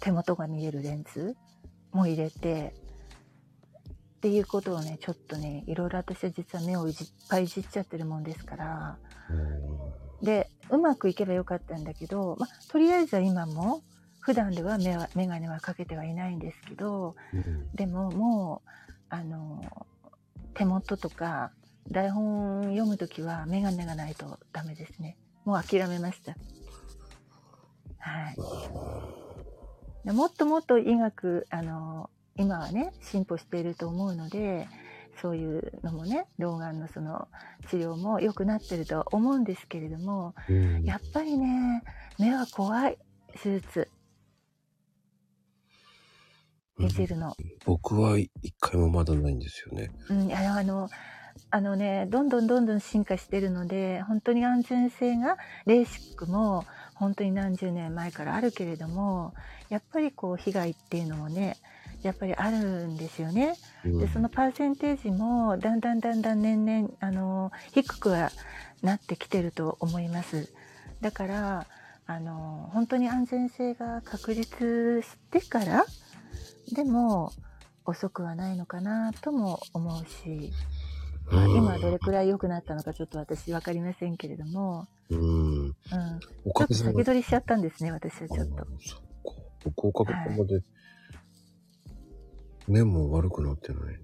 手元が見えるレンズも入れて、っていうことをね、ちょっとね、いろいろ私は実は目をいじいっぱいいじっちゃってるもんですから、で、うまくいけばよかったんだけど、まあ、とりあえずは今も、普段では目は、メガネはかけてはいないんですけど、
うん
でももう、あの、手元とか、台本読むときはメガネがないとダメですね。もう諦めました。はい。でもっともっと医学、あの、今はね、進歩していると思うので、そういうのもね、老眼のその治療も良くなってるとは思うんですけれども、
うん
やっぱりね、目は怖い、手術、いじるの。
僕は一回もまだないんですよね。
うん、あの、あの、あのね、どんどんどんどん進化してるので、本当に安全性が、レーシックも、本当に何十年前からあるけれども、やっぱりこう、被害っていうのもね、やっぱりあるんですよね。
う
で、
ん
そのパーセンテージも、だんだんだんだん年々、あの、低くはなってきてると思います。だから、あの、本当に安全性が確立してから、でも、遅くはないのかなとも思うし、まあ
うん
今どれくらい良くなったのかちょっと私わかりませんけれども、
うん。
うん、ち
お
ょ
か
っ
げ
と
さま
先取りしちゃったんですね、私はちょっ
あ
と。
ーそっか。僕おかげさまで、目も悪くなってない。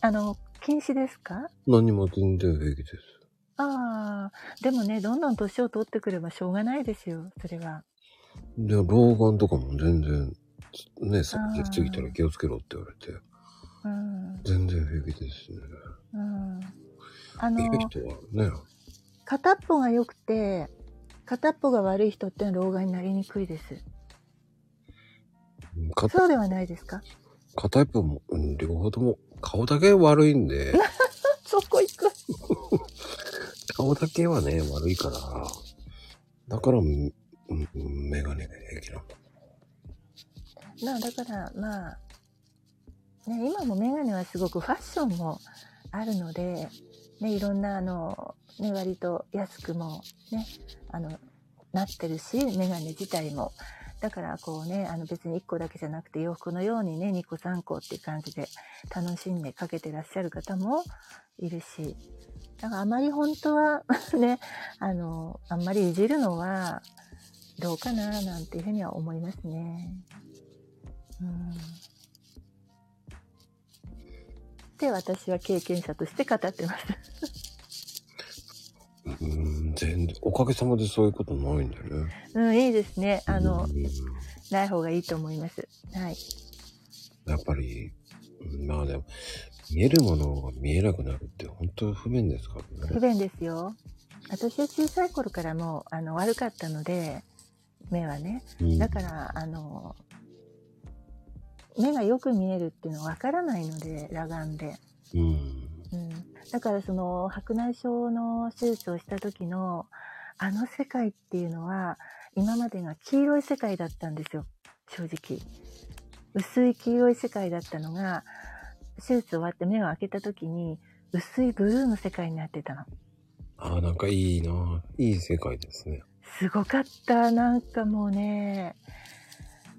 あの、禁止ですか
何も全然平気です。
ああ、でもね、どんどん年を取ってくればしょうがないですよ、それは。
で、老眼とかも全然、ね、さっき過ぎたら気をつけろって言われて、
うん
全然平気ですね。
うんあ
いい
<laughs> の
人はね、
片っぽが良くて片っぽが悪い人って老害になりにくいです
うん片
そうではないですか
片一方も、うん両方とも顔だけ悪いん
<laughs>
で、
そこ行く。
顔だけはね、悪いから、だから、うんうんメガネが平気なの。
なあだからまあ、ね、今もメガネはすごくファッションもあるので、ね、いろんなあの、ね、割と安くも、ね、あのなってるしメガネ自体も。だからこうねあの別に1個だけじゃなくて洋服のようにね2個3個っていう感じで楽しんでかけてらっしゃる方もいるしだからあまり本当は <laughs> ねあのあんまりいじるのはどうかななんていうふうには思いますね。うんって私は経験者として語ってます。 <laughs>
うん、全然、おかげさまでそういうことないんだよね。
うん、いいですね。あの
う、ん
ない方がいいと思います。はい。
やっぱり、うんまあでも、見えるものが見えなくなるって本当不便ですから
不
ね。
便ですよ。私は小さい頃からもうあの悪かったので、目はね。
うん
だから、あの、目がよく見えるっていうのはわからないので、裸眼で。
うん。
うん、だからその白内障の手術をした時のあの世界っていうのは今までが黄色い世界だったんですよ正直薄い黄色い世界だったのが手術終わって目を開けた時に薄いブルーの世界になってたの
ああ、なんかいいな。いい世界ですね。
すごかったなんかもうね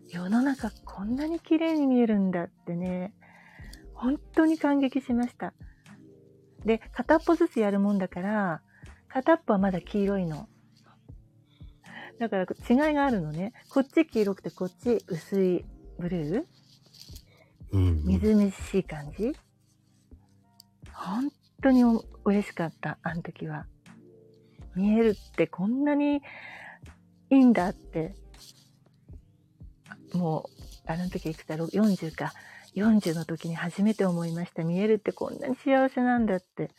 世の中こんなに綺麗に見えるんだってね本当に感激しましたで片っぽずつやるもんだから片っぽはまだ黄色いのだから違いがあるのねこっち黄色くてこっち薄いブルー
うん。
みずみずしい感じ本当にお嬉しかったあの時は見えるってこんなにいいんだってもうあの時いくつだろう40か40の時に初めて思いました見えるってこんなに幸せなんだって、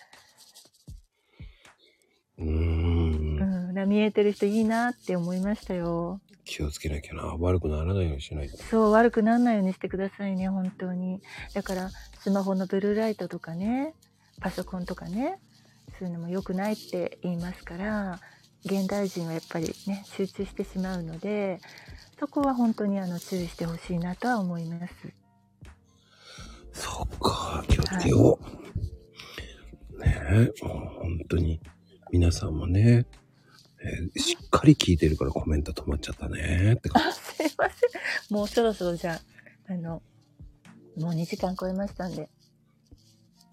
うー。
うんん、だから見えてる人いいなって思いましたよ
気をつけなきゃな。悪くならないようにしないと。
そう悪くならないようにしてくださいね本当にだからスマホのブルーライトとかねパソコンとかねそういうのも良くないって言いますから現代人はやっぱりね集中してしまうのでそこは本当にあの注意してほしいなとは思います
そっか、気をつけよう。ねえ、もう本当に、皆さんもね、えーしっかり聞いてるからコメント止まっちゃったねって感
あすいませんもうそろそろじゃああのもう2時間超えましたんで
じ。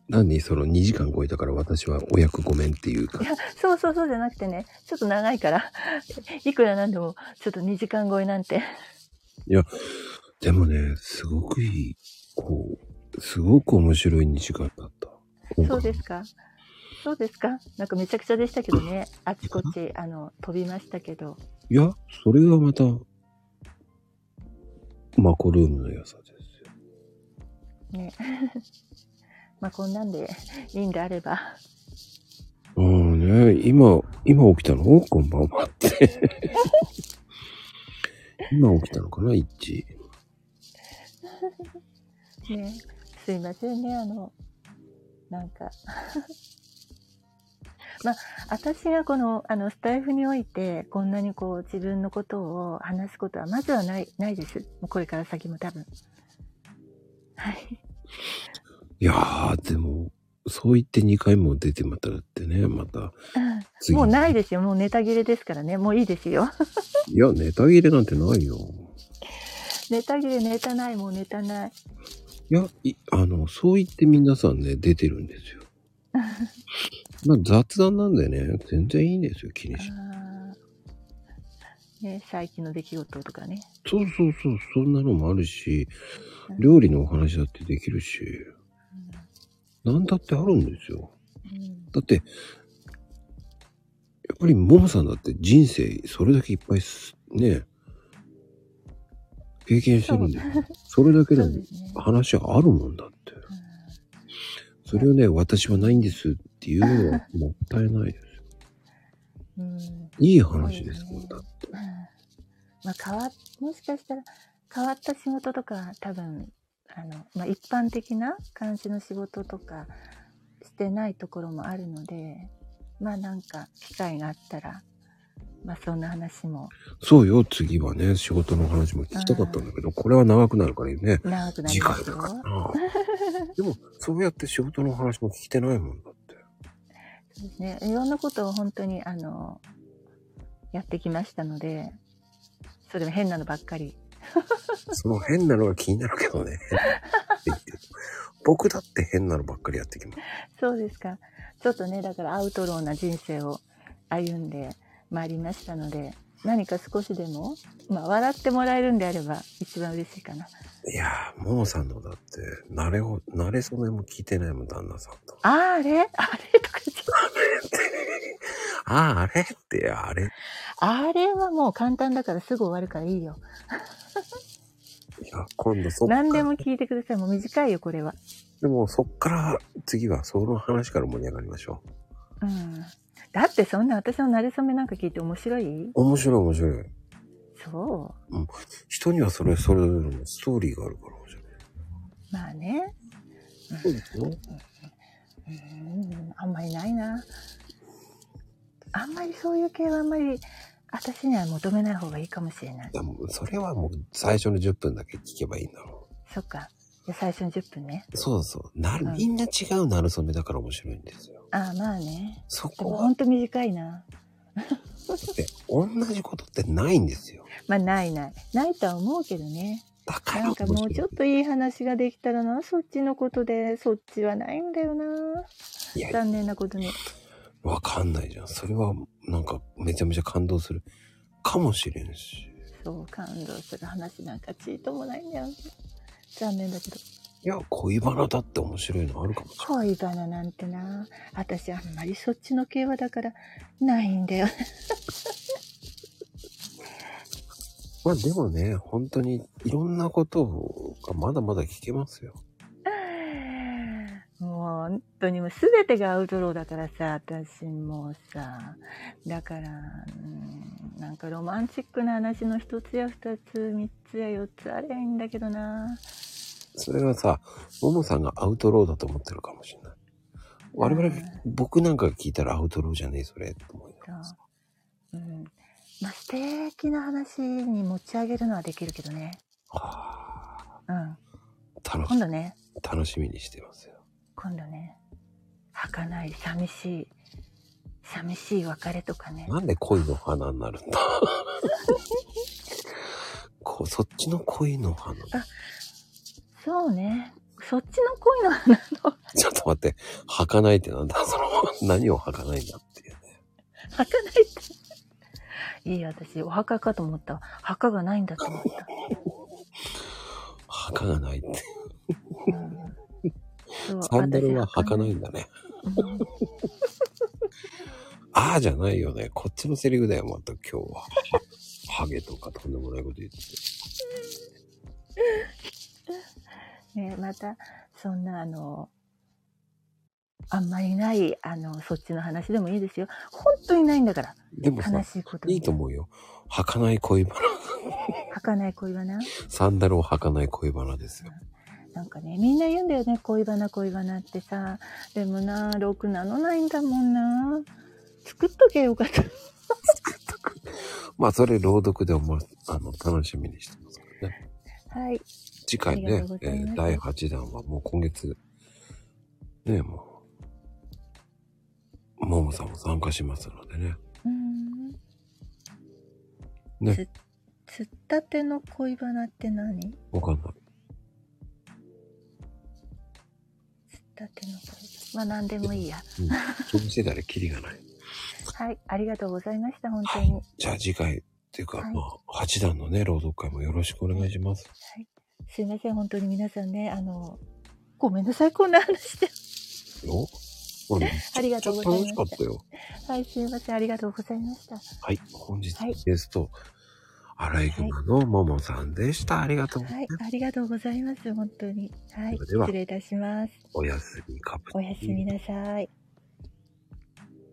なんでその2時間超えたから私はお役ごめんっていうか
い、やそうそうそうじゃなくてねちょっと長いからいくらなんでもちょっと2時間超えなんて
でもね、すごくいい、こう、すごく面白い2時間だった。
そうですか。そうですか。なんかめちゃくちゃでしたけどね。あちこち、あの、飛びましたけど。
いや、それがまた、マコルームの良さですよ。
ね。まあこんなんでいいんであれば。
うんね、今、今起きたのこんばんはって。 <laughs> 今起きたのかな一
ね。すいませんね、あの、なんか。 <laughs> まあ、私がこの、あの、スタイフにおいて、こんなにこう、自分のことを話すことは、まずはない、ないです。もうこれから先も多分。はい。
いやー、でも、そう言って2回も出てまただってね、また次。
もうない
い
ですよ。もうネタ切れですからね。もういいですよ。 <laughs>
いや、ネタ切れなんてないよ。
ネタ切れ、ネタない、もうネタない。
いや、いあの、そう言って皆さんね、出てるん
<laughs>
ですよ。まあ雑談なんでね、全然いいんですよ、気にしない。
あーね、最近の出来事とかね。
そうそうそう、そんなのもあるし
うん、
料理のお話だってできるし、なんだってあるんですよ。
うん
だって、やっぱりももさんだって人生それだけいっぱいすね、経験してるんで、それだけで
そ
も
うですね。
話あるもんだって。それをね、私はないんですっていうのはもったいないです。
うんうん
いい話ですもんだって。
まあ、変わっもしかしたら変わった仕事とか多分あの、まあ、一般的な監視の仕事とかしてないところもあるので、まあなんか機会があったら、まあそんな話も
そうよ、次はね、仕事の話も聞きたかったんだけど、これは長くなるからね。
長くな
次
りま
回
す
だ
よ
か。ら
<laughs>
な。でも、そうやって仕事の話も聞いてないもんだって。
そうですね。いろんなことを本当に、あの、やってきましたので、それも変なのばっかり。
その変なのが気になるけど
<laughs>
ね。僕だって変なのばっかりやってきます。
そうですか。ちょっとね、だからアウトローな人生を歩んでまいりましたので、何か少しでも、まあ、笑ってもらえるんであれば一番嬉しいかな。
いやー、ももさんのだって、慣れを、慣れそめも聞いてないもん、旦那さんと。
あーあれあれとか言っちゃう
ああ、あれって、あれ。
あれはもう簡単だからすぐ終わるからいいよ。
いや、今度そっか
何でも聞いてください。もう短いよ、これは。
でもそっから、次はその話から盛り上がりましょう。
うん。だってそんな私の馴れ初めなんか聞いて面白い
面白い面白い。
そう。
人にはそれ、それぞれのストーリーがあるから面白い。
まあね。
そうですよ。
うん、あんまりないな。あんまりそういう系はあんまり私には求めない方がいいかもしれない
い。や、もうそれはもう最初の10分だけ聞けばいいんだろ
そっか。じゃあ最初の10分ね。
う。そうそう。なる
う、ん
みんな違うなるそめだから面白いんですよ。
ああ、まあね。
そ
で
こ
も
は
ほんと短いな。
って、同じことってないんですよ。
まあないない。ないとは思うけどね。
だか
な
ら
んかも
面
うち
白
ょ
い
っ。といい話ができたらな。そっちのことで、そっちはないんだよな。
いや、
残念なことに。
わかんないじゃん。それは、なんか、めちゃめちゃ感動する。かもしれんし。
そう、感動する話なんかちいともないんだよね。残念だけど。
いや、恋バナだって面白いのあるかもしれない。
恋バナなんてな私あんまりそっちの系はだからないんだよ <laughs>
まあでもね、本当にいろんなことがまだまだ聞けますよ。
もう本当にもう全てがアウトローだからさ私もうさだからうんなんかロマンチックな話の一つや二つ三つや四つあればいいんだけどな
それはさ、ももさんがアウトローだと思ってるかもしれない。我々、僕なんかが聞いたらアウトローじゃねえ、それ、と思いながらさ
そう、うんまあ、素敵な話に持ち上げるのはできるけどね
は
うん
あ楽
今
し、
度ね
楽しみにしてますよ。
今度ね儚い寂しい寂しい別れとかね
なんで恋の花になるんだ <laughs> こう、そっちの恋の花。
そうねそっちの恋の花の
ちょっと待って、儚かないってなんだ <laughs> その、何を儚かないんだっていうね。
<laughs> 儚いっていい私お墓かと思った墓がないんだと思った、
儚がないって。
うんそう
サンダルは
私
儚かないんだね。
うん
ああじゃないよね。こっちのセリフだよ、また今日は。ハゲとかとんでもないこと言って。
ねまたそんなあのあんまりないあのそっちの話でもいいですよ本当にないんだから
でもさ
悲、しいこと
いいと思うよ。儚い恋バナ。
儚い恋はな
サンダルを履かない恋バナですよ。
なんかね、みんな言うんだよね、恋バナ恋バナってさ。でもな、ろくなのないんだもんな。作っとけよかった。
まあ、それ朗読でおもあの、楽しみにしてますからね。
<laughs> はい。
次回
あり
ね
がとう、ご
え
ざいます
ー第8弾はもう今月、ねえ、もう、ももさんも参加しますのでね。
うーん。
ね
つ、つったての恋バナって何つっ
わかんない。
たての恋バナ。まあ、何でもいいや。
うん、気にしてたらキリがない。
はい。ありがとうございました、本当
は
に。
い。じゃあ次回、っていうか、
はい
まあ、8弾のね、朗読会もよろしくお願いします。
すいません、本当に皆さんね、あの、ごめんなさい、こんな話して。 <laughs>
よまあね
ありがとうございま
楽
し
したかったよ。
はい、すいません、ありがとうございました。
はい、本日
はい
のゲスト、アライグマのももさんでした。ありがとうござい
は
ま
い
す。、
ありがとうございます、本当に。はい、
それでは
失礼いたします。
おやすみカプチーノ
おやすみなさい。